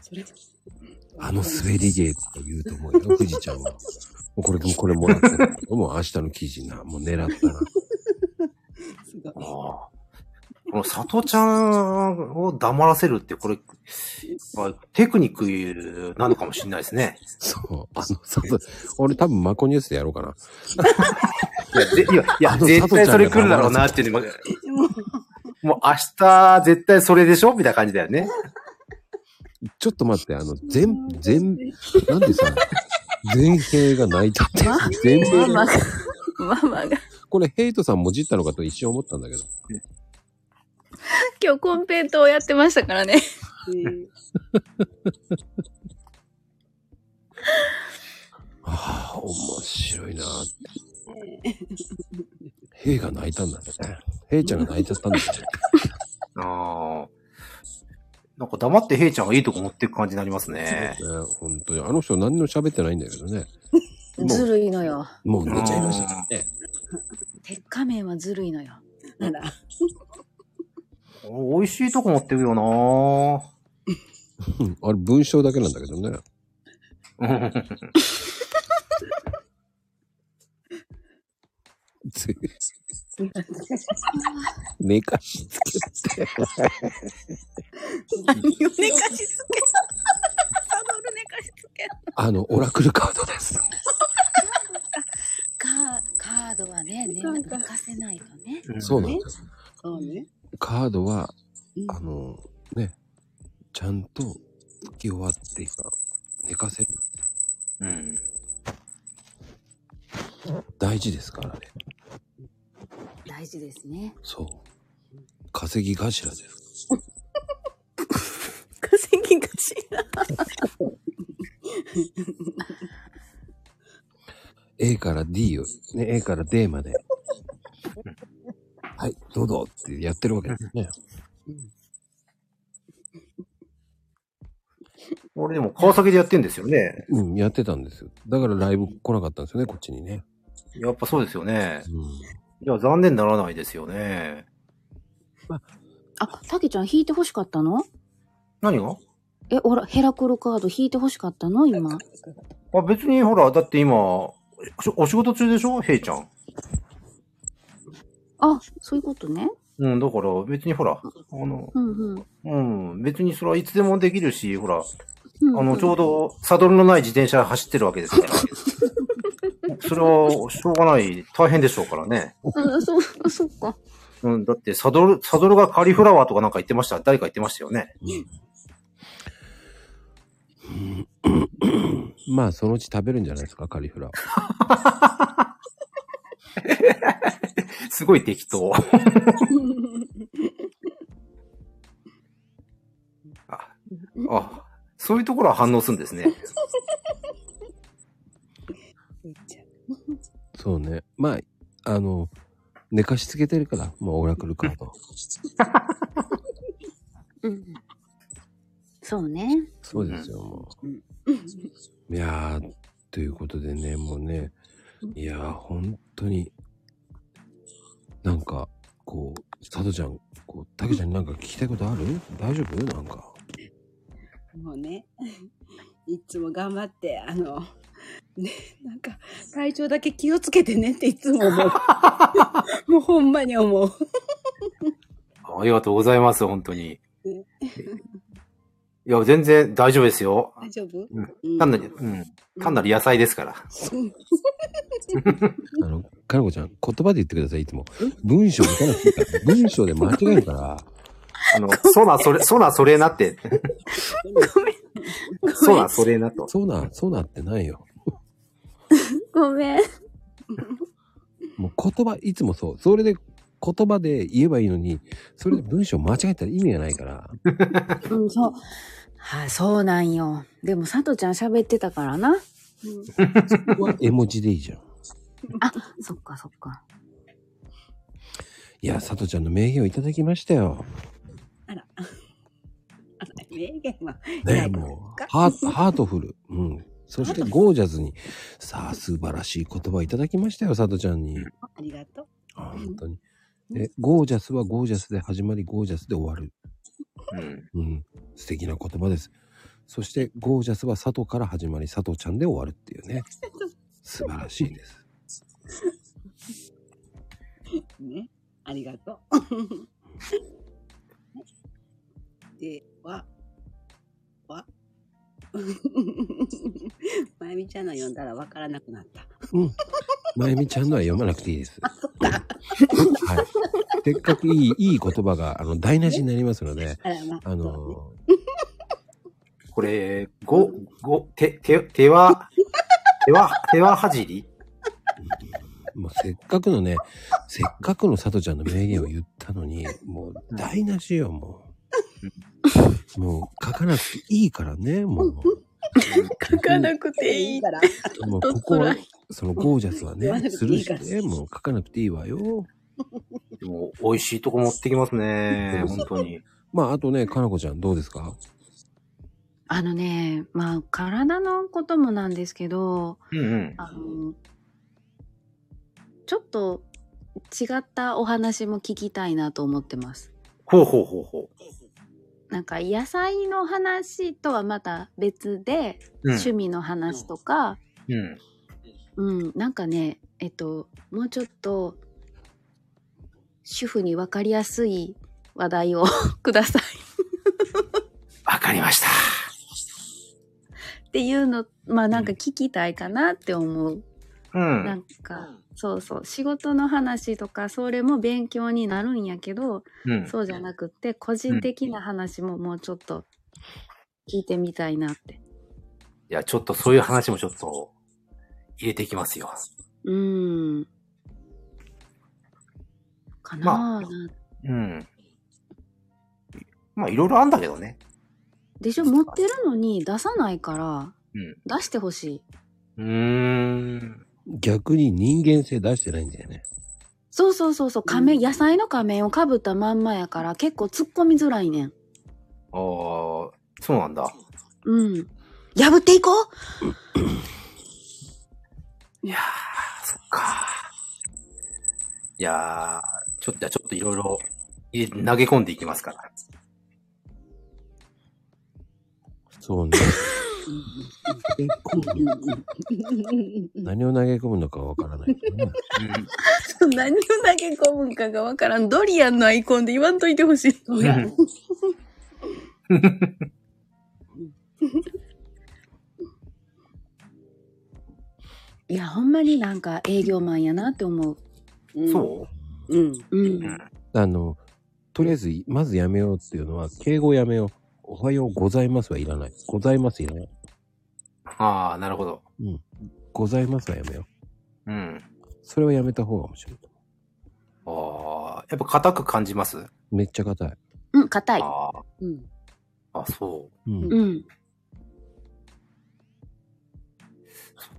それ
の滑り芸とか言うと思うよ、富士ちゃんは。もうこれ、もうこれもらってるけど、もう明 日の記事な、もう狙ったら。
すごい
ああ。この佐藤ちゃんを黙らせるって、これ、まあテクニックなのかもしれないですね。
そう、あの佐藤、俺多分マコニュースでやろうかな。
いや、ぜいや、いや
あの
絶
佐
対そ
藤ちゃんが
れ来るだろうなっていうのも、
でも、
もう明日絶対それでしょみたいな感じだよね。
ちょっと待って、あの、全、 全、なんでさ、全兵が泣いたって、全兵
ママ
が、
が、ママが、
これヘイトさんもじったのかと一瞬思ったんだけど。
今日コンペイトーやってましたからね。
ね
ああ、面白いな。ヘイが泣いたんだね。ヘイちゃんが泣いちゃったんだね。
ああ。なんか黙ってヘイちゃんがいいとこ持っていく感じになりますね。
ね本当に。あの人何にも喋ってないんだけどね。も
ずるいのよ。
う、もう寝ちゃいましたからね。
鉄仮面はずるいのよ。
あら、
お美味しいとこ持ってくよな
うんあれ文章だけなんだけどね。
ぁ。
つ寝かしつけて。
何をね
寝かしつけ。サドル寝かしつけ。
あの、オラクルカードです。
カカードはね、ね
なんか
寝かせないと ね。
そうなんですよ。
そうね。
カードは、
うん
あの、ね、ちゃんと吹き終わってから寝かせる。
うん。
大事ですからね。
大事ですね。
そう。稼ぎ頭です。
稼ぎがちな。
A から D を、ね、A から D まで。はい、どうぞってやってるわけですね。
俺でも川崎でやってんですよね。
うん、やってたんですよ。だからライブ来なかったんですよね、こっちにね。
やっぱそうですよね。
うん。
いや、残念ならないですよね。
あ、たけちゃん引いて欲しかったの
何が
え、ほら、ヘラクルカード引いて欲しかったの今。
あ別にほら、だって今、おお仕事中でしょヘイちゃん。
あ、そういうことね。
うん、だから別にほら、あの、
うんうん。
うん、別にそれはいつでもできるし、ほら、
うん
あの、ちょうどサドルのない自転車走ってるわけ ですから。それは、しょうがない、大変でしょうからね。
あ、 そう、あそっか。
うん、だって、サドル、サドルがカリフラワーとかなんか言ってました。誰か言ってましたよね。
まあ、そのうち食べるんじゃないですか、カリフラワー。
すごい適 当。あ、あ、そういうところは反応するんですね。
めっちゃ
そうね。まあ、あの、寝かしつけてるから、もうオラクルカード。
うん。そうね。
そうですよ、もう。いやー、ということでね、もうね、いやー、本当に、なんか、こう、佐藤ちゃん、こう、たけちゃんになんか聞きたいことある大丈夫なんか。
もうね、 いつも頑張って、あの、ね、なんか、体調だけ 気をつけてねっていつも思う。もうほんまに思う。
ありがとうございます、本当に。
うん
いや、全然大丈夫ですよ。
大丈夫
うん
うん
単なる、うん。単なる野菜ですから。
あの、かのこちゃん、言葉で言ってください、いつも。文章でかなくていいから、文章で間違えるから、
あの、そな、それ、そな、それなって。そな、それなと。
そうな、そうなってないよ。
ごめん。
もう言葉、いつもそう。それで言葉で言えばいいのに、それで文章間違えたら意味がないから。
うん、そう。はい、そうなんよ。でも、さとちゃん喋ってたからな。
絵文字でいいじゃん。
あ、そっかそっか。
いや、佐藤ちゃんの名言をいただきましたよ。
あら。あら名言は。
ね
い
もう
か、
ハート、ハートフル。うん。そしてゴージャズに、さあ、素晴らしい言葉いただきましたよ、佐藤ちゃんに。
ありがとう。
あ本当に。え、ゴージャスはゴージャスで始まり、ゴージャスで終わる。
うん。
うん。素敵な言葉です。そして、ゴージャスは佐藤から始まり、佐藤ちゃんで終わるっていう ね。素晴らしいです。
ね。ありがとう。では、は、 まゆみちゃんの読んだらわからなくなった。
うん。まゆみちゃんのは読まなくていいです。はい。せっかくいい、いい言葉が、あの、台無しになりますので、
あら、ま
あの
これ、ご、ご、手、手、手は、手は、手ははじり
もうせっかくのね、せっかくのさとちゃんの名言を言ったのに、もう台無しよ、もう。もう書かなくていいからね、もう。
書かなくてい
い
い
い。から。
もうここは
辛、
そのゴージャスは
言わな
ね、
く
す
てい
る
いから
して、もう書かなくていいわよ。
でも、美味しいとこ持ってきますね。本当に。
まあ、あとね、かなこちゃんどうですか
あのね、まあ、体のこともなんですけど、
うんうん。
あの、ちょっと違ったお話も聞きたいなと思ってます。
ほうほうほうほ
なんか野菜の話とはまた別で、
う。うん。
趣味の話とか、
うん。
うん、なんかね、えっと、もうちょっと、主婦に分かりやすい話題を ください
わかりました。
っていうの、まあなんか聞きたいかなって思う。
う。
なんんか、そうそう、仕事の話とか、それも勉強になるんやけど、
うん。
そうじゃなくって、個人的な話ももうちょっと聞いてみたいなって。
いや、ちょっとそういう話もちょっと入れていきますよ。
うん。か
ま
なぁ、
うん。まあ、いろいろあんだけどね。
でしょ、持ってるのに出さないから、
うん
出してほしい。
うーん。
逆に人間性出してないんだよね。
そうそうそうそう、仮面、野菜の仮面をかぶったまんまやから、結構突っ込みづらいねん。
ああ、そうなんだ。
うん。破っていこう
いやー、そっか。いやー、ちょっと、じゃあちょっといろいろ入れ投げ込んでいきますから。
そう ね。結構何を投げ込むのかわからないけどね。
うん
何を投げ込むんかがわからん。ドリアンのアイコンで言わんといてほしい。
そうや。
いや、ほんまになんか営業マンやなって思う。
そう
うん。
うん。
あの、とりあえず、まずやめようっていうのは、敬語やめよう。おはようございますはいらない。ございますいらない。
ああ、なるほど。
ございますはやめよ
うん。
う。それはやめた方が面白い。
ああ、やっぱ硬く感じます、
めっちゃ硬い。
うん、硬い。
あ
うん。
あ、あそう
うん
うん。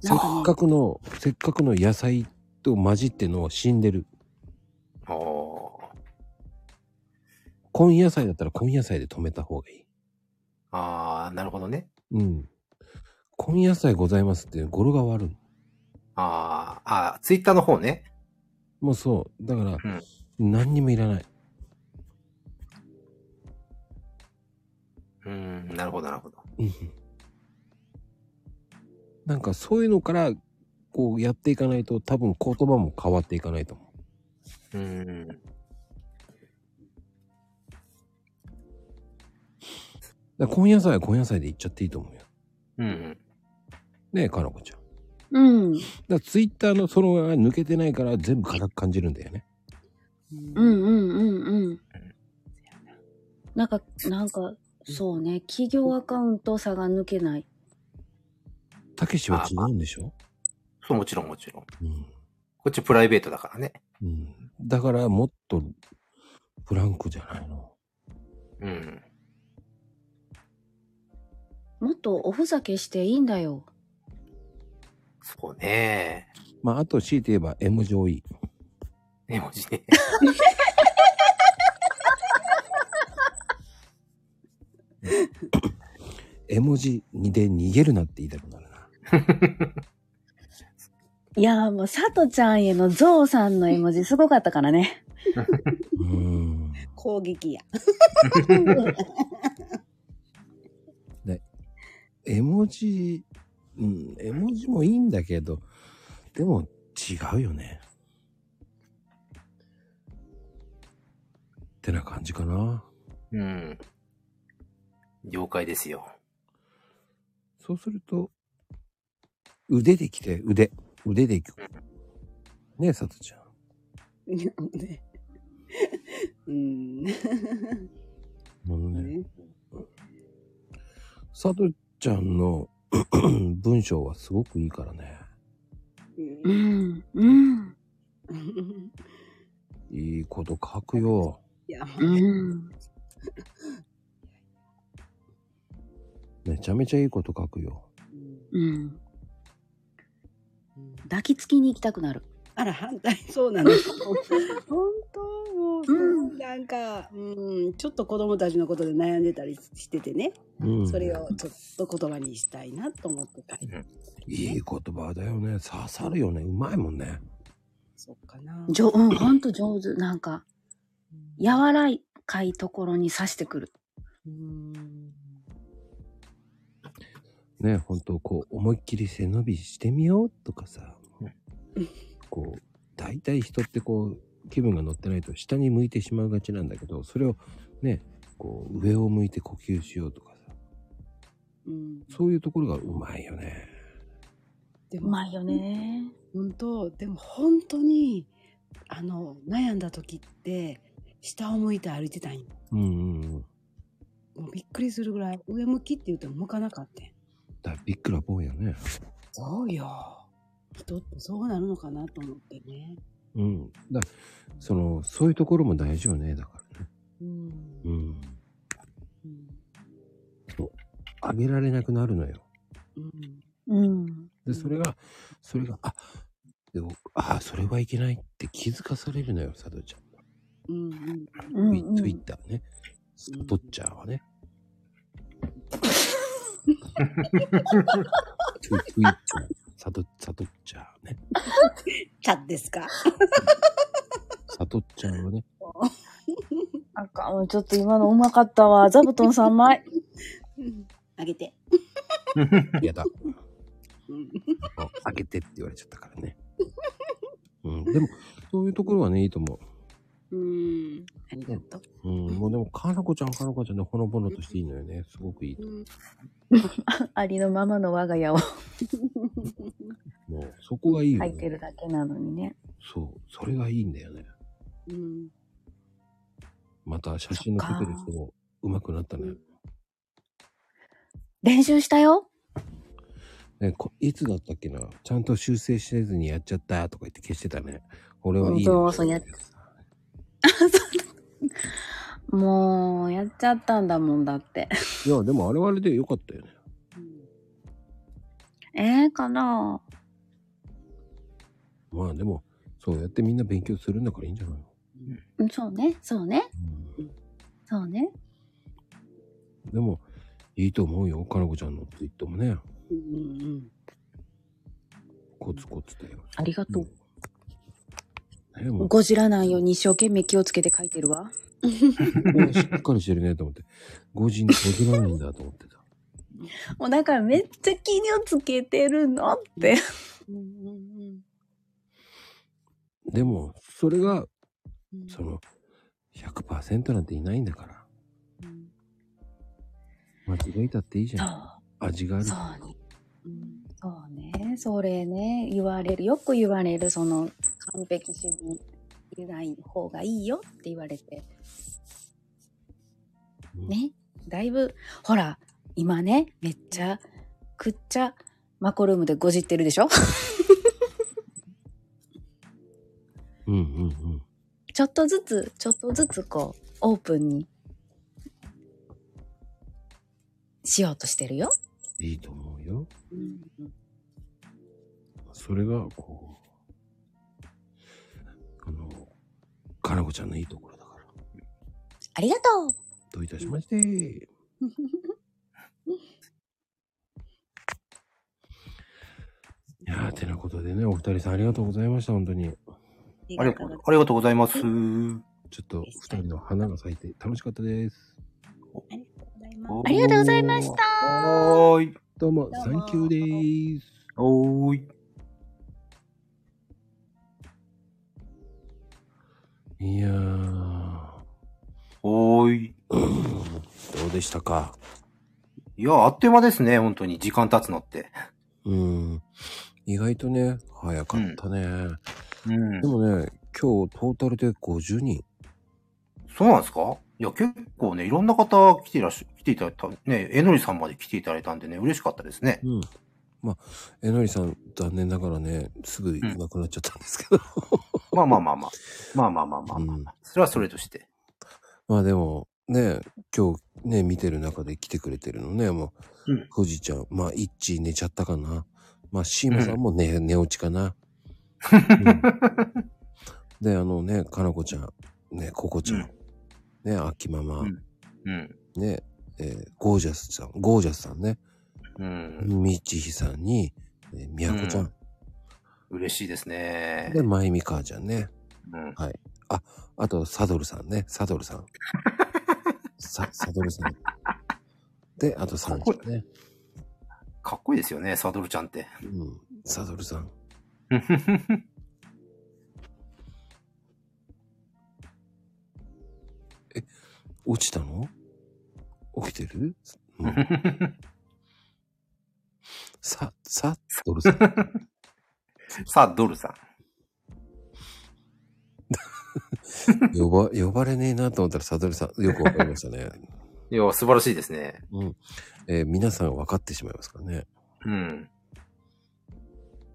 せっかくの、せっかくの野菜と混じっての死んでる。。
あ
根野菜だったら根野菜で止めた方がいい。
あ、ああ、なるほどね。
うん。根野菜ございますって語呂が悪い。
ああ、ああ、ツイッターの方ね。
もうそう。だから、
ん
何にもいらない。
うーん、なるほど、なるほど。
うんなんかそういうのから、こうやっていかないと多分言葉も変わっていかないと思
うーん。
う。だから根野菜は根野菜で言っちゃっていいと思うよ。
うんうん。
ねえ、かなこちゃん。だか
うん。
らツイッターのそのが抜けてないから全部硬く感じるんだよね。
うんうんうんうん。なんか、なんか、そうね、企業アカウント差が抜けない。
たけしは違うんでしょ
そう、もちろん、もちろん。
うん。
こっちプライベートだからね。
うん。だからもっと、フランクじゃないの。
うん。
もっとおふざけしていいんだよ。
そうね。
まあ、あと強いて言えば M 上位。
絵文字ね。
絵文字で逃げるなって言いたくなるな。
いやーもう、さとちゃんへのゾウさんの絵文字すごかったからね。
うーん。
攻撃や。
絵文字、うん、絵文字もいいんだけど、でも違うよね。ってな感じかな。
うん。了解ですよ。
そうすると、腕で来て、腕。腕で行く。ねえ、さとちゃん。
いやねうん。
もうね、さとちゃんの文章はすごくいいからね。
うん、うん、
いいこと書くよ。
いや、
うん。
めちゃめちゃいいこと書くよ。
うん。抱きつきに行きたくなる。
あら、反対、そうなの。本当、もう、なんか、うん、ちょっと子供たちのことで悩んでたりしててね、
うん。
それをちょっと言葉にしたいなと思ってた。
いい言葉だよね。刺さるよね。うまいもんね。
そっかな。
じょ、うん、ほんと上手。なんか、柔らかいところに刺してくる。
うん。
ね、ほんとこう、思いっきり背伸びしてみようとかさ。こう、大体人ってこう、気分が乗ってないと下に向いてしまうがちなんだけど、それをね、こう、上を向いて呼吸しようとかさ。
うん、
そういうところがうまいよね。
で
う
も、
まいよね。
本当、でも本当に、あの、悩んだ時って、下を向いて歩いてたんよ。
うんうんうん。
もうびっくりするぐらい、上向きって言うと向かなかったんよ
だびっくらぼうやね。
そうよ。人ってそうなるのかなと思ってね。
うん。だその、そういうところも大事よね。だからね。
うん。
うん。
うん。
あげられなくなるのよ。
うん
うん。
で、それが、それが、あ、でも、あ、それはいけないって気づかされるのよ、サドちゃん。
うんうん
う
ツ
ん、
イ
う
ツイッ
ん。
ターね。サ
うん
ドッチャーはね。ツイツイッター、サド、サドッチャーね。
たですか。
サドッチャーはね。
あかん、ちょっと今のうまかったわ。座布団3枚。
あげて。
やだ。
うん
ああげてって言われちゃったからね。うん。でも、そういうところはね、いいと思
うん。ありがと
う。
う。
うん。もうでも、かなこちゃん、かなこちゃんね、ほのぼのとしていいのよね。すごくいいと。
うん
ありのままの我が家を
もう、そこがいいよ、
書
ね。
いてるだけなのにね。
そう。それがいいんだよね。
うん。
また写真の撮ってる人も上手くなったね。
練習したよ。
ねこいつだったっけなちゃんと修正せずにやっちゃったとか言って消してたね。俺はいいね。
そうそうやっもう、やっちゃったんだもんだって。
いや、でもあれはあれでよかったよね。
ええかな
まあでも、そうやってみんな勉強するんだからいいんじゃないの、
うんそうね、そうね、そうね。
でも、いいと思うよ。かなこちゃんのツイートもね。
うんうん
コツコツだよ。
ありがとう。
ね、もう、
ゴジラないように一生懸命気をつけて書いてるわ。
しっかりしてるねと思って。5時に5時ないんだと思ってた。
もうだからめっちゃ気をつけてるのって。
うんうん
でも、それが、
うん。
その、100%なんていないんだから。間違えたっていいじ
そ
ゃん。
う、
味がある。
そうね。そうね、それね、言われる。よく言われる、その、完璧主義にいない方がいいよって言われて。
うん
ね、だいぶ、ほら、今ね、めっちゃ、くっちゃ、マコルームでごじってるでしょ
うんうんうん。
ちょっとずつ、ちょっとずつこう、オープンに、しようとしてるよ。
いいと思うよ。
うん
それが、こう、あの、かなこちゃんのいいところだから。
ありがとう
どういたしまして。いやー、てなことでね、お二人さんありがとうございました、本当に。
ありがとうありがとうございます。
ちょっと二人の花が咲いて楽しかったです。
ありがとうございました
はーい。
どうも、サンキューでーす。
おーい。
いやー、
おーい。
どうでしたか
いや、あっという間ですね、本当に。時間経つのって。
うん。意外とね、早かったね。
うん
で。もね、今日トータルで50人。
そうなんですかいや、結構ね、いろんな方来ていらっしゃ、来ていただいた、ね、えのりさんまで来ていただいたんでね、嬉しかったですね。
うん。まあ、えのりさん、残念ながらね、すぐいなくなっちゃったんですけど。
まあまあまあまあ。まあまあまあまあ、まあ
うん
それはそれとして。
まあでも、ね、今日ね、見てる中で来てくれてるのね、もう、
うん
富士ちゃん、まあ、いっち寝ちゃったかな。まあ、シーマさんも寝、寝落ちかな。うんで、あのね、かなこちゃん、ね、ここちゃん、ね、あきママ、
うんうん。
ね、えーゴージャスさん、ゴージャスさんね、
うん。
みちひさんに、えーみやこちゃん、
嬉しいですね
で、。まゆみかーちゃんね、
うん。
あと、サドルさんね、サドルさん。さ、サドルさん。で、あと、サンちゃんね。
かっこいいですよね、サドルちゃんって。
うん、サドルさん。落ちたの起きてる、うん、さ、サドルさん。
サドルさん。
呼ば、 呼ばれねえなと思ったらサドルさん、よくわかりましたね。
いや、素晴らしいですね。
うん。えー皆さん分かってしまいますからね。
うん。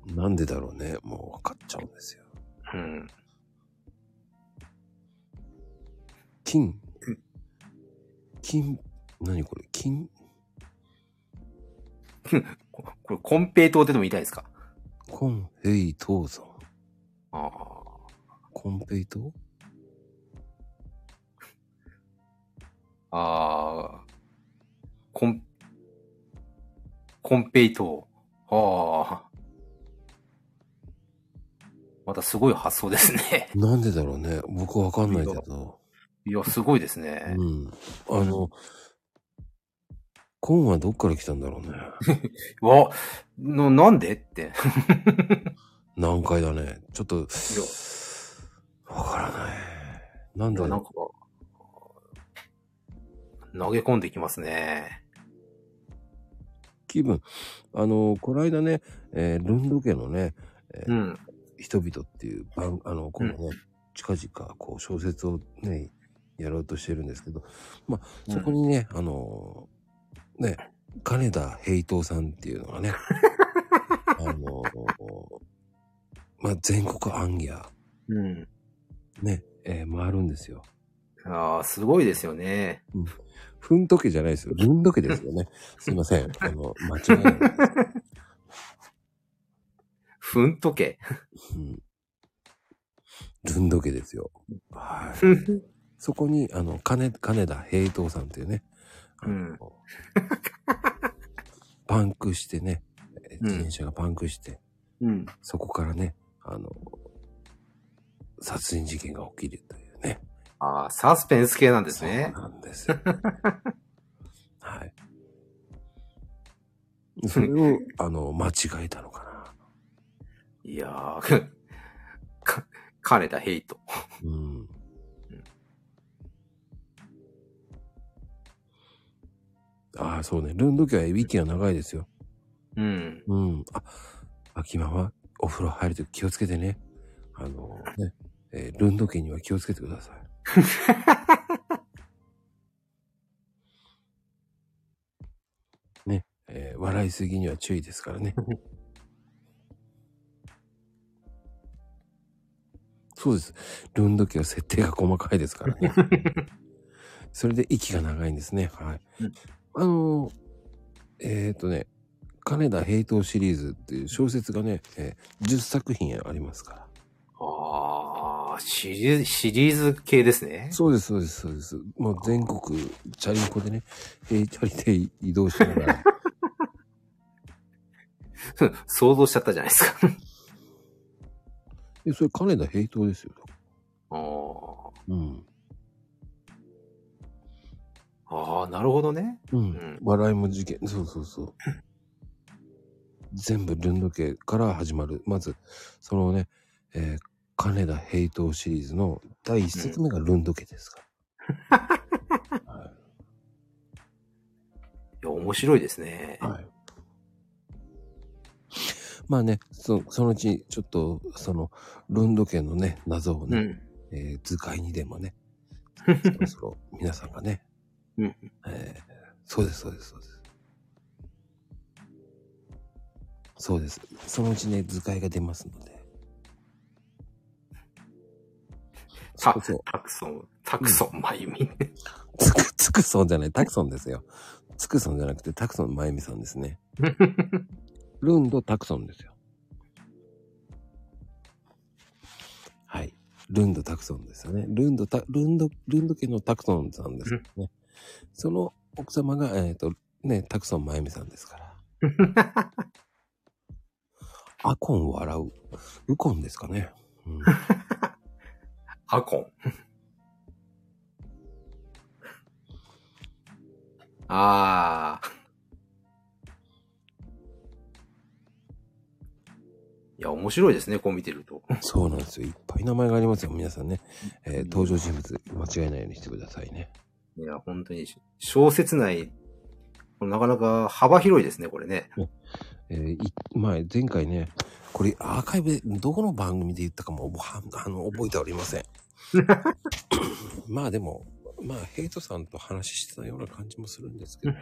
なんでだろうね。もう分かっちゃうんですよ。
うん。
金。金、何これ金、
ここれ、コンペイトってでも言いたいですか
コンヘイトーさん。
ああ。
コンペイト
ああ。コン、コンペイトああ。またすごい発想ですね。
なんでだろうね。僕分かんないけど。
いや、すごいですね。
うん。あの、コンはどっから来たんだろう ね。
わ、な、なんでって。
難解だね。ちょっと
や、
わからない。なん
いや
だ
なん
ろ
か、投げ込んでいきますね。
う。気分。あの、こないだね、えールンド家のね、えー
うん。
人々っていう番、あの、今度ね、近々、こう、小説をね、やろうとしてるんですけど、まあ、そこにね、あの、ね、金田平等さんっていうのが ね、あの、まあ、全国アンギャ、
うん。
ね、えー回るんですよ。
ああ、すごいですよね。
ふんとけじゃないですよ。ルンどけですよ ね。すいません。あの、間違いない。
ふんとけ。
うん。ルンどけですよ。はい。
う
そこに、あの、金、金田平等さんっていうね、あの
うん
パンクしてね、え
うん
自転車がパンクして、
ん。
そこからね、あの、殺人事件が起きるというね。
ああ、サスペンス系なんですね
そ。うなんです よ。はい。それ を、あの、間違えたのか
いやー、 か、金田ヘイト。
な。うん。ああ、そうね。ルンド家は息が長いですよ。
うん。
うん。あ、秋ママ、お風呂入るとき気をつけてね。あのね、えールンド家には気をつけてください。ね、えー笑いすぎには注意ですからね。そうです。ルンド家は設定が細かいですからね。それで息が長いんですね。はい
うん。
あのーえっ、とね、金田平等シリーズっていう小説がね、えー10作品ありますから。
ああ、シリーズ、シリーズ系ですね。
そうです、そうです、そうです。もう全国、チャリンコでね、えーチャリで移動しなが ら。
想像しちゃったじゃないですか。
えそれ金田平等ですよ。
あー
うん。
あー、なるほどね。
うん。
ん
笑いも事件、そうそうそう。全部ルンド家から始まる。まず、そのね、えー金田平等シリーズの第一作目がルンド家ですから。
いや、面白いですね。
はい。まあね、そそのうち、ちょっと、その、ルンド家のね、謎を
う
ね、
ん。
えー図解にでもね、 そろそろ皆さんがね、
うん
えーそうです、そうです、そうです。そうです。そのうちね、図解が出ますので。そ
あ
うそう。
タクソン、タクソン、まゆ み。
つく、つくそんじゃない、タクソンですよ。つくそんじゃなくて、タクソンまゆみさんですね。ルンドタクソンですよ。はい。ルンドタクソンですよね。ルンドタ、ルンド、ルンド家のタクソンさんですからね。その奥様が、えっ、と、ね、タクソンまゆみさんですから。 アコン笑う。ウコンですかね。 うん
アコン。ああ。いや、面白いですね、こう見てると。
そうなんですよ。いっぱい名前がありますよ。皆さんね。えー登場人物、間違えないようにしてくださいね。
いや、本当に、小説内、なかなか幅広いですね、これね。
えーい前、前回ね、これアーカイブで、どこの番組で言ったかも、はあの、覚えておりません。まあでも、まあ、ヘイトさんと話してたような感じもするんですけど。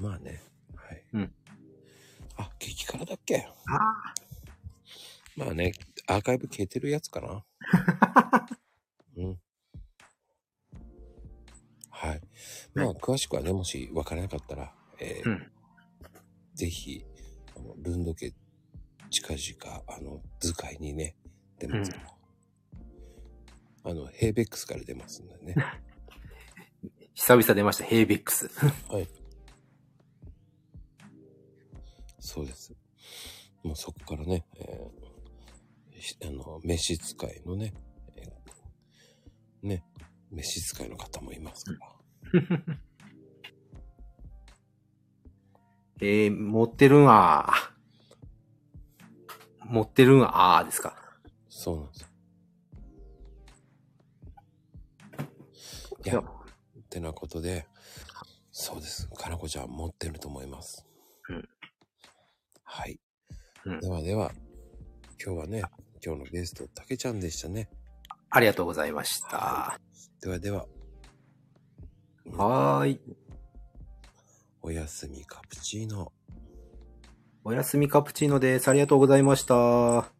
まあね、はい。
うん
あ、激辛だっけまあね、アーカイブ消えてるやつかな。うん。はい。まあ、詳しくはね、もし分からなかったら、えー
うん
ぜひ、あのルンド家、近々、あの、図解にね、出ますから。あの、ヘイベックスから出ますんでね。
久々出ました、ヘイベックス。
そうです。もうそこからね、えーしあの、召使いのね、えーね、召使いの方もいますから。
えー、持ってるんあー。持ってるんあーですか。
そうなんですよ。い
いや
や、ってなことで、そうです。かなこちゃん持ってると思います。
うん
はい。
うん
ではでは、今日はね、今日のゲスト、たけちゃんでしたね。
ありがとうございました。
ではでは、
はーい。
おやすみカプチーノ。
おやすみカプチーノです。ありがとうございました。